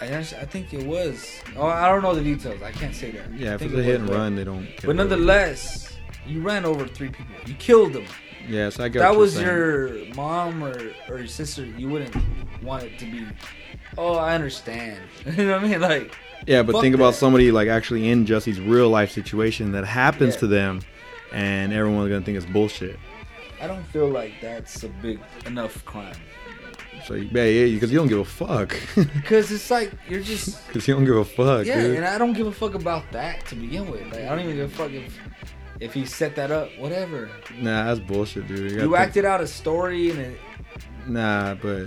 C: I, actually, I think it was. Oh, I don't know the details. I can't say that. I
B: Yeah, if
C: think
B: it's a
C: it
B: hit
C: was,
B: and
C: but-
B: run, they don't. get
C: But
B: away with it.
C: nonetheless, you ran over three people. You killed them.
B: yeah, so I get
C: If that
B: what
C: was
B: you're saying.
C: your mom or, or your sister. You wouldn't want it to be. Oh, I understand. you know what I mean? Like,
B: Yeah, but
C: Fuck
B: think about
C: that.
B: somebody like actually in Jesse's real life situation that happens
C: Yeah.
B: to them, and everyone's gonna think it's bullshit.
C: I don't feel like that's a big enough crime
B: So you- yeah, yeah, because you don't give a fuck,
C: because it's like you're just.
B: because you don't give a fuck,
C: Yeah,
B: dude.
C: and I don't give a fuck about that to begin with. Like, I don't even give a fuck if if he set that up. Whatever.
B: nah, that's bullshit, dude. gotta
C: You
B: think-
C: acted out a story and it,
B: Nah, but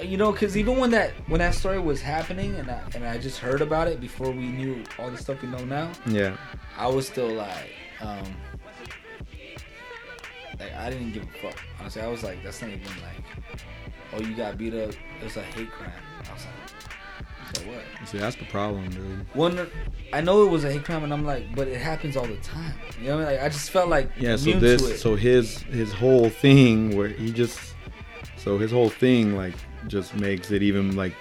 C: you know because even when that when that story was happening and I, and I just heard about it before we knew all the stuff we know now
B: yeah,
C: i was still like um like i didn't give a fuck honestly i was like that's not even like oh you got beat up it's a hate crime i was like so what
B: see, that's the problem, dude.
C: one i know it was a hate crime and i'm like but it happens all the time you know what i mean like i just felt like
B: Yeah, so
C: immune to it.
B: this, so his his whole thing where he just, so his whole thing like just makes it even like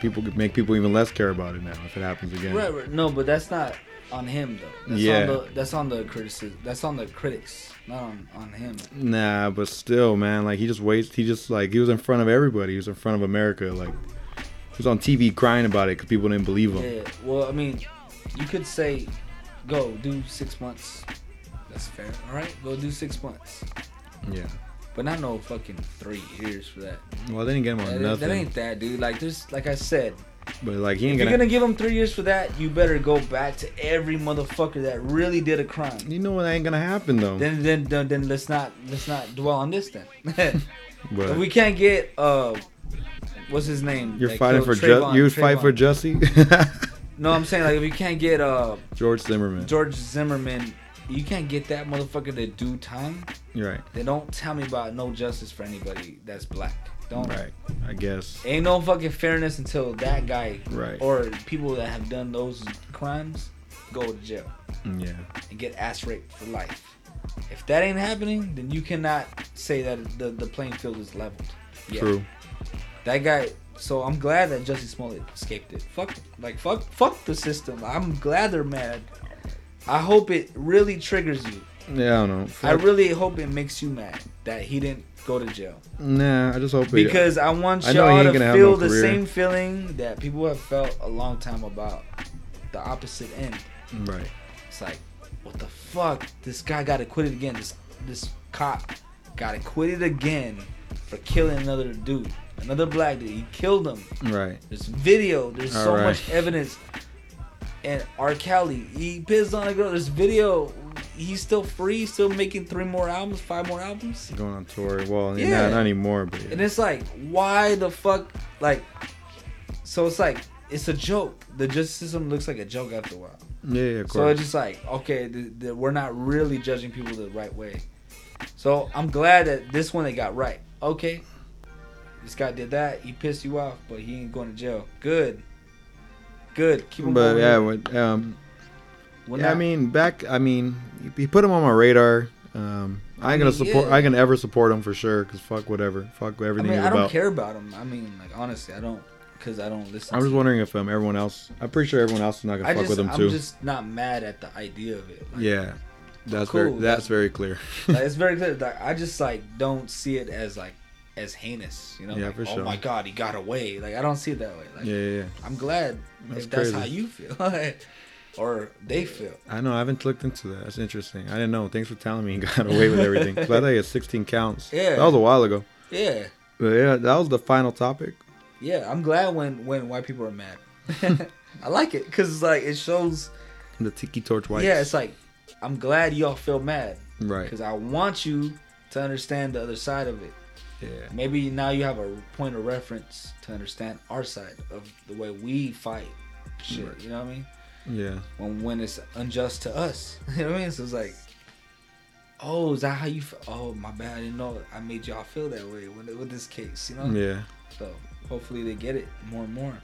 B: people make people even less care about it now if it happens again.
C: Right, right. No, but that's not on him though. That's
B: Yeah.
C: On the, that's on the criticism. That's on the critics, not on, on him.
B: Nah, but still, man, like he just waits. He just like he was in front of everybody. He was in front of America. Like he was on TV crying about it because people didn't believe him.
C: Yeah. Well, I mean, you could say, go do six months. That's fair. All right, go do six months.
B: Yeah.
C: But not no fucking three years for that.
B: Well, they didn't get him on
C: That, ain't-
B: nothing.
C: that ain't that, dude. Like there's, like I said,
B: but like he
C: if
B: ain't
C: you're
B: gonna.
C: gonna give him three years for that, you better go back to every motherfucker that really did a crime.
B: You know what ain't gonna happen though.
C: Then, then, then, then let's not let's not dwell on this then.
B: but
C: If we can't get uh, what's his name?
B: you're
C: that
B: fighting for
C: killed
B: Ju-
C: Trayvon-
B: you would fight
C: Trayvon.
B: for Jesse,
C: No, I'm saying like if you can't get uh
B: George Zimmerman.
C: George Zimmerman, you can't get that motherfucker to do time.
B: You're right.
C: Then don't tell me about no justice for anybody that's black. Don't.
B: Right. I guess.
C: Ain't no fucking fairness until that guy
B: Right.
C: or people that have done those crimes go to jail
B: mm, Yeah.
C: and get ass raped for life. If that ain't happening, then you cannot say that the, the playing field is leveled. Yeah.
B: True.
C: That guy. So I'm glad that Jesse Smollett escaped it. Fuck, like fuck, fuck the system. I'm glad they're mad. I hope it really triggers you.
B: Yeah. I don't know.
C: I really hope it makes you mad that he didn't go to jail.
B: nah. I just hope it-
C: Because I want
B: I know he
C: y'all
B: ain't
C: to
B: gonna have
C: feel
B: no
C: the
B: career.
C: same feeling that people have felt a long time about the opposite end.
B: Right.
C: It's like, what the fuck? This guy got acquitted again. This this cop got acquitted again for killing another dude. Another black dude. He killed him.
B: Right.
C: There's video. There's so
B: Alright.
C: much evidence. And R. Kelly, he pissed on a girl. There's video. He's still free. Still making three more albums, five more albums.
B: Going on tour. Well, yeah.
C: Yeah.
B: not, not anymore, but
C: And it's like, why the fuck? Like, so it's like, it's a joke. The justice system looks like a joke after a while.
B: yeah, yeah, of
C: So
B: course.
C: it's just like, okay, th- th- we're not really judging people the right way. So I'm glad that this one they got right. Okay, this guy did that. He pissed you off, but he ain't going to jail. Good. Good. Keep him
B: but
C: going.
B: yeah, when, um,
C: We're
B: yeah, I
C: not-
B: mean, back. I mean, you, you put him on my radar. Um, I ain't gonna
C: mean,
B: support.
C: yeah.
B: I can ever support him for sure. Cause fuck whatever. Fuck
C: I
B: everything
C: mean,
B: he's
C: I don't
B: about.
C: care about him. I mean, like honestly, I don't, cause I don't listen.
B: I'm just
C: to him.
B: wondering if um everyone else. I'm pretty sure everyone else is not gonna
C: I
B: fuck
C: just,
B: with him
C: I'm
B: too.
C: just not mad at the idea of it. Like,
B: yeah, that's
C: Cool.
B: very that's very clear.
C: like, it's very clear. Like, I just like don't see it as like as heinous. You know?
B: Yeah,
C: Like,
B: for
C: oh
B: sure.
C: my god, he got away. Like I don't see it that way. Like
B: yeah, yeah, yeah.
C: I'm glad
B: That's
C: if that's
B: crazy.
C: how you feel, or they feel.
B: I know. I haven't looked into that. That's interesting. I didn't know. Thanks for telling me. He got away with everything. 'Cause I thought he had 16 counts.
C: Yeah.
B: That was a while ago.
C: Yeah,
B: But yeah, that was the final topic.
C: yeah. I'm glad when when white people are mad. I like it because it's like it shows.
B: The Tiki Torch Whites.
C: Yeah, it's like I'm glad y'all feel mad
B: right.
C: because I want you to understand the other side of it.
B: Yeah.
C: Maybe now you have a point of reference to understand our side of the way we fight. Shit,
B: Right.
C: you know what I mean?
B: Yeah.
C: When when it's unjust to us, you know what I mean? So it's like, oh, is that how you? Feel? Oh, my bad, I didn't know I made y'all feel that way with, with this case, you know?
B: Yeah.
C: So hopefully they get it more and more.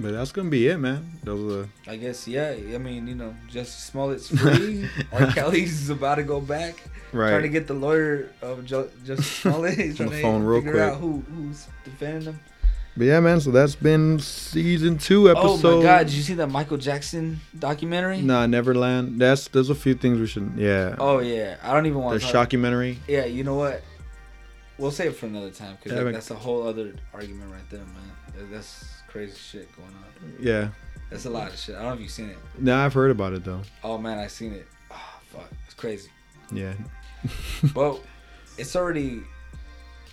B: But that's gonna be it, man. That was a
C: I guess yeah. I mean, you know, Justice Smollett's free. R. Kelly's about to go back.
B: right.
C: Trying to get the lawyer of Ju- Justice Smollett. He's
B: On
C: trying
B: the
C: to
B: phone real
C: figure
B: quick.
C: out who who's defending him.
B: but yeah, man. So that's been season two, episode.
C: Oh my God! Did you see that Michael Jackson documentary?
B: Nah, Neverland. That's there's a few things we should. Yeah.
C: Oh yeah, I don't even
B: the
C: want to.
B: shockumentary.
C: Yeah, you know what? We'll save it for another time because
B: Yeah, but-
C: that's a whole other argument right there, man. That- That's crazy shit going on.
B: Yeah.
C: That's a lot of shit. I don't know if you've seen it.
B: Now I've heard about it though.
C: Oh man, I seen it. Oh fuck, it's crazy.
B: Yeah.
C: But it's already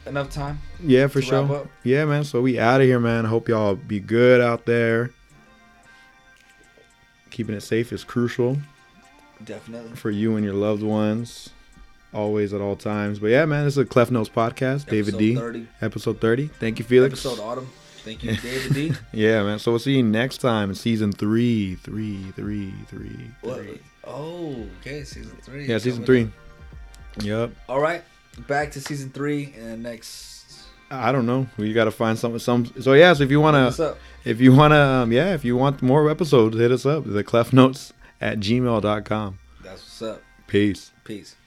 C: enough time.
B: Yeah, for
C: To
B: sure.
C: wrap up.
B: Yeah, man. So we out of here, man. Hope y'all be good out there. Keeping it safe is crucial
C: Definitely.
B: for you and your loved ones, always at all times. But yeah, man, this is a Cleft Notes podcast. David
C: Episode
B: D.
C: 30.
B: Episode thirty. Thank you, Felix.
C: Episode autumn. Thank you, David D.
B: Yeah, man. So we'll see you next time in season three, three, three, three,
C: What?
B: three.
C: Oh, okay, season three.
B: Yeah, season
C: Coming
B: three. Yep.
C: up. All right, back to season three and the next.
B: I don't know. We gotta find something. Some. So yeah. So if you wanna,
C: What's up?
B: if you wanna, um, yeah, if you want more episodes, hit us up. The Cleft Notes at gmail.com.
C: That's what's up.
B: Peace.
C: Peace.